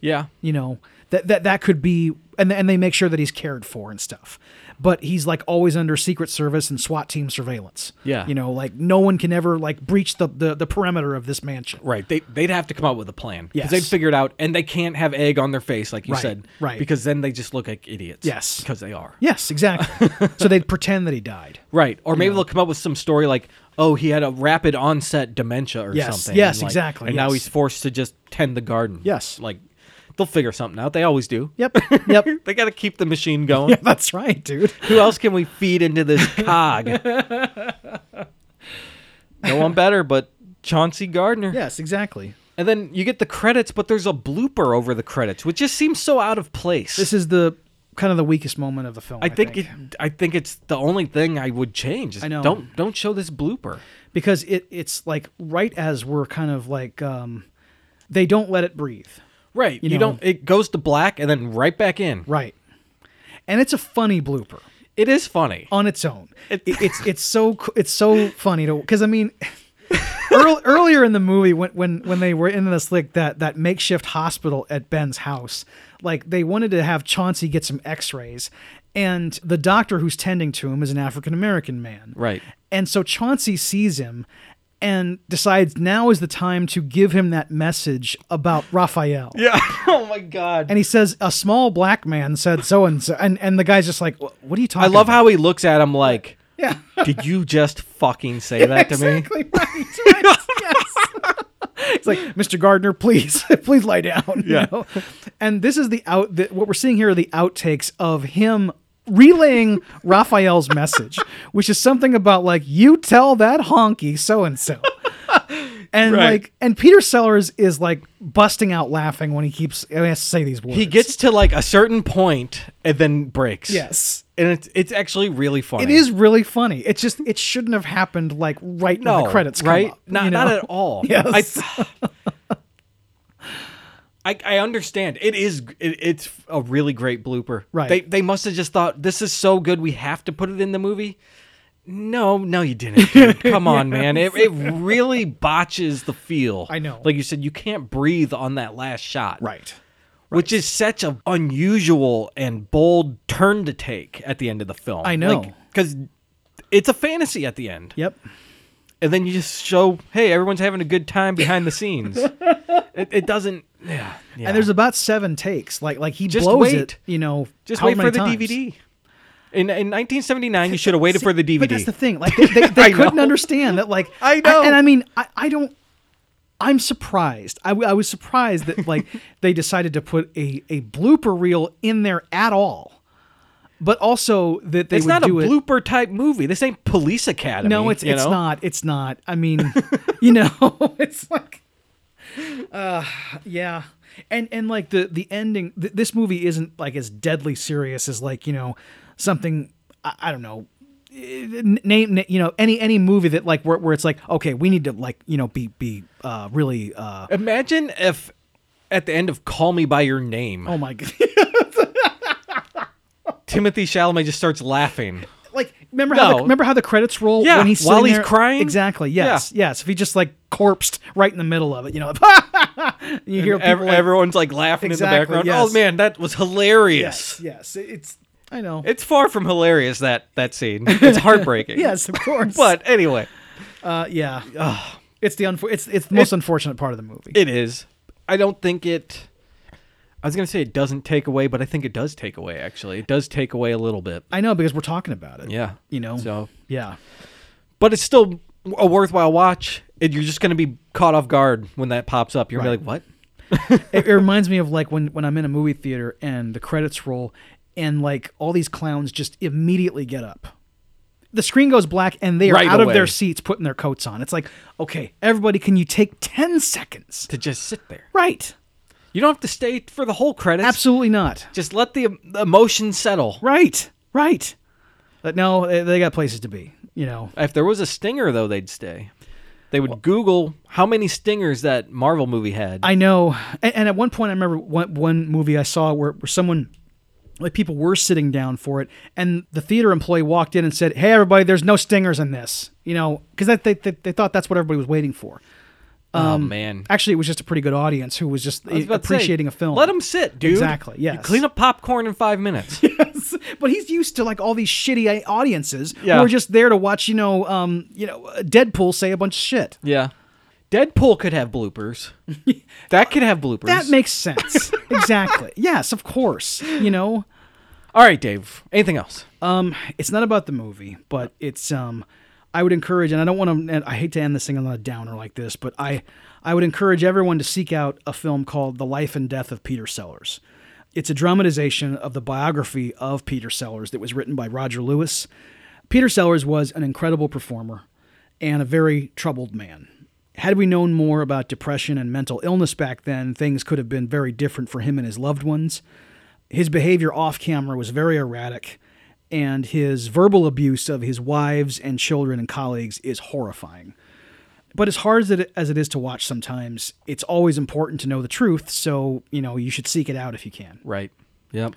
A: yeah
B: you know that that that could be and and they make sure that he's cared for and stuff but he's like always under secret service and SWAT team surveillance
A: Yeah.
B: you know like no one can ever like breach the the, the perimeter of this mansion
A: right they, they'd have to come up with a plan
B: Yes.
A: because they'd figure it out and they can't have egg on their face like you
B: Right,
A: said
B: right.
A: because then they just look like idiots
B: Yes.
A: because they are
B: yes exactly so they'd pretend that he died
A: right or maybe they'll come up with some story like oh he had a rapid onset dementia or
B: Yes,
A: something
B: yes,
A: like-
B: exactly,
A: and now
B: yes.
A: he's forced to just tend the garden
B: Yes.
A: like they'll figure something out they always do
B: yep yep
A: they got to keep the machine going.
B: that's right dude
A: Who else can we feed into this cog? no one better but Chauncey Gardner.
B: yes exactly
A: And then you get the credits, but there's a blooper over the credits, which just seems so out of place.
B: this is the kind of the weakest moment of the film i,
A: I think it, I think it's the only thing I would change. is
B: I know.
A: Don't don't show this blooper.
B: because it it's like right as we're kind of like um they don't let it breathe
A: Right. You,
B: know.
A: don't. It goes to black and then right back in.
B: Right. And it's a funny blooper
A: It is funny.
B: on its own. It, it's it's so co- it's so funny to because I mean, earl, earlier in the movie when when when they were in this like that that makeshift hospital at Ben's house, like they wanted to have Chauncey get some X-rays, and the doctor who's tending to him is an African American man.
A: Right.
B: And so Chauncey sees him. And decides now is the time to give him that message about Raphael.
A: Yeah. oh my god.
B: And he says, a small black man said so and so. And and the guy's just like, "Wh- what are you
A: I
B: talking
A: love
B: about?
A: how he looks at him like,
B: Yeah.
A: "Did you just fucking say that to me?"
B: exactly right. right. yes. It's like, Mr. Gardner, please, please lie down. you
A: Yeah.
B: know? And this is the out. The, what we're seeing here are the outtakes of him relaying Raphael's message, which is something about like, you tell that honky so and so. And
A: Right.
B: like, and Peter Sellers is like busting out laughing when he keeps when he has to say these words.
A: He gets to like a certain point and then breaks.
B: yes.
A: And it's it's actually really funny.
B: It is really funny. It's just it shouldn't have happened like right
A: no
B: when the credits come
A: right?
B: up,
A: Not
B: you know?
A: not at all.
B: Yes.
A: I, I I understand. It is it, it's a really great blooper.
B: Right.
A: They they must have just thought this is so good we have to put it in the movie. No, no, you didn't. dude. Come on, man. It, it really botches the feel.
B: I know.
A: Like you said, you can't breathe on that last shot.
B: Right.
A: Which is such an unusual and bold turn to take at the end of the film.
B: I know.
A: Because it's a fantasy at the end
B: Yep.
A: and then you just show, hey, everyone's having a good time behind the scenes. it, it doesn't. Yeah, yeah.
B: And there's about seven takes. Like like he
A: Just
B: blows
A: wait.
B: it. You know.
A: just
B: how
A: wait
B: many
A: for the
B: times.
A: DVD. In, in 1979, you should have waited for the DVD.
B: But that's the thing. Like they, they, they couldn't understand that. Like
A: I know.
B: and I mean, I, I don't. I'm surprised. I, w- I was surprised that like they decided to put a a blooper reel in there at all. But also that they
A: it's
B: would
A: not a
B: do it.
A: blooper type movie. This ain't Police Academy.
B: No, it's
A: you
B: it's
A: know?
B: not. It's not. I mean, you know, it's like, uh, yeah, and and like the the ending. Th- this movie isn't like as deadly serious as like you know something. I, I don't know. N- Name n- you know any any movie that like where, where it's like okay we need to like you know be be uh really uh
A: Imagine if at the end of Call Me by Your Name,
B: oh my god
A: Timothy Chalamet just starts laughing.
B: like remember how the,
A: No.
B: remember how the credits roll
A: Yeah,
B: when he's
A: while
B: sitting
A: he's
B: there?
A: crying?
B: exactly yes yes if he just like corpsed right in the middle of it you know you hear people
A: Ev-
B: like,
A: everyone's like laughing
B: Exactly,
A: in the background.
B: yes.
A: Oh man, that was hilarious.
B: Yes, yes. It's I know.
A: It's far from hilarious that that scene. It's heartbreaking.
B: yes, of course.
A: But anyway,
B: uh, yeah, it's the unfor- it's it's the most unfortunate part of the movie.
A: It is. I don't think it. I was gonna say it doesn't take away, but I think it does take away. Actually, it does take away a little bit.
B: I know because we're talking about it.
A: Yeah,
B: you know.
A: So,
B: yeah,
A: but it's still a worthwhile watch. It, you're just gonna be caught off guard when that pops up. You're gonna be like, "What?"
B: it, it reminds me of like when when I'm in a movie theater and the credits roll and like all these clowns just immediately get up. The screen goes black and they are
A: Right
B: out of
A: away.
B: their seats putting their coats on. It's like, okay, everybody, can you take 10 seconds?
A: To just sit there.
B: Right.
A: You don't have to stay for the whole credits.
B: Absolutely not.
A: Just let the em- the emotion settle.
B: Right. Right. But no, they, they got places to be, you know.
A: If there was a stinger, though, they'd stay. They would Google how many stingers that Marvel movie had.
B: I know. And, and at one point, I remember one, one movie I saw where, where someone, like people were sitting down for it, and the theater employee walked in and said, Hey, everybody, there's no stingers in this, you know, because they, they, they thought that's what everybody was waiting for.
A: oh
B: um,
A: man,
B: Actually, it was just a pretty good audience who was just
A: I was about to say,
B: appreciating a film.
A: Let them sit, dude.
B: Exactly,
A: Yeah.
B: yes.
A: clean up popcorn in five minutes.
B: but he's used to like all these shitty audiences
A: Yeah.
B: who are just there to watch, you know, um, you know, Deadpool say a bunch of shit.
A: Yeah. Deadpool could have bloopers. that could have bloopers.
B: That makes sense. exactly. Yes, of course. You know.
A: All right, Dave. Anything else?
B: Um, it's not about the movie, but it's um, I would encourage, and I don't want to. And I hate to end this thing on a downer like this, but I, I would encourage everyone to seek out a film called "The Life and Death of Peter Sellers." It's a dramatization of the biography of Peter Sellers that was written by Roger Lewis. Peter Sellers was an incredible performer and a very troubled man. Had we known more about depression and mental illness back then, things could have been very different for him and his loved ones. His behavior off camera was very erratic, and his verbal abuse of his wives and children and colleagues is horrifying. But as hard as it, as it is to watch sometimes, it's always important to know the truth. So, you know, you should seek it out if you can.
A: Right. Yep.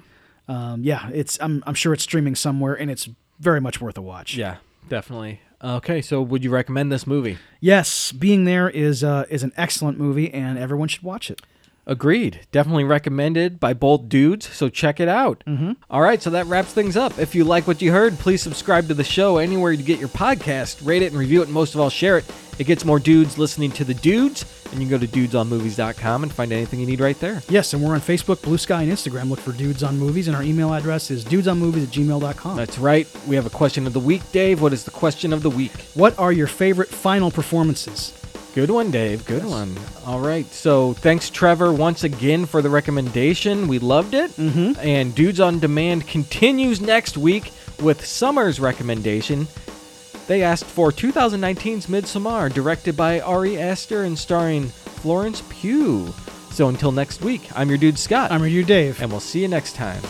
B: Um, yeah, it's I'm, I'm sure it's streaming somewhere and it's very much worth a watch.
A: Yeah, definitely. Okay, so would you recommend this movie?
B: Yes, Being There is uh, is an excellent movie and everyone should watch it.
A: Agreed. Definitely recommended by both dudes, so check it out. Mm-hmm. right, so that wraps things up. If you like what you heard, please subscribe to the show anywhere you get your podcast, rate it and review it, and most of all, share it. It gets more dudes listening to the dudes, and you can go to dudesonmovies.com and find anything you need right there.
B: Yes, and we're on Facebook, Blue Sky, and Instagram. Look for Dudes on Movies, and our email address is dudesonmovies at gmail.com.
A: That's right. We have a question of the week, Dave. What is the question of the week?
B: What are your favorite final performances?
A: Good one, Dave. Good one. All right. So thanks, Trevor, once again for the recommendation. We loved it. Mm-hmm. And Dudes on Demand continues next week with Summer's recommendation. They asked for 2019's Midsommar, directed by Ari Aster and starring Florence Pugh. So until next week, I'm your dude, Scott.
B: I'm your dude, Dave.
A: and we'll see you next time.